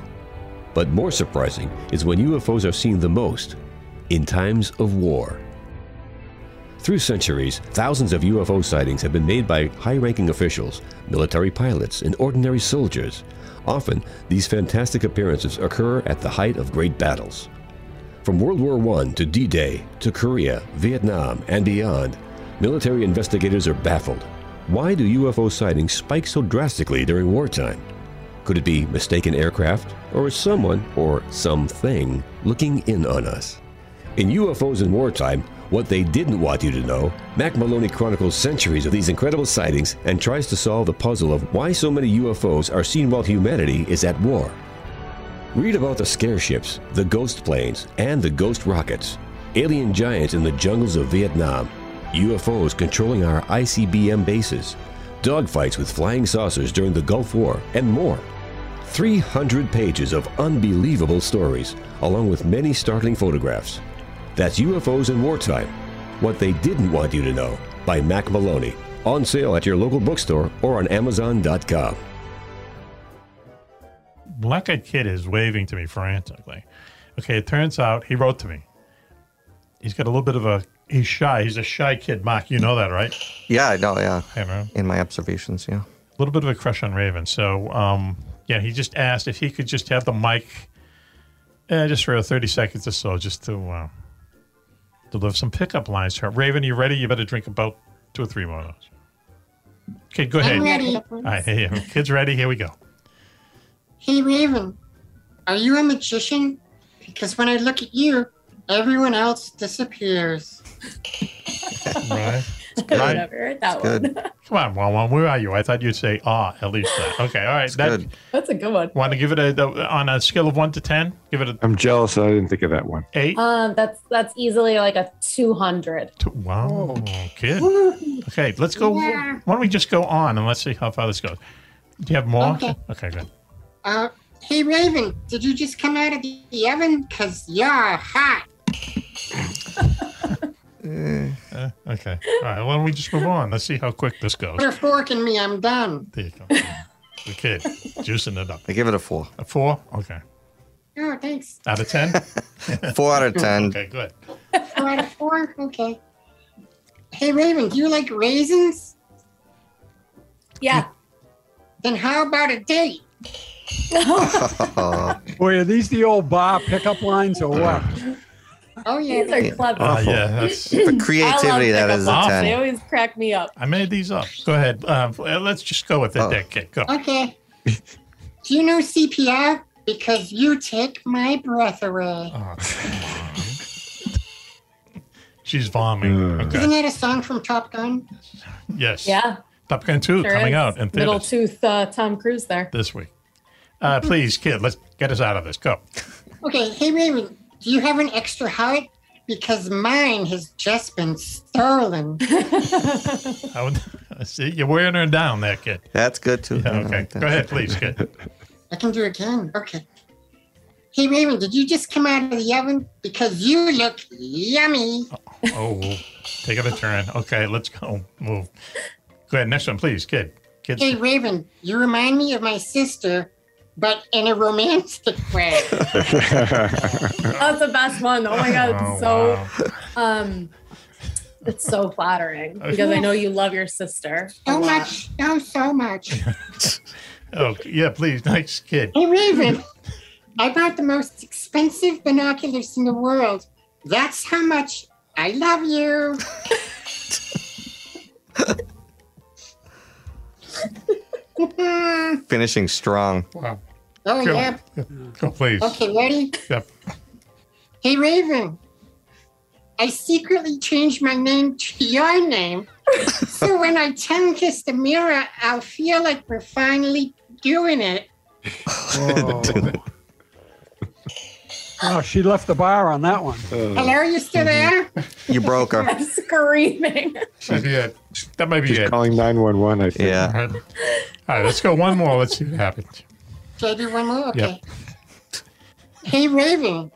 Speaker 15: But more surprising is when UFOs are seen the most in times of war. Through centuries, thousands of UFO sightings have been made by high ranking officials, military pilots, and ordinary soldiers. Often, these fantastic appearances occur at the height of great battles. From World War I to D Day to Korea, Vietnam, and beyond, military investigators are baffled. Why do UFO sightings spike so drastically during wartime? Could it be mistaken aircraft, or is someone, or something, looking in on us? In UFOs in Wartime, What They Didn't Want You to Know, Mac Maloney chronicles centuries of these incredible sightings and tries to solve the puzzle of why so many UFOs are seen while humanity is at war. Read about the scare ships, the ghost planes, and the ghost rockets, alien giants in the jungles of Vietnam, UFOs controlling our ICBM bases, dogfights with flying saucers during the Gulf War, and more. 300 pages of unbelievable stories, along with many startling photographs. That's UFOs in Wartime What They Didn't Want You to Know by Mac Maloney. On sale at your local bookstore or on Amazon.com.
Speaker 5: Black Eyed Kid is waving to me frantically. Okay, it turns out he wrote to me. He's got a little bit of a. He's shy. He's a shy kid, Mark. You know that, right?
Speaker 17: Yeah, I know. Yeah,
Speaker 5: Hey, man.
Speaker 17: in my observations, yeah.
Speaker 5: a little bit of a crush on Raven. So, um, yeah, he just asked if he could just have the mic eh, just for 30 seconds or so, just to uh, deliver some pickup lines to her. Raven, you ready? You better drink about two or three more of those. Okay, go
Speaker 18: I'm
Speaker 5: ahead.
Speaker 18: ready.
Speaker 5: All right, hey, hey, kids ready? Here we go.
Speaker 18: Hey Raven, are you a magician? Because when I look at you, everyone else disappears.
Speaker 5: Right.
Speaker 18: good. I've never heard that It's one. good.
Speaker 5: Come on, Wan Wan, where are you? I thought you'd say ah at least that. Okay, all right. That,
Speaker 19: That's a good one.
Speaker 5: Want to give it a on a scale of one to ten? Give it a
Speaker 6: I'm jealous. I didn't think of that one.
Speaker 5: eight.
Speaker 19: Um, that's that's easily like a two hundred.
Speaker 5: Wow, kid. Okay, let's go.
Speaker 18: Yeah.
Speaker 5: Why don't we just go on and let's see how far this goes? Do you have more?
Speaker 18: Okay.
Speaker 5: good.
Speaker 18: Uh, hey Raven, did you just come out of the, the oven? Cause you're hot.
Speaker 5: Uh, okay. All right. Why don't we just move on? Let's see how quick this goes.
Speaker 18: Put a fork in me, I'm done.
Speaker 5: There you go. The kid juicing it up.
Speaker 17: I give it a four.
Speaker 5: A four? Okay.
Speaker 18: Oh, thanks.
Speaker 5: Out of ten?
Speaker 17: Four out of ten.
Speaker 5: Okay, good.
Speaker 18: Four out of four? Okay. Hey Raven, do you like raisins?
Speaker 19: Yeah.
Speaker 18: Then how about a date?
Speaker 14: Boy, are these the old bar pickup lines or what?
Speaker 18: Oh yeah.
Speaker 19: These are clever.
Speaker 5: Awful. Ah, yeah, that's- The creativity
Speaker 19: I love
Speaker 5: that
Speaker 19: pickup
Speaker 5: is a
Speaker 18: Ah,
Speaker 19: lines.
Speaker 5: 10.
Speaker 19: They always crack me up.
Speaker 5: I made these up. Go ahead. Um, let's just go with it.
Speaker 17: Oh.
Speaker 5: There, kid. Go.
Speaker 18: Okay. Do you know CPR? Because you take my breath away.
Speaker 5: Oh, She's
Speaker 17: Mm.
Speaker 5: vomiting.
Speaker 18: Isn't
Speaker 5: Okay.
Speaker 18: that a song from Top Gun?
Speaker 5: Yes.
Speaker 19: Yeah.
Speaker 5: Top Gun 2
Speaker 19: Sure
Speaker 5: coming
Speaker 19: is.
Speaker 5: out in
Speaker 19: Middle
Speaker 5: theaters
Speaker 19: tooth uh, Tom Cruise there.
Speaker 5: this week. Uh, please, kid, let's get us out of this. Go.
Speaker 18: Okay, hey Raven, do you have an extra heart? Because mine has just been stolen.
Speaker 5: I would, see, you're wearing her down there, kid.
Speaker 17: That's good too.
Speaker 5: Yeah, okay. Go ahead, please, kid.
Speaker 18: I can do it again. Okay. Hey Raven, did you just come out of the oven? Because you look yummy.
Speaker 5: Oh, take it a turn. Okay, let's go. Move. Go ahead. Next one, please, kid. Kids.
Speaker 18: Hey Raven, you remind me of my sister, but in a romantic way.
Speaker 19: That's the best one. Oh my god,
Speaker 5: Oh,
Speaker 19: it's so um it's so flattering because I know you love your sister.
Speaker 18: So much, so so much.
Speaker 5: Oh, yeah, please. Nice kid.
Speaker 18: Hey Raven, I bought the most expensive binoculars in the world. That's how much I love you. oh
Speaker 17: Finishing strong.
Speaker 5: Wow.
Speaker 18: yeah.
Speaker 5: Go, Oh, please.
Speaker 18: Okay, ready?
Speaker 5: Yep.
Speaker 18: Hey Raven, I secretly changed my name to your name. so when I tongue kiss the mirror, I'll feel like we're finally doing it.
Speaker 14: Oh, she left the bar on that one.
Speaker 18: Hello, you still
Speaker 5: Mm-hmm.
Speaker 18: there?
Speaker 17: You broke her.
Speaker 19: I'm screaming.
Speaker 5: That'd be it. That might be
Speaker 6: She's
Speaker 5: it.
Speaker 6: calling 911, I think.
Speaker 5: All right. All right, let's go one more. Let's see what happens.
Speaker 18: Should I do one more? Okay.
Speaker 5: Yep.
Speaker 18: Hey Raven,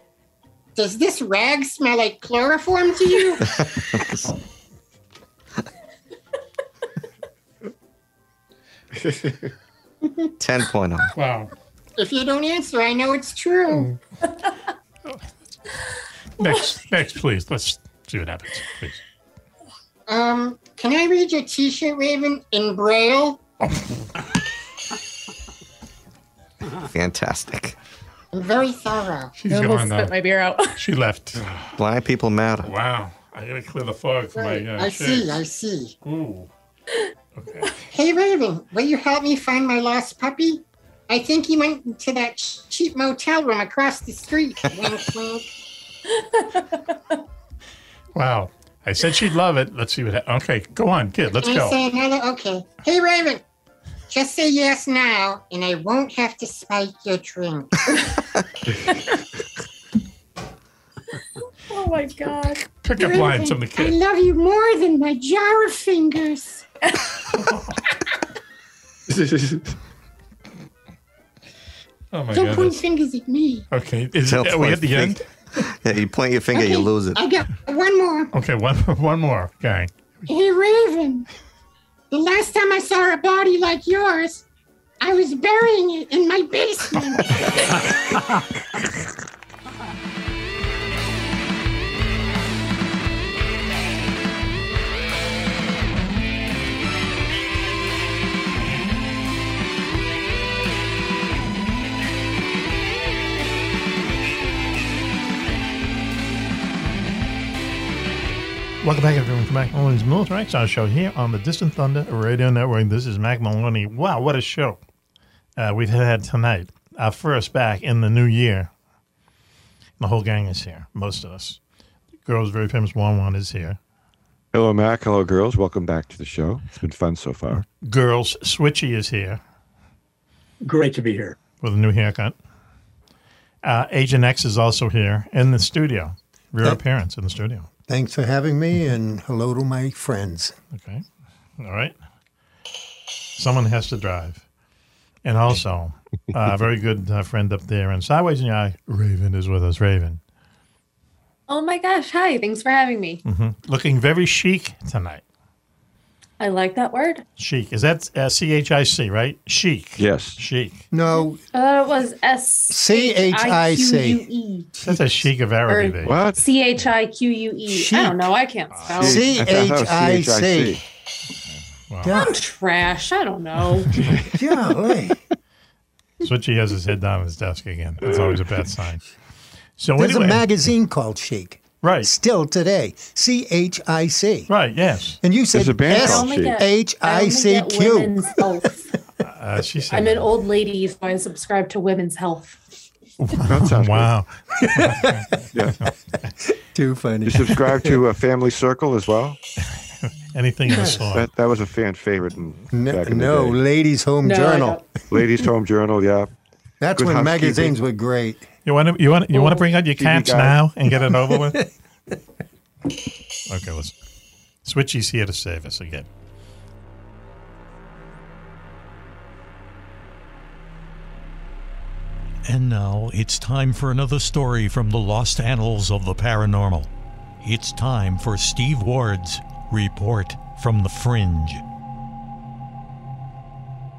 Speaker 18: does this rag smell like chloroform to you?
Speaker 17: Ten point oh.
Speaker 5: Wow.
Speaker 18: if you don't answer, I know it's true.
Speaker 5: Mm. Next, next, please. Let's see what happens. Please.
Speaker 18: Um, can I read your T-shirt, Raven, in braille?
Speaker 17: Fantastic.
Speaker 18: I'm very thorough.
Speaker 5: She's
Speaker 19: I
Speaker 5: gone
Speaker 19: almost
Speaker 5: now.
Speaker 19: spit my beer out.
Speaker 5: She left.
Speaker 17: Blind people matter.
Speaker 5: Wow. I gotta clear the fog from my. Uh,
Speaker 18: I
Speaker 5: shades.
Speaker 18: see, I see.
Speaker 5: Ooh.
Speaker 18: Hey Raven, will you help me find my lost puppy? I think he went into that ch- cheap motel room across the street. Wink, wink.
Speaker 5: Wow. I said she'd love it. Let's see what. Ha- okay, go on, kid. Let's
Speaker 18: Can I say
Speaker 5: go.
Speaker 18: another? Okay. Hey Raven, just say yes now, and I won't have to spike your drink.
Speaker 19: Oh my god.
Speaker 5: Pickup lines from the
Speaker 18: I
Speaker 5: kid.
Speaker 18: love you more than my jar of fingers.
Speaker 5: oh my
Speaker 18: Don't point
Speaker 5: goodness.
Speaker 18: fingers at me.
Speaker 5: Okay, is are we at the end?
Speaker 17: Yeah, you point your finger, you
Speaker 18: Okay,
Speaker 17: lose it.
Speaker 18: I got one more.
Speaker 5: Okay, one one more. Okay.
Speaker 18: Hey, Raven. The last time I saw a body like yours, I was burying it in my basement.
Speaker 5: Welcome back, everyone, to Mac Maloney's Military Exile Show here on the Distant Thunder Radio Network. This is Mac Maloney. Wow, what a show uh, we've had tonight. Our first back in the new year. The whole gang is here, most of us. Girls Very Famous Wan Wan is here.
Speaker 6: Hello, Mac. Hello, girls. Welcome back to the show. It's been fun so far.
Speaker 5: Girls Switchy is here.
Speaker 7: Great to be here.
Speaker 5: With a new haircut. Uh, Agent X is also here in the studio. Rare
Speaker 8: Yep.
Speaker 5: appearance in the studio.
Speaker 8: Thanks for having me, and hello to my friends.
Speaker 5: Okay. All right. Someone has to drive. And also, a very good uh, friend up there in Sideways in the Eye, Raven is with us. Raven.
Speaker 9: Oh my gosh. Hi. Thanks for having me.
Speaker 5: hmm Looking very chic tonight.
Speaker 9: I like that word.
Speaker 5: Chic. Is that uh, C H I C, right? Chic.
Speaker 6: Yes.
Speaker 5: Chic.
Speaker 8: No.
Speaker 9: I thought it Uh, was S C H I Q U E.
Speaker 5: That's a chic of Arabic. Ah, babe.
Speaker 9: C H I Q U E. I don't know. I can't spell.
Speaker 5: Chic. I thought that was CHIC. Wow.
Speaker 9: I'm trash. I don't know.
Speaker 8: Golly.
Speaker 5: Switchy has his head down on his desk again. That's always a bad sign. So
Speaker 8: There's
Speaker 5: anyway,
Speaker 8: a magazine called Chic.
Speaker 5: Right.
Speaker 8: Still today. C H I C.
Speaker 5: Right, yes.
Speaker 8: And you said
Speaker 5: There's a band
Speaker 8: S
Speaker 5: called Chic.
Speaker 8: H I C
Speaker 9: I only get
Speaker 8: Q.
Speaker 9: women's health.
Speaker 5: uh, she said,
Speaker 9: I'm an old lady, so I subscribe to women's health.
Speaker 5: wow.
Speaker 6: yeah.
Speaker 8: Too funny.
Speaker 6: You subscribe to uh, Family Circle as well?
Speaker 5: Anything of the sort.
Speaker 6: That, that was a fan favorite. In, back in the
Speaker 8: no,
Speaker 6: day.
Speaker 8: Ladies' Home No, I Journal.
Speaker 6: Ladies' Home Journal, yeah.
Speaker 8: That's
Speaker 6: Good
Speaker 8: when
Speaker 6: housekeeping.
Speaker 8: magazines were great.
Speaker 5: You want to you want you want to bring out your
Speaker 6: TV
Speaker 5: cats
Speaker 6: guy.
Speaker 5: now and get it over with? okay, listen. Switchy's here to save us again. And now it's time for another story from the lost annals of the paranormal. It's time for Steve Ward's report from the fringe.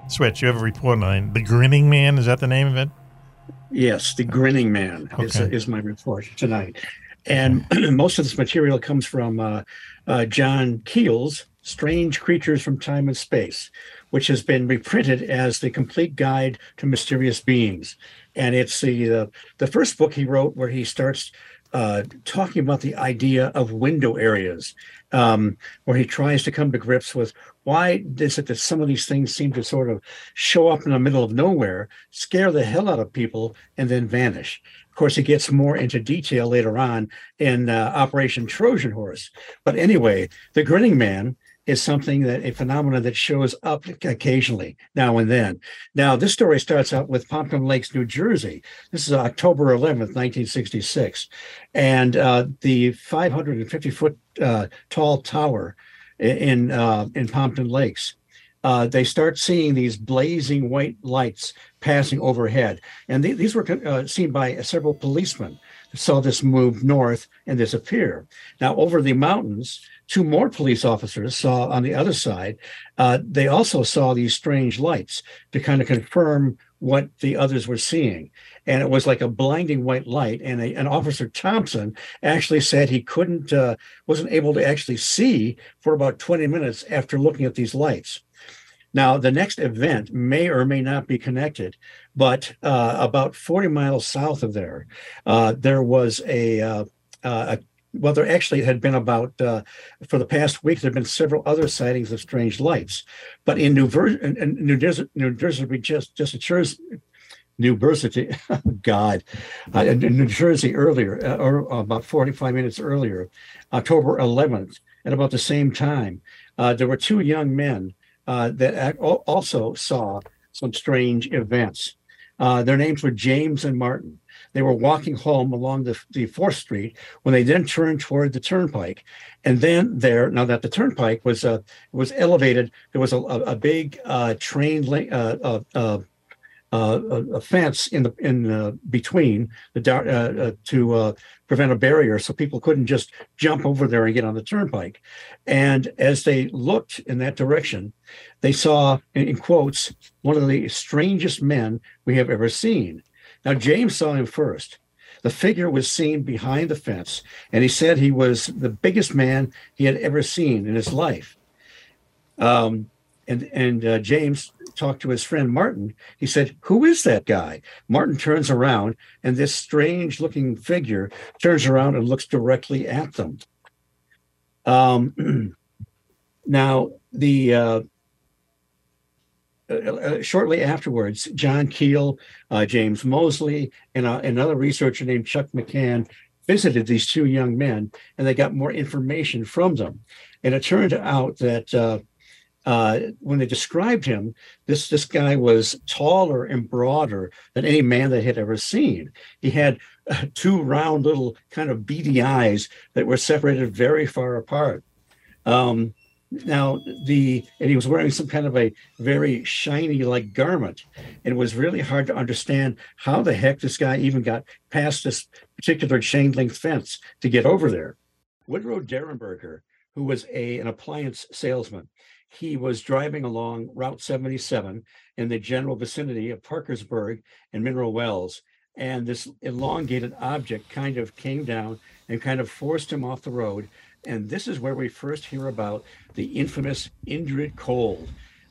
Speaker 5: Switch, you have a report on the Grinning Man. Is that the name of it?
Speaker 7: Yes, the Grinning Man is,
Speaker 5: Okay.
Speaker 7: is my report tonight, and most of this material comes from uh, uh, John Keel's "Strange Creatures from Time and Space," which has been reprinted as the complete guide to mysterious beings, and it's the uh, the first book he wrote where he starts uh, talking about the idea of window areas, um, where he tries to come to grips with why is it that some of these things seem to sort of show up in the middle of nowhere, scare the hell out of people, and then vanish. Of course, he gets more into detail later on in uh, Operation Trojan Horse. But anyway, the grinning man is something that a phenomenon that shows up occasionally now and then. Now, this story starts out with Pompton Lakes, New Jersey. This is October 11th, 1966. And uh, the 550 foot uh, tall tower i- in, uh, in Pompton Lakes. Uh, they start seeing these blazing white lights passing overhead. And the- these were uh, seen by several policemen that saw this move north and disappear. Now, over the mountains, two more police officers saw on the other side. Uh, they also saw these strange lights to kind of confirm what the others were seeing. And it was like a blinding white light. And a, an officer Thompson actually said he couldn't, uh, wasn't able to actually see for about 20 minutes after looking at these lights. Now, the next event may or may not be connected, but uh, about 40 miles south of there, uh, there was a, uh, uh, a well, there actually had been about uh, for the past week. There have been several other sightings of strange lights, but in New Ver- in, in New Jersey, New Jersey, we just just ensures New Jersey, oh, God, uh, in New Jersey earlier, uh, or about 45 minutes earlier, October 11th, at about the same time, uh, there were two young men uh, that ac- al- also saw some strange events. Uh, their names were James and Martin. They were walking home along the, the 4th Street when they then turned toward the turnpike. And then there, now that the turnpike was uh, was elevated, there was a, a, a big uh, train link, uh, uh, uh, uh, a, a fence in the in uh, between the dar- uh, uh, to uh, prevent a barrier, so people couldn't just jump over there and get on the turnpike. And as they looked in that direction, they saw, in, in quotes, one of the strangest men we have ever seen. Now James saw him first. The figure was seen behind the fence, and he said he was the biggest man he had ever seen in his life. Um, and and uh, James talked to his friend Martin. He said, "Who is that guy?" Martin turns around, and this strange-looking figure turns around and looks directly at them. Um, now, the uh, uh, uh, shortly afterwards, John Keel, uh, James Mosley, and uh, another researcher named Chuck McCann visited these two young men, and they got more information from them. And it turned out that uh, uh, when they described him, this this guy was taller and broader than any man they had ever seen. He had uh, two round little kind of beady eyes that were separated very far apart. Um, now the and he was wearing some kind of a very shiny like garment and it was really hard to understand how the heck this guy even got past this particular chain link fence to get over there woodrow derenberger who was a an appliance salesman he was driving along route 77 in the general vicinity of parkersburg and mineral wells and this elongated object kind of came down and kind of forced him off the road and this is where we first hear about the infamous Indrid Cold.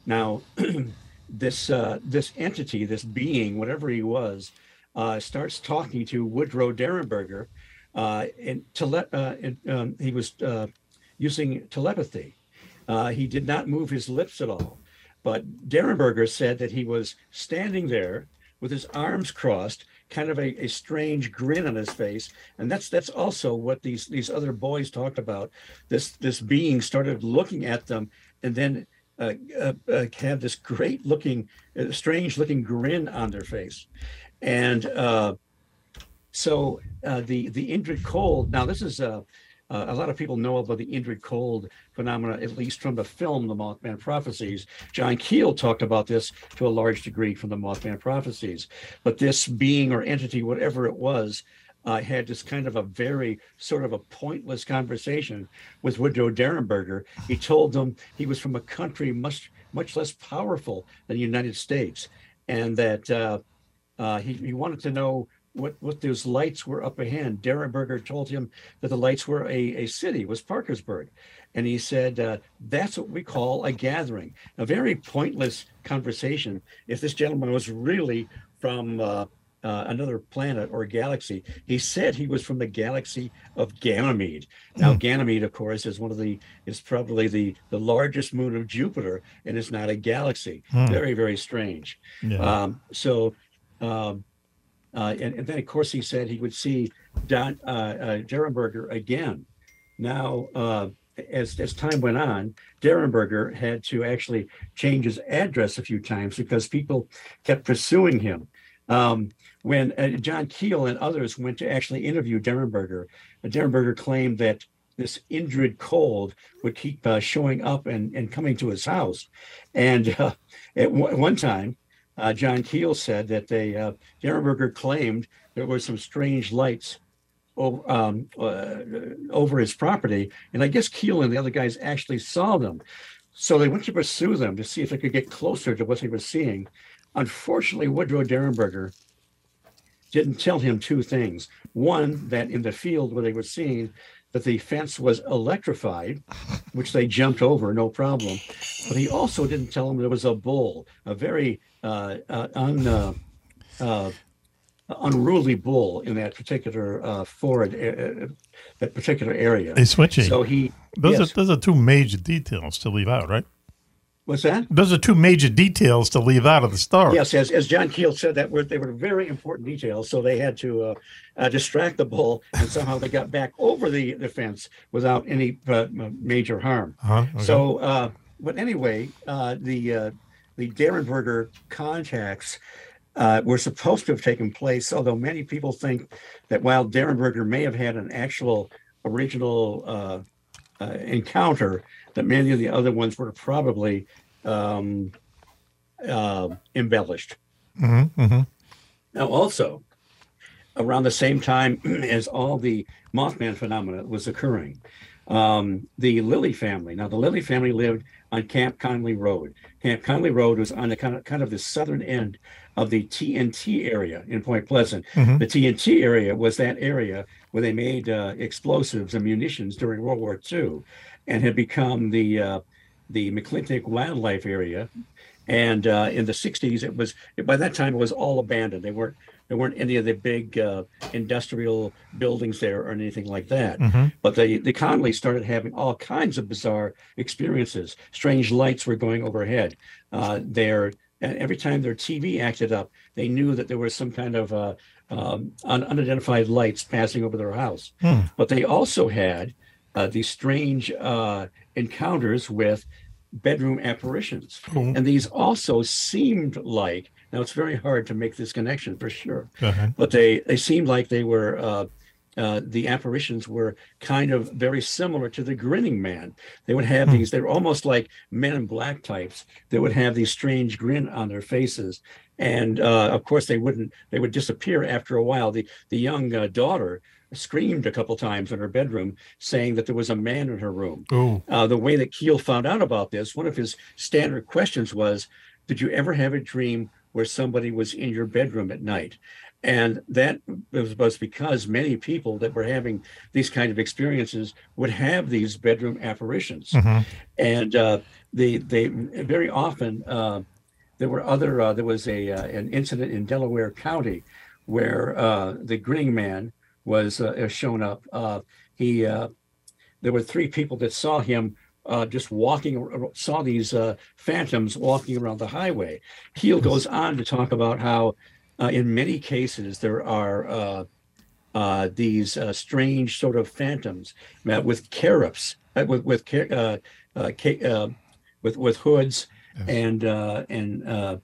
Speaker 7: Now, this uh, this entity, this being, whatever he was, uh, starts talking to Woodrow Derenberger, uh, and tele- uh, and, um, he was uh, using telepathy. Uh, he did not move his lips at all, but Derenberger said that he was standing there with his arms crossed kind of a, a strange grin on his face and that's that's also what these these other boys talked about this this being started looking at them and then uh, uh, uh, had this great looking uh, strange looking grin on their face and uh, so uh, the the indrid cold now this is uh, uh, a lot of people know about the Indrid Cold phenomena, at least from the film The Mothman Prophecies. John Keel talked about this to a large degree from the Mothman Prophecies. But this being or entity, whatever it was, uh, had this kind of a very sort of a pointless conversation with Woodrow Derenberger. He told them he was from a country much much less powerful than the United States, and that uh, uh, he, he wanted to know what what those lights were up ahead. Derenberger told him that the lights were a, a city, was Parkersburg. And he said, uh, that's what we call a gathering. A very pointless conversation. If this gentleman was really from uh, uh, another planet or galaxy, he said he was from the galaxy of Ganymede. Now, Ganymede, of course, is one of the, is probably the, the largest moon of Jupiter and is not a galaxy.
Speaker 5: Hmm.
Speaker 7: Very, very strange.
Speaker 5: Yeah.
Speaker 7: Um, so, um, uh, and, and then, of course, he said he would see Don uh, uh, Derenberger again. Now, uh, as as time went on, Derenberger had to actually change his address a few times because people kept pursuing him. Um, when uh, John Keel and others went to actually interview Derenberger, Derenberger claimed that this Indrid cold would keep uh, showing up and, and coming to his house. And uh, at one one time, uh, John Keel said that they uh, Derenberger claimed there were some strange lights over, um, uh, over his property, and I guess Keel and the other guys actually saw them. So they went to pursue them to see if they could get closer to what they were seeing. Unfortunately, Woodrow Derenberger didn't tell him two things. One, that in the field where they were seeing that the fence was electrified, which they jumped over, no problem. But he also didn't tell him there was a bull, a very uh, uh, un, uh, uh, unruly bull in that particular uh, forward, uh, that particular area.
Speaker 5: They switching.
Speaker 7: So he,
Speaker 5: Those
Speaker 7: yes.
Speaker 5: are those are two major details to leave out, right?
Speaker 7: what's that?
Speaker 5: Those are two major details to leave out of the story.
Speaker 7: Yes, as, as John Keel said, that were they were very important details. So they had to uh, uh, distract the bull, and somehow they got back over the, the fence without any uh, m- major harm.
Speaker 5: Uh-huh, okay.
Speaker 7: So, uh, but anyway, uh, the uh, the Derenberger contacts uh, were supposed to have taken place, although many people think that while Derenberger may have had an actual original uh, uh, encounter, that many of the other ones were probably um, uh, embellished.
Speaker 5: Mm-hmm, mm-hmm.
Speaker 7: Now, also, around the same time as all the Mothman phenomena was occurring, um, the Lilly family. Now, the Lilly family lived on Camp Conley Road. Camp Conley Road was on the kind of, kind of the southern end of the TNT area in Point Pleasant.
Speaker 20: Mhm.
Speaker 7: The TNT area was that area where they made uh, explosives and munitions during World War II, and had become the uh, the McClintock Wildlife Area. And uh, in the '60s, it was by that time it was all abandoned. They weren't there weren't any of the big uh, industrial buildings there or anything like that.
Speaker 11: Mm.
Speaker 20: Mhm.
Speaker 7: But the the Conleys started having all kinds of bizarre experiences. Strange lights were going overhead. Uh, their and every time their TV acted up, they knew that there was some kind of uh, um, un- unidentified lights passing over their house.
Speaker 20: Hmm.
Speaker 7: But they also had uh, these strange uh, encounters with bedroom apparitions. And these also seemed like, now it's very hard to make this connection for sure,
Speaker 5: Go ahead.
Speaker 7: but they, they seemed like they were, uh, uh, the apparitions were kind of very similar to the grinning man. They would have these, they were almost like men in black types that would have these strange grin on their faces. And uh, of course, they wouldn't, they would disappear after a while. The, the young uh, daughter screamed a couple times in her bedroom saying that there was a man in her room.
Speaker 5: Ooh.
Speaker 7: Uh, the way that Keel found out about this, one of his standard questions was, "Did you ever have a dream where somebody was in your bedroom at night?" And that was was because many people that were having these kind of experiences would have these bedroom apparitions,
Speaker 20: Mhm.
Speaker 7: and uh, they they very often uh, there were other uh, there was a uh, an incident in Delaware County where uh, the grinning man was uh, uh, shown up. Uh, he uh, there were three people that saw him uh, just walking, ar- ar- saw these uh, phantoms walking around the highway. Keel goes on to talk about how, uh, in many cases, there are uh, uh, these uh, strange sort of phantoms uh, with carafes, uh, with with ca- uh, uh, ca- uh, with with hoods and uh, and uh,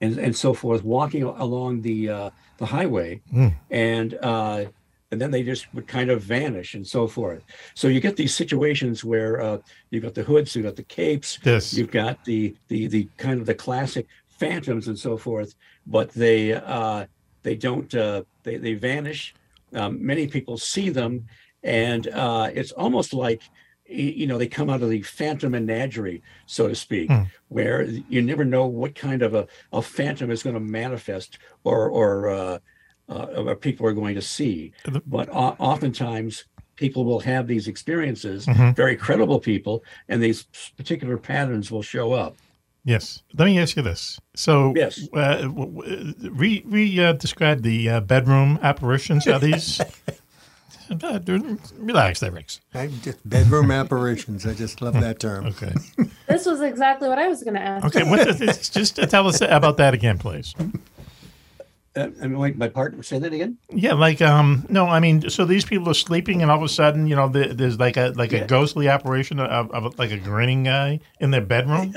Speaker 7: and and so forth, walking a- along the uh, the highway
Speaker 20: Mm.
Speaker 7: and uh, and then they just would kind of vanish and so forth. So you get these situations where uh, you've got the hoods, you've got the capes,
Speaker 5: Yes.
Speaker 7: you've got the the the kind of the classic phantoms and so forth, but they uh, they don't uh, they they vanish. Um, many people see them, and uh, it's almost like y- you know they come out of the phantom menagerie, so to speak,
Speaker 20: Hmm.
Speaker 7: where you never know what kind of a, a phantom is going to manifest or or uh, uh, or people are going to see. But o- oftentimes, people will have these experiences,
Speaker 5: Mhm.
Speaker 7: very credible people, and these particular patterns will show up.
Speaker 5: Yes. Let me ask you this. So,
Speaker 7: Yes.
Speaker 5: uh, w- w- re, re uh, describe the uh, bedroom apparitions. Are these? Uh, dude, Relax there, Rex.
Speaker 8: I just, bedroom apparitions. I just love that term.
Speaker 5: Okay.
Speaker 9: This was exactly what I was going to ask.
Speaker 5: Okay. What the, it's just tell us about that again, please.
Speaker 7: Uh, I mean, wait, my partner, say that again.
Speaker 5: Yeah, like um, no, I mean, so these people are sleeping, and all of a sudden, you know, there, there's like a like
Speaker 7: Yeah.
Speaker 5: a ghostly apparition of, of like a grinning guy in their bedroom.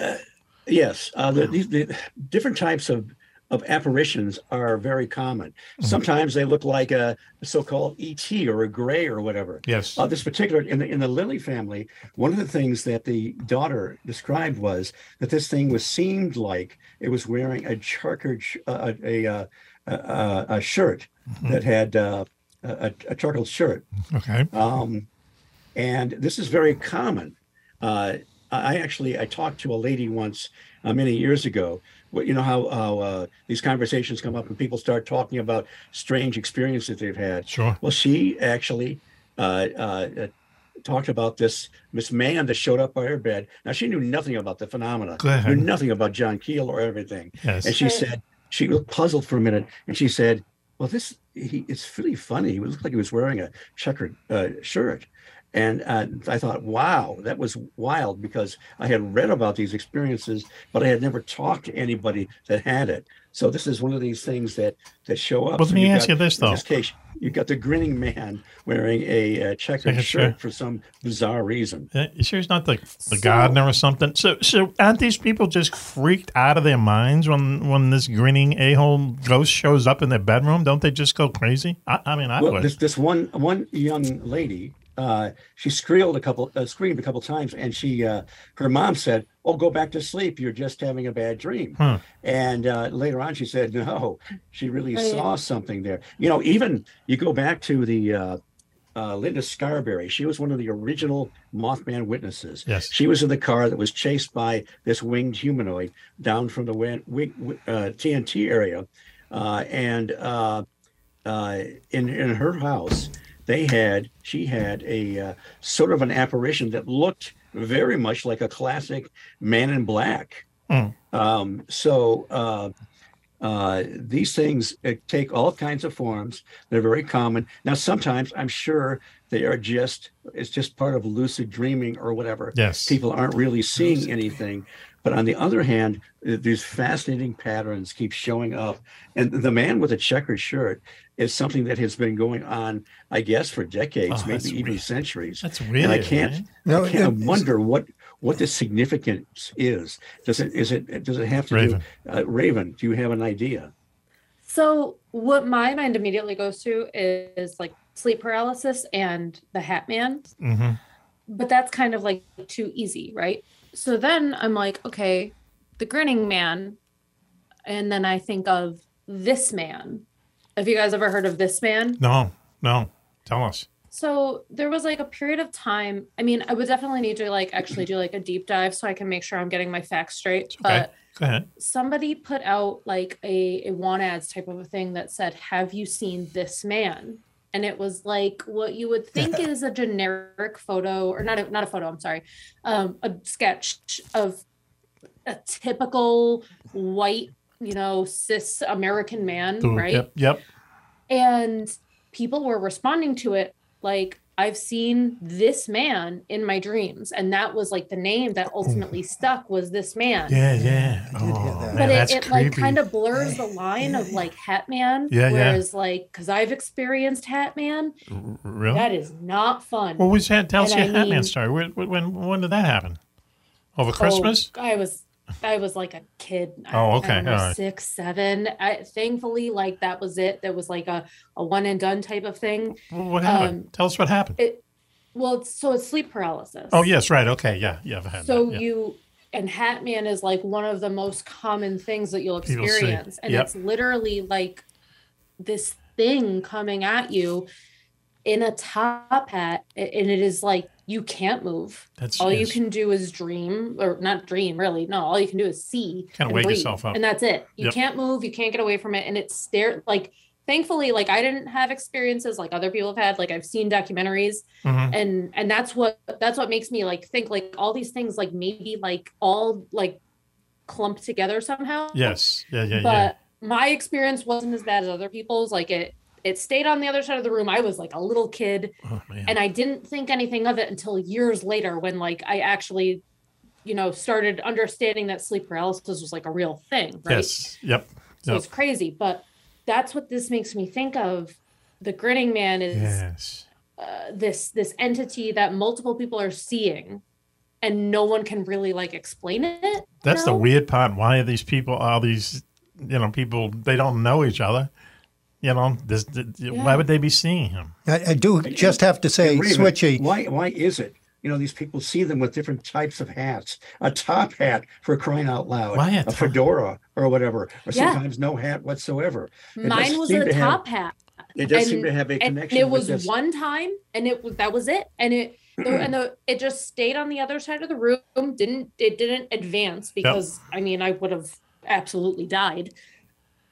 Speaker 7: Yes, uh, the, these the different types of of apparitions are very common. Sometimes they look like a so-called ET or a gray or whatever.
Speaker 5: Yes.
Speaker 7: Uh, this particular in the in the Lily family, one of the things that the daughter described was that this thing was seemed like it was wearing a charcoal sh- uh, a a, uh, a, a, a shirt that had uh, a, a- a charcoal shirt.
Speaker 5: Okay.
Speaker 7: Um, and this is very common. Uh, I I actually I talked to a lady once uh, many years ago. Well, You know how how uh, these conversations come up and people start talking about strange experiences they've had.
Speaker 5: Sure.
Speaker 7: Well, she actually uh, uh, uh, talked about this Miss Man that showed up by her bed. Now she knew nothing about the phenomena.
Speaker 20: Go ahead.
Speaker 7: Knew nothing about John Keel or everything.
Speaker 20: Yes.
Speaker 7: And she
Speaker 20: Right.
Speaker 7: said she looked puzzled for a minute and she said, "Well, this he, it's really funny. He looked like he was wearing a checkered uh, shirt." And uh, I thought, wow, that was wild because I had read about these experiences, but I had never talked to anybody that had it. So this is one of these things that that show up.
Speaker 5: Well, let me
Speaker 7: You
Speaker 5: ask
Speaker 7: got-
Speaker 5: you this,
Speaker 7: in
Speaker 5: though.
Speaker 7: this case, you got the grinning man wearing a uh, checkered
Speaker 5: Checkered
Speaker 7: shirt
Speaker 5: shirt.
Speaker 7: for some bizarre reason.
Speaker 5: Uh, You sure he's not the, the gardener or something? So, so aren't these people just freaked out of their minds when when this grinning a hole ghost shows up in their bedroom? Don't they just go crazy? I, I mean, I
Speaker 7: well,
Speaker 5: would.
Speaker 7: this this one one young lady, uh, she squealed a couple, uh, screamed a couple times, and she uh, her mom said, "Oh, go back to sleep. You're just having a bad dream."
Speaker 5: Huh.
Speaker 7: And uh, later on, she said, "No, she really
Speaker 20: Oh, yeah.
Speaker 7: saw something there." You know, even you go back to the. Uh, uh, Linda Scarberry. She was one of the original Mothman witnesses.
Speaker 5: Yes.
Speaker 7: She was in the car that was chased by this winged humanoid down from the win- wing, uh, TNT area. Uh, and uh, uh, in, in her house, they had, she had a uh, sort of an apparition that looked very much like a classic man in black.
Speaker 5: Mm.
Speaker 7: Um, so uh, uh, these things uh, take all kinds of forms. They're very common. Now, sometimes I'm sure they are just it's just part of lucid dreaming or whatever.
Speaker 5: Yes.
Speaker 7: people aren't really seeing anything. But on the other hand, th- these fascinating patterns keep showing up. And the man with a checkered shirt is something that has been going on, I guess, for decades,
Speaker 5: Oh, that's
Speaker 7: maybe even centuries.
Speaker 5: That's
Speaker 7: And I
Speaker 5: weird, eh?
Speaker 7: can't,
Speaker 5: man.
Speaker 7: I
Speaker 5: No,
Speaker 7: can't
Speaker 5: it-
Speaker 7: wonder what what the significance is. Does it is it does it have to
Speaker 5: Raven.
Speaker 7: do uh, Raven? Do you have an idea?
Speaker 9: So what my mind immediately goes to is like sleep paralysis and the Hat Man,
Speaker 5: Mm-hmm.
Speaker 9: but that's kind of like too easy, right? So then I'm like, okay, the grinning man, and then I think of this man. Have you guys ever heard of this man?
Speaker 5: no, no. Tell us.
Speaker 9: So there was like a period of time. I mean, I would definitely need to like actually do like a deep dive so I can make sure I'm getting my facts straight.
Speaker 5: Okay.
Speaker 9: But
Speaker 5: Go ahead.
Speaker 9: somebody put out like a, a want ads type of a thing that said, Have you seen this man? And it was like what you would think is a generic photo, or not a, not a photo, I'm sorry, um, a sketch of a typical white, you know, cis American man,
Speaker 5: Dude,
Speaker 9: right?
Speaker 5: Yep. Yep.
Speaker 9: and people were responding to it like i've seen this man in my dreams and that was like the name that ultimately stuck was this man
Speaker 5: Oh. Yeah. Yeah. Oh, man,
Speaker 9: but
Speaker 5: that's
Speaker 9: it, it like
Speaker 5: creepy.
Speaker 9: kind of blurs the line of like hat man
Speaker 5: Yeah, yeah.
Speaker 9: whereas like because i've experienced hat man
Speaker 5: R- r- really.
Speaker 9: that is not fun
Speaker 5: Well, was that? Tell us
Speaker 9: And
Speaker 5: your
Speaker 9: I
Speaker 5: Hatman
Speaker 9: mean-
Speaker 5: story. When, when when did that happen? Over
Speaker 9: Oh,
Speaker 5: Christmas?
Speaker 9: I was I was like a kid. I-
Speaker 5: Oh,
Speaker 9: I
Speaker 5: okay,
Speaker 9: don't know,
Speaker 5: all right.
Speaker 9: Six, seven. I, thankfully, like that was it. That was like a, a one and done type of thing.
Speaker 5: what
Speaker 9: um,
Speaker 5: happened? Tell us what happened.
Speaker 9: It, well, it's, so it's sleep paralysis.
Speaker 5: Oh yes, right. Okay, yeah, yeah. I've had
Speaker 9: So
Speaker 5: that, yeah.
Speaker 9: you and Hat Man is like one of the most common things that you'll
Speaker 5: People see.
Speaker 9: experience, and
Speaker 5: Yep.
Speaker 9: it's literally like this thing coming at you in a top hat, a- and it is like you can't move.
Speaker 5: That's-
Speaker 9: all you
Speaker 5: yes.
Speaker 9: can do is dream, or not dream really. No, all you can do is see,
Speaker 5: Kinda
Speaker 9: and
Speaker 5: wake
Speaker 9: breathe,
Speaker 5: yourself up.
Speaker 9: and that's it. You
Speaker 5: Yep.
Speaker 9: can't move. You can't get away from it, and it's stare like. Thankfully, like I didn't have experiences like other people have had. Like I've seen documentaries
Speaker 5: Mhm.
Speaker 9: and and that's what that's what makes me like think like all these things like maybe like all like clumped together somehow
Speaker 5: Yes. Yeah. Yeah.
Speaker 9: but
Speaker 5: yeah.
Speaker 9: my experience wasn't as bad as other people's like it it stayed on the other side of the room i was like a little kid
Speaker 5: Oh,
Speaker 9: and i didn't think anything of it until years later when like i actually you know started understanding that sleep paralysis was like a real thing right
Speaker 5: Yes. Yep.
Speaker 9: so
Speaker 5: yep.
Speaker 9: it's crazy but that's what this makes me think of the grinning man is
Speaker 5: Yes.
Speaker 9: uh, this this entity that multiple people are seeing and no one can really like explain it you
Speaker 5: That's the
Speaker 9: know?
Speaker 5: weird part. Why are these people? All these, you know, people they don't know each other. You know, this, th- why would they be seeing him?
Speaker 8: I, I do just have to say,
Speaker 5: Hey, Raven,
Speaker 8: Switchy.
Speaker 7: Why why is it? You know, these people see them with different types of hats. A top hat for crying out loud.
Speaker 5: Why a
Speaker 7: a
Speaker 5: top-
Speaker 7: fedora or whatever, or
Speaker 9: Yeah.
Speaker 7: sometimes no hat whatsoever. It does
Speaker 9: mine was
Speaker 7: seem
Speaker 9: a
Speaker 7: to have-
Speaker 9: top hat
Speaker 7: It does seem to have a
Speaker 9: and
Speaker 7: connection
Speaker 9: it
Speaker 7: with
Speaker 9: was
Speaker 7: this.
Speaker 9: one time and it was that was it and it there- and the, it just stayed on the other side of the room didn't it didn't advance because i mean i would have absolutely died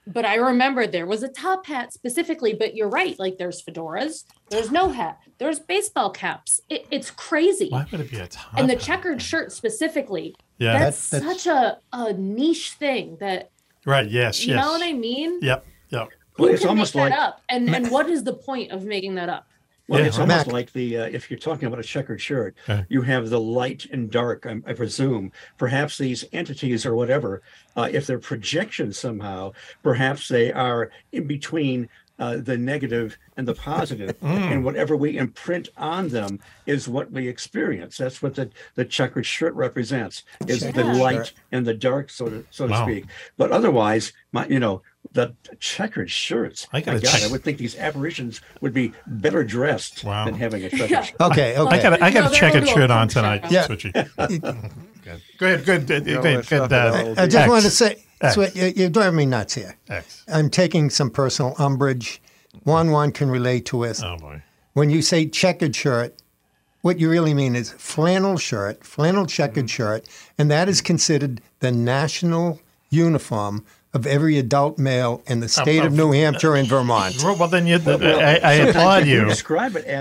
Speaker 9: but i remember there was a top hat specifically but you're right like there's fedoras there's no hat there's baseball caps it, it's crazy
Speaker 5: Why would it be a top?
Speaker 9: and the checkered shirt specifically
Speaker 5: Yeah.
Speaker 9: that's,
Speaker 5: That- that's-
Speaker 9: such a, a niche thing that
Speaker 5: right. Yes.
Speaker 9: you
Speaker 5: yes.
Speaker 9: know what i mean
Speaker 5: Yep. Yep.
Speaker 9: who can make that up and and what is the point of making that up
Speaker 7: Well,
Speaker 8: Yeah,
Speaker 7: it's
Speaker 8: right.
Speaker 7: almost
Speaker 8: Mac.
Speaker 7: like the uh, if you're talking about a checkered shirt,
Speaker 8: Okay.
Speaker 7: you have the light and dark. I, I presume perhaps these entities or whatever, uh, if they're projections somehow, perhaps they are in between. Uh, the negative and the positive,
Speaker 5: Mm.
Speaker 7: and whatever we imprint on them is what we experience. That's what the, the checkered shirt represents: is the
Speaker 8: Checkered
Speaker 7: light
Speaker 8: shirt.
Speaker 7: and the dark, so to so
Speaker 8: Wow.
Speaker 7: to speak. But otherwise, my you know the checkered shirts. I
Speaker 5: gotta
Speaker 7: my God,
Speaker 5: check-
Speaker 7: I would think these apparitions would be better dressed than having a checkered shirt.
Speaker 5: I- I got I got a checkered shirt on tonight,
Speaker 7: Yeah.
Speaker 5: Switchy. Go ahead, good, good,
Speaker 6: No,
Speaker 5: good,
Speaker 6: it's
Speaker 5: good.
Speaker 6: not
Speaker 5: Uh,
Speaker 6: that
Speaker 8: I just
Speaker 5: X.
Speaker 8: want to say,
Speaker 5: X.
Speaker 8: Sweat, you- you're driving me nuts here.
Speaker 5: X.
Speaker 8: I'm taking some personal umbrage. One one can relate to us.
Speaker 5: Oh boy.
Speaker 8: When you say checkered shirt, what you really mean is flannel shirt, flannel
Speaker 5: Mm-hmm.
Speaker 8: checkered shirt, and that is considered the national uniform of every adult male in the state of
Speaker 5: of-
Speaker 8: New Hampshire and Vermont.
Speaker 5: Well, then you, I, I applaud you.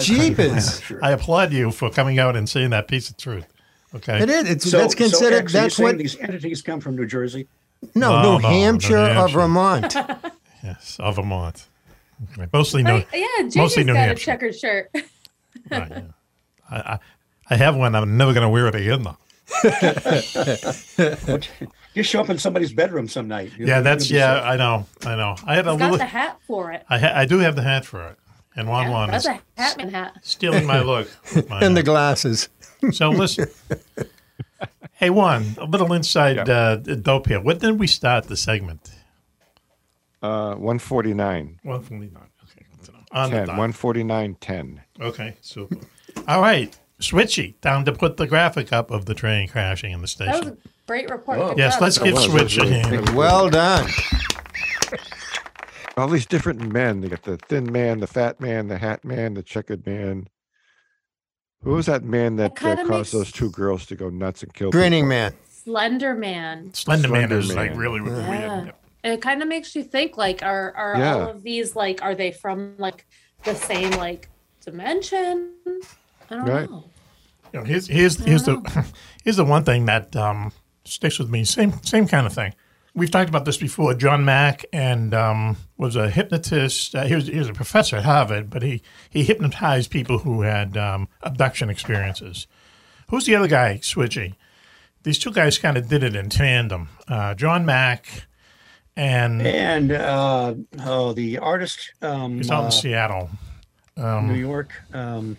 Speaker 8: Jeepers.
Speaker 5: I applaud you for coming out and saying that piece of truth. Okay.
Speaker 8: It is. It's, that's considered.
Speaker 7: X, are you
Speaker 8: that's
Speaker 7: saying
Speaker 8: what.
Speaker 7: these entities come from New Jersey.
Speaker 5: No,
Speaker 8: No,
Speaker 5: no,
Speaker 8: New
Speaker 5: New
Speaker 8: Hampshire or
Speaker 5: Hampshire.
Speaker 8: Vermont.
Speaker 5: Yes, of Vermont. Okay. Mostly New.
Speaker 9: I, yeah,
Speaker 5: mostly
Speaker 9: JJ's
Speaker 5: New
Speaker 9: got a
Speaker 5: Hampshire.
Speaker 9: checkered shirt.
Speaker 5: I, I, I have one. I'm never going to wear it again, though.
Speaker 7: You show up in somebody's bedroom some night.
Speaker 5: Yeah, that's yeah. I know. I know. I had a
Speaker 9: He's got
Speaker 5: little.
Speaker 9: the hat for it.
Speaker 5: I ha- I do have the hat for it, and one one
Speaker 9: That's
Speaker 5: is
Speaker 9: a Hatman hat.
Speaker 5: stealing my look. with my
Speaker 8: and the
Speaker 5: hat.
Speaker 8: glasses.
Speaker 5: So listen. hey, one a little inside uh, dope here. What did we start the segment?
Speaker 6: Uh, 149.
Speaker 5: One forty nine. Okay, good to know. on
Speaker 6: 10,
Speaker 5: the dot.
Speaker 6: 149, 10.
Speaker 5: Okay, super. All right, Switchy, time to put the graphic up of the train crashing in the station.
Speaker 9: That was a great report. Good
Speaker 5: Yes,
Speaker 9: job.
Speaker 5: let's
Speaker 6: That
Speaker 5: get
Speaker 6: was
Speaker 5: Switchy.
Speaker 6: really-
Speaker 8: Well done.
Speaker 6: All these different men. They got the thin man, the fat man, the hat man, the checkered man. Who was that man that uh,
Speaker 9: kinda
Speaker 6: caused
Speaker 9: makes-
Speaker 6: those two girls to go nuts and kill?
Speaker 8: Grinning man.
Speaker 9: Slender Man.
Speaker 5: Slender Man
Speaker 6: Slender
Speaker 5: is like
Speaker 6: Man.
Speaker 5: really
Speaker 6: Yeah.
Speaker 5: weird.
Speaker 9: It kind of makes you think like are are
Speaker 6: Yeah.
Speaker 9: all of these like are they from like the same like dimension? I don't
Speaker 5: Right.
Speaker 9: know.
Speaker 5: You know, here's here's here's the here's the one thing that um, sticks with me. Same same kind of thing. We've talked about this before. John Mack and um, was a hypnotist. Uh, he was he was a professor at Harvard, but he he hypnotized people who had um, abduction experiences. Who's the other guy? Switchy. These two guys kind of did it in tandem. Uh, John Mack and
Speaker 7: And uh, oh, the artist. Um,
Speaker 5: he's out
Speaker 7: uh,
Speaker 5: in Seattle. Um,
Speaker 7: New York. Um,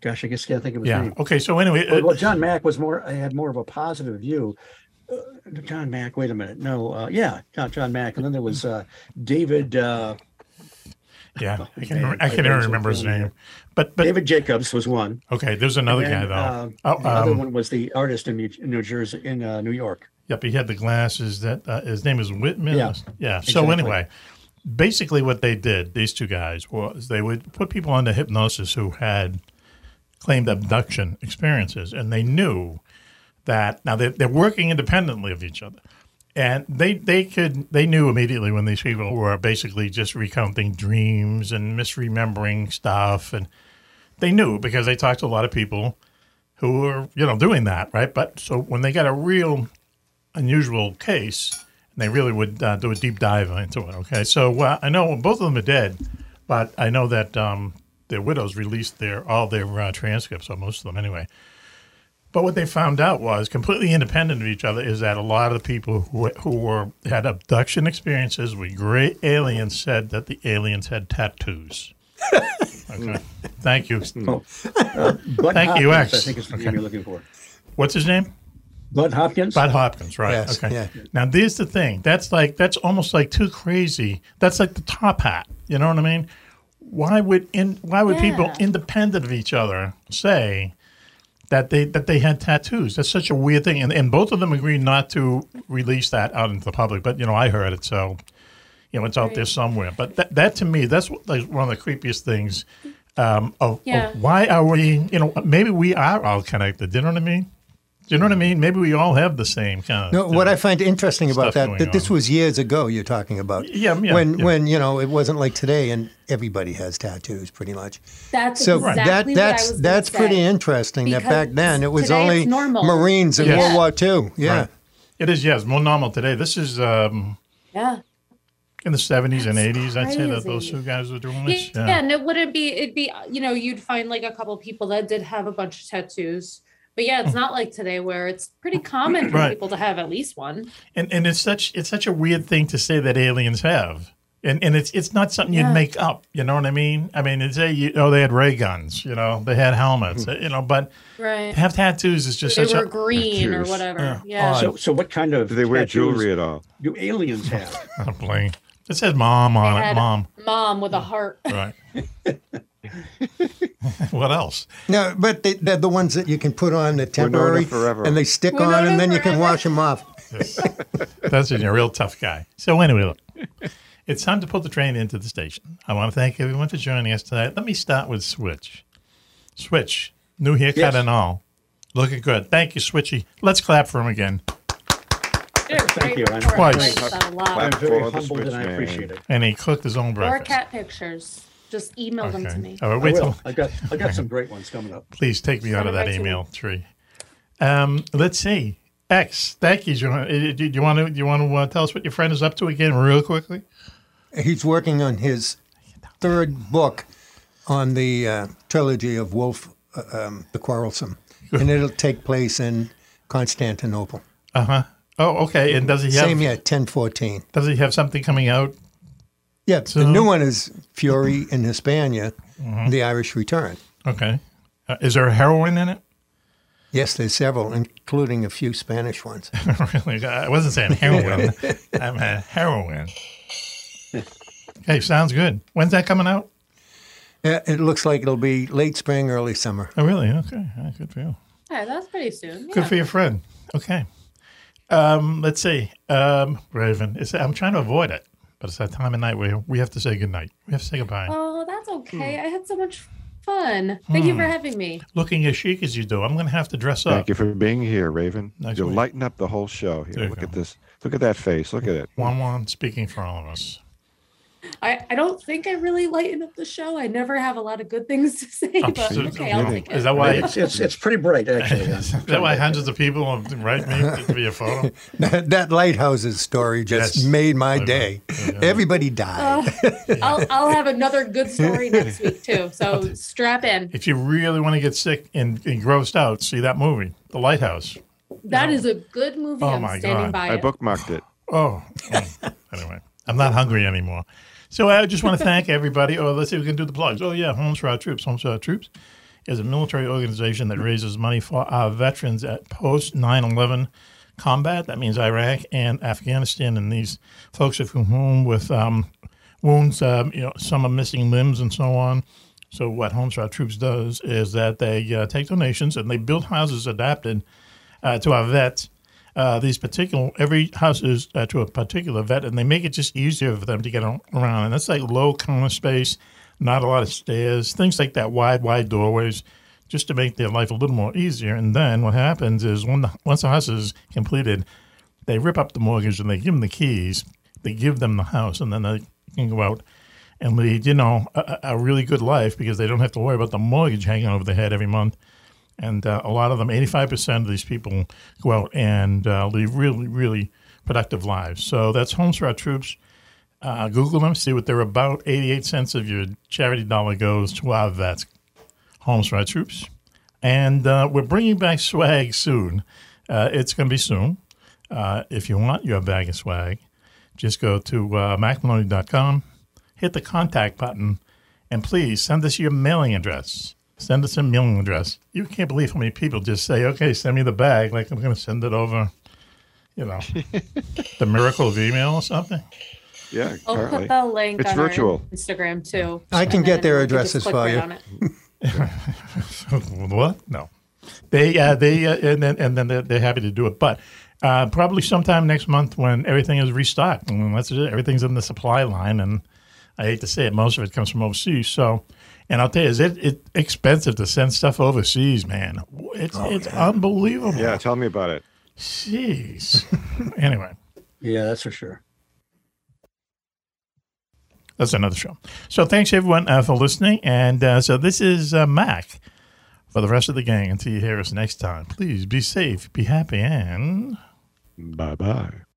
Speaker 7: gosh, I guess I can't think of his
Speaker 5: Yeah.
Speaker 7: name.
Speaker 5: Okay, so anyway,
Speaker 7: well,
Speaker 5: uh,
Speaker 7: well, John Mack was more. I had more of a positive view. Uh, John Mack. Wait a minute. No. Uh, yeah, John, John Mack. And then there was uh, David. Uh,
Speaker 5: Yeah, I can't. remember- I can't even remember his name. But but
Speaker 7: David Jacobs was one.
Speaker 5: Okay, there's another
Speaker 7: And
Speaker 5: guy
Speaker 7: then,
Speaker 5: though.
Speaker 7: Uh,
Speaker 5: oh,
Speaker 7: the other
Speaker 5: um,
Speaker 7: one was the artist in New, in New Jersey, in uh, New York.
Speaker 5: Yep, he had the glasses. That uh, his name is Whitman.
Speaker 7: Yeah,
Speaker 5: So
Speaker 7: exactly.
Speaker 5: anyway, basically, what they did, these two guys, was they would put people under hypnosis who had claimed abduction experiences, and they knew that now they're, they're working independently of each other, and they they could they knew immediately when these people were basically just recounting dreams and misremembering stuff, and they knew because they talked to a lot of people who were you know doing that right. But so when they got a real unusual case, and they really would uh, do a deep dive into it. Okay, so uh, I know both of them are dead, but I know that um, their widows released their all their uh, transcripts, or most of them anyway. But what they found out was completely independent of each other is that a lot of the people who, who were had abduction experiences with great aliens said that the aliens had tattoos. okay, thank you.
Speaker 7: Oh. Bud
Speaker 5: thank you,
Speaker 7: Hopkins,
Speaker 5: X.
Speaker 7: Uh, I think is the name you're looking for.
Speaker 5: What's his name?
Speaker 7: Bud Hopkins.
Speaker 5: Bud Hopkins, right?
Speaker 7: Yes,
Speaker 5: okay.
Speaker 7: yeah.
Speaker 5: Now, there's the thing. That's like that's almost like too crazy. That's like the top hat. You know what I mean? Why would in why would people
Speaker 20: Yeah.
Speaker 5: independent of each other say that they that they had tattoos? That's such a weird thing. And and both of them agreed not to release that out into the public. But you know, I heard it, so you know, it's out there somewhere. But that that to me, that's what- like one of the creepiest things. Um, of,
Speaker 9: Yeah.
Speaker 5: of why are we? You know, maybe we are all connected. Do you know what I mean? Do you know what I mean? Maybe we all have the same kind of.
Speaker 8: No, what I find interesting about
Speaker 5: uh, stuff
Speaker 8: that
Speaker 5: going
Speaker 8: that this was years ago. You're talking about
Speaker 5: Yeah, yeah,
Speaker 8: when
Speaker 5: yeah.
Speaker 8: when you know it wasn't like today, and everybody has tattoos pretty much.
Speaker 9: That's
Speaker 8: so
Speaker 9: exactly
Speaker 8: that
Speaker 9: what I
Speaker 8: that's
Speaker 9: was gonna
Speaker 8: that's
Speaker 9: say.
Speaker 8: pretty interesting. that back
Speaker 9: Because
Speaker 8: then it was
Speaker 9: today
Speaker 8: only
Speaker 9: it's normal.
Speaker 8: Marines in
Speaker 9: Yes.
Speaker 8: World War II. Yeah,
Speaker 5: Right. It is, yes, more normal today. This is, um,
Speaker 9: Yeah.
Speaker 5: in the 70s and 80s. I'd say that those
Speaker 9: crazy.
Speaker 5: two guys were doing
Speaker 9: Yeah,
Speaker 5: this.
Speaker 9: and it wouldn't be. It'd be you know you'd find like a couple people that did have a bunch of tattoos, but yeah, it's not like today where it's pretty common for
Speaker 5: Hmm. Right.
Speaker 9: people to have at least one.
Speaker 5: And and it's such it's such a weird thing to say that aliens have. And and it's it's not something
Speaker 9: Yeah.
Speaker 5: you'd make up, you know what I mean? I mean, it's say you oh they had ray guns, you know, they had helmets, you know, but
Speaker 9: Right.
Speaker 5: have tattoos is just
Speaker 9: They
Speaker 5: such
Speaker 9: were
Speaker 5: a Oh,
Speaker 9: green or whatever. Yeah.
Speaker 7: So, so what kind of
Speaker 6: Do they wear
Speaker 7: tattoos
Speaker 6: jewelry at all?
Speaker 7: Do aliens have?
Speaker 5: I'm playing. It says mom on
Speaker 9: They
Speaker 5: it,
Speaker 9: had
Speaker 5: mom.
Speaker 9: Mom with a heart.
Speaker 5: Right. what else?
Speaker 8: No, but they, they're the ones that you can put on the temporary,
Speaker 5: forever.
Speaker 8: and they stick
Speaker 5: Winona
Speaker 8: on, and then you can wash them off.
Speaker 5: That's a real tough guy. So anyway, look, it's time to put the train into the station. I want to thank everyone for joining us tonight. Let me start with Switch. Switch, new haircut
Speaker 7: Yes.
Speaker 5: and all, looking good. Thank you, Switchy. Let's clap for him again.
Speaker 7: Thank you. I'm,
Speaker 5: Twice.
Speaker 9: That a lot.
Speaker 7: I'm
Speaker 5: for
Speaker 7: very
Speaker 5: the
Speaker 7: humbled and I
Speaker 5: switch,
Speaker 7: appreciate it.
Speaker 5: And he cooked his own
Speaker 9: Or
Speaker 5: breakfast.
Speaker 9: cat pictures. Just email them to me.
Speaker 5: All right, wait
Speaker 7: I will.
Speaker 5: till-
Speaker 7: I've got I've got some great ones coming up.
Speaker 5: Please take me out of
Speaker 7: Send it
Speaker 5: that
Speaker 7: right to me.
Speaker 5: email tree. Um, let's see. X, thank you. Johan. Uh, Do do you want to? Do you want to uh, tell us what your friend is up to again, real quickly?
Speaker 8: He's working on his third book on the uh, trilogy of Wolf uh, um, the Quarrelsome, and it'll take place in Constantinople.
Speaker 5: Uh huh. Oh, okay. And does he have?
Speaker 8: Same year, 1014.
Speaker 5: Does he have something coming out?
Speaker 8: Yeah,
Speaker 5: So-
Speaker 8: the new one is Fury in Hispania,
Speaker 5: Mhm.
Speaker 8: The Irish Return.
Speaker 5: Okay. Uh, is there a heroine in it?
Speaker 8: Yes, there's several, including a few Spanish ones.
Speaker 5: really? I wasn't saying heroin. I'm a heroin. Hey, sounds good. When's that coming out?
Speaker 8: Yeah, Uh, it looks like it'll be late spring, early summer.
Speaker 5: Oh, really? Okay. Yeah, good for you.
Speaker 9: Yeah, that's pretty soon.
Speaker 5: Good
Speaker 9: yeah.
Speaker 5: for your friend. Okay. Um, let's see. Um, Raven, it's, I'm trying to avoid it, but it's that time of night where we have to say goodnight. We have to say goodbye.
Speaker 9: Oh, that's okay. I had so much fun. Thank you for
Speaker 5: Hmm.
Speaker 9: having me.
Speaker 5: Looking as chic as you do, I'm going to have to dress up.
Speaker 6: Thank you for being here, Raven.
Speaker 5: Next
Speaker 6: You're
Speaker 5: week.
Speaker 6: lighting up the whole show
Speaker 5: There
Speaker 6: here.
Speaker 5: you
Speaker 6: Look at this. Look at that face. Look at it.
Speaker 5: Juan Juan speaking for all of us.
Speaker 9: I, I don't think I really lighten up the show. I never have a lot of good things to say, but okay, I'll take it.
Speaker 5: Is that why?
Speaker 7: It's it's, it's pretty bright actually.
Speaker 5: Is that why hundreds of people have write me to be a photo?
Speaker 8: that, that lighthouses story just
Speaker 5: Yes.
Speaker 8: made my day. Everybody died.
Speaker 9: Oh, I'll, I'll have another good story next week, too. So strap in.
Speaker 5: If you really want to get sick and, and grossed out, see that movie, The Lighthouse.
Speaker 9: That is a good movie.
Speaker 5: Oh
Speaker 9: I'm
Speaker 5: my
Speaker 9: standing
Speaker 5: God.
Speaker 9: by
Speaker 5: I
Speaker 9: it.
Speaker 5: booked-
Speaker 6: Bookmarked it.
Speaker 5: Oh, mm. anyway, I'm not hungry anymore. So I just want to thank everybody. Oh, let's see if we can do the plugs. Oh, yeah, Homes for Our Troops. Homes for Our Troops is a military organization that raises money for our veterans at post 9 11 combat. That means Iraq and Afghanistan, and these folks have come home with um, wounds. Um, you know, some are missing limbs and so on. So what Homes for Our Troops does is that they uh, take donations and they build houses adapted uh, to our vets. Uh, these particular every house is uh, to a particular vet, and they make it just easier for them to get on, around. And that's like low counter space, not a lot of stairs, things like that, wide wide doorways, just to make their life a little more easier. And then what happens is when the, once the house is completed, they rip up the mortgage and they give them the keys. They give them the house, and then they can go out and lead, you know, a, a a really good life because they don't have to worry about the mortgage hanging over their head every month. And uh, a lot of them, 85% of these people go out and uh, lead really, really productive lives. So that's Homes for Our Troops. Uh, Google them, see what they're about. 88 cents of your charity dollar goes to our vets. Homes for Our Troops. And uh, we're bringing back swag soon. Uh, it's going to be soon. Uh, if you want your bag of swag, just go to uh, macmaloney.com, hit the contact button, and please send us your mailing address. Send us a mailing address. You can't believe how many people just say, okay, send me the bag, like I'm going to send it over, you know, the miracle of email or something.
Speaker 6: Yeah,
Speaker 9: I'll put the link
Speaker 5: It's
Speaker 9: on
Speaker 5: virtual.
Speaker 9: Our Instagram, too.
Speaker 5: I can
Speaker 9: And
Speaker 5: get
Speaker 9: then
Speaker 5: their
Speaker 9: we can just
Speaker 5: addresses
Speaker 9: click
Speaker 5: for
Speaker 9: right
Speaker 5: you.
Speaker 9: on it.
Speaker 5: what? No. They, uh, they, uh, and then, and then they're, they're happy to do it. But uh, probably sometime next month when everything is restocked, and that's it. Everything's in the supply line, and I hate to say it, most of it comes from overseas. So, and I'll tell you, is it, it expensive to send stuff overseas, man? It's it's unbelievable.
Speaker 6: Oh, Yeah, tell me about it.
Speaker 5: Jeez. anyway,
Speaker 7: Yeah, that's for sure.
Speaker 5: that's another show. So thanks everyone uh, for listening, and uh, so this is uh, Mac for the rest of the gang until you hear us next time. Please be safe, be happy, and
Speaker 6: Bye bye.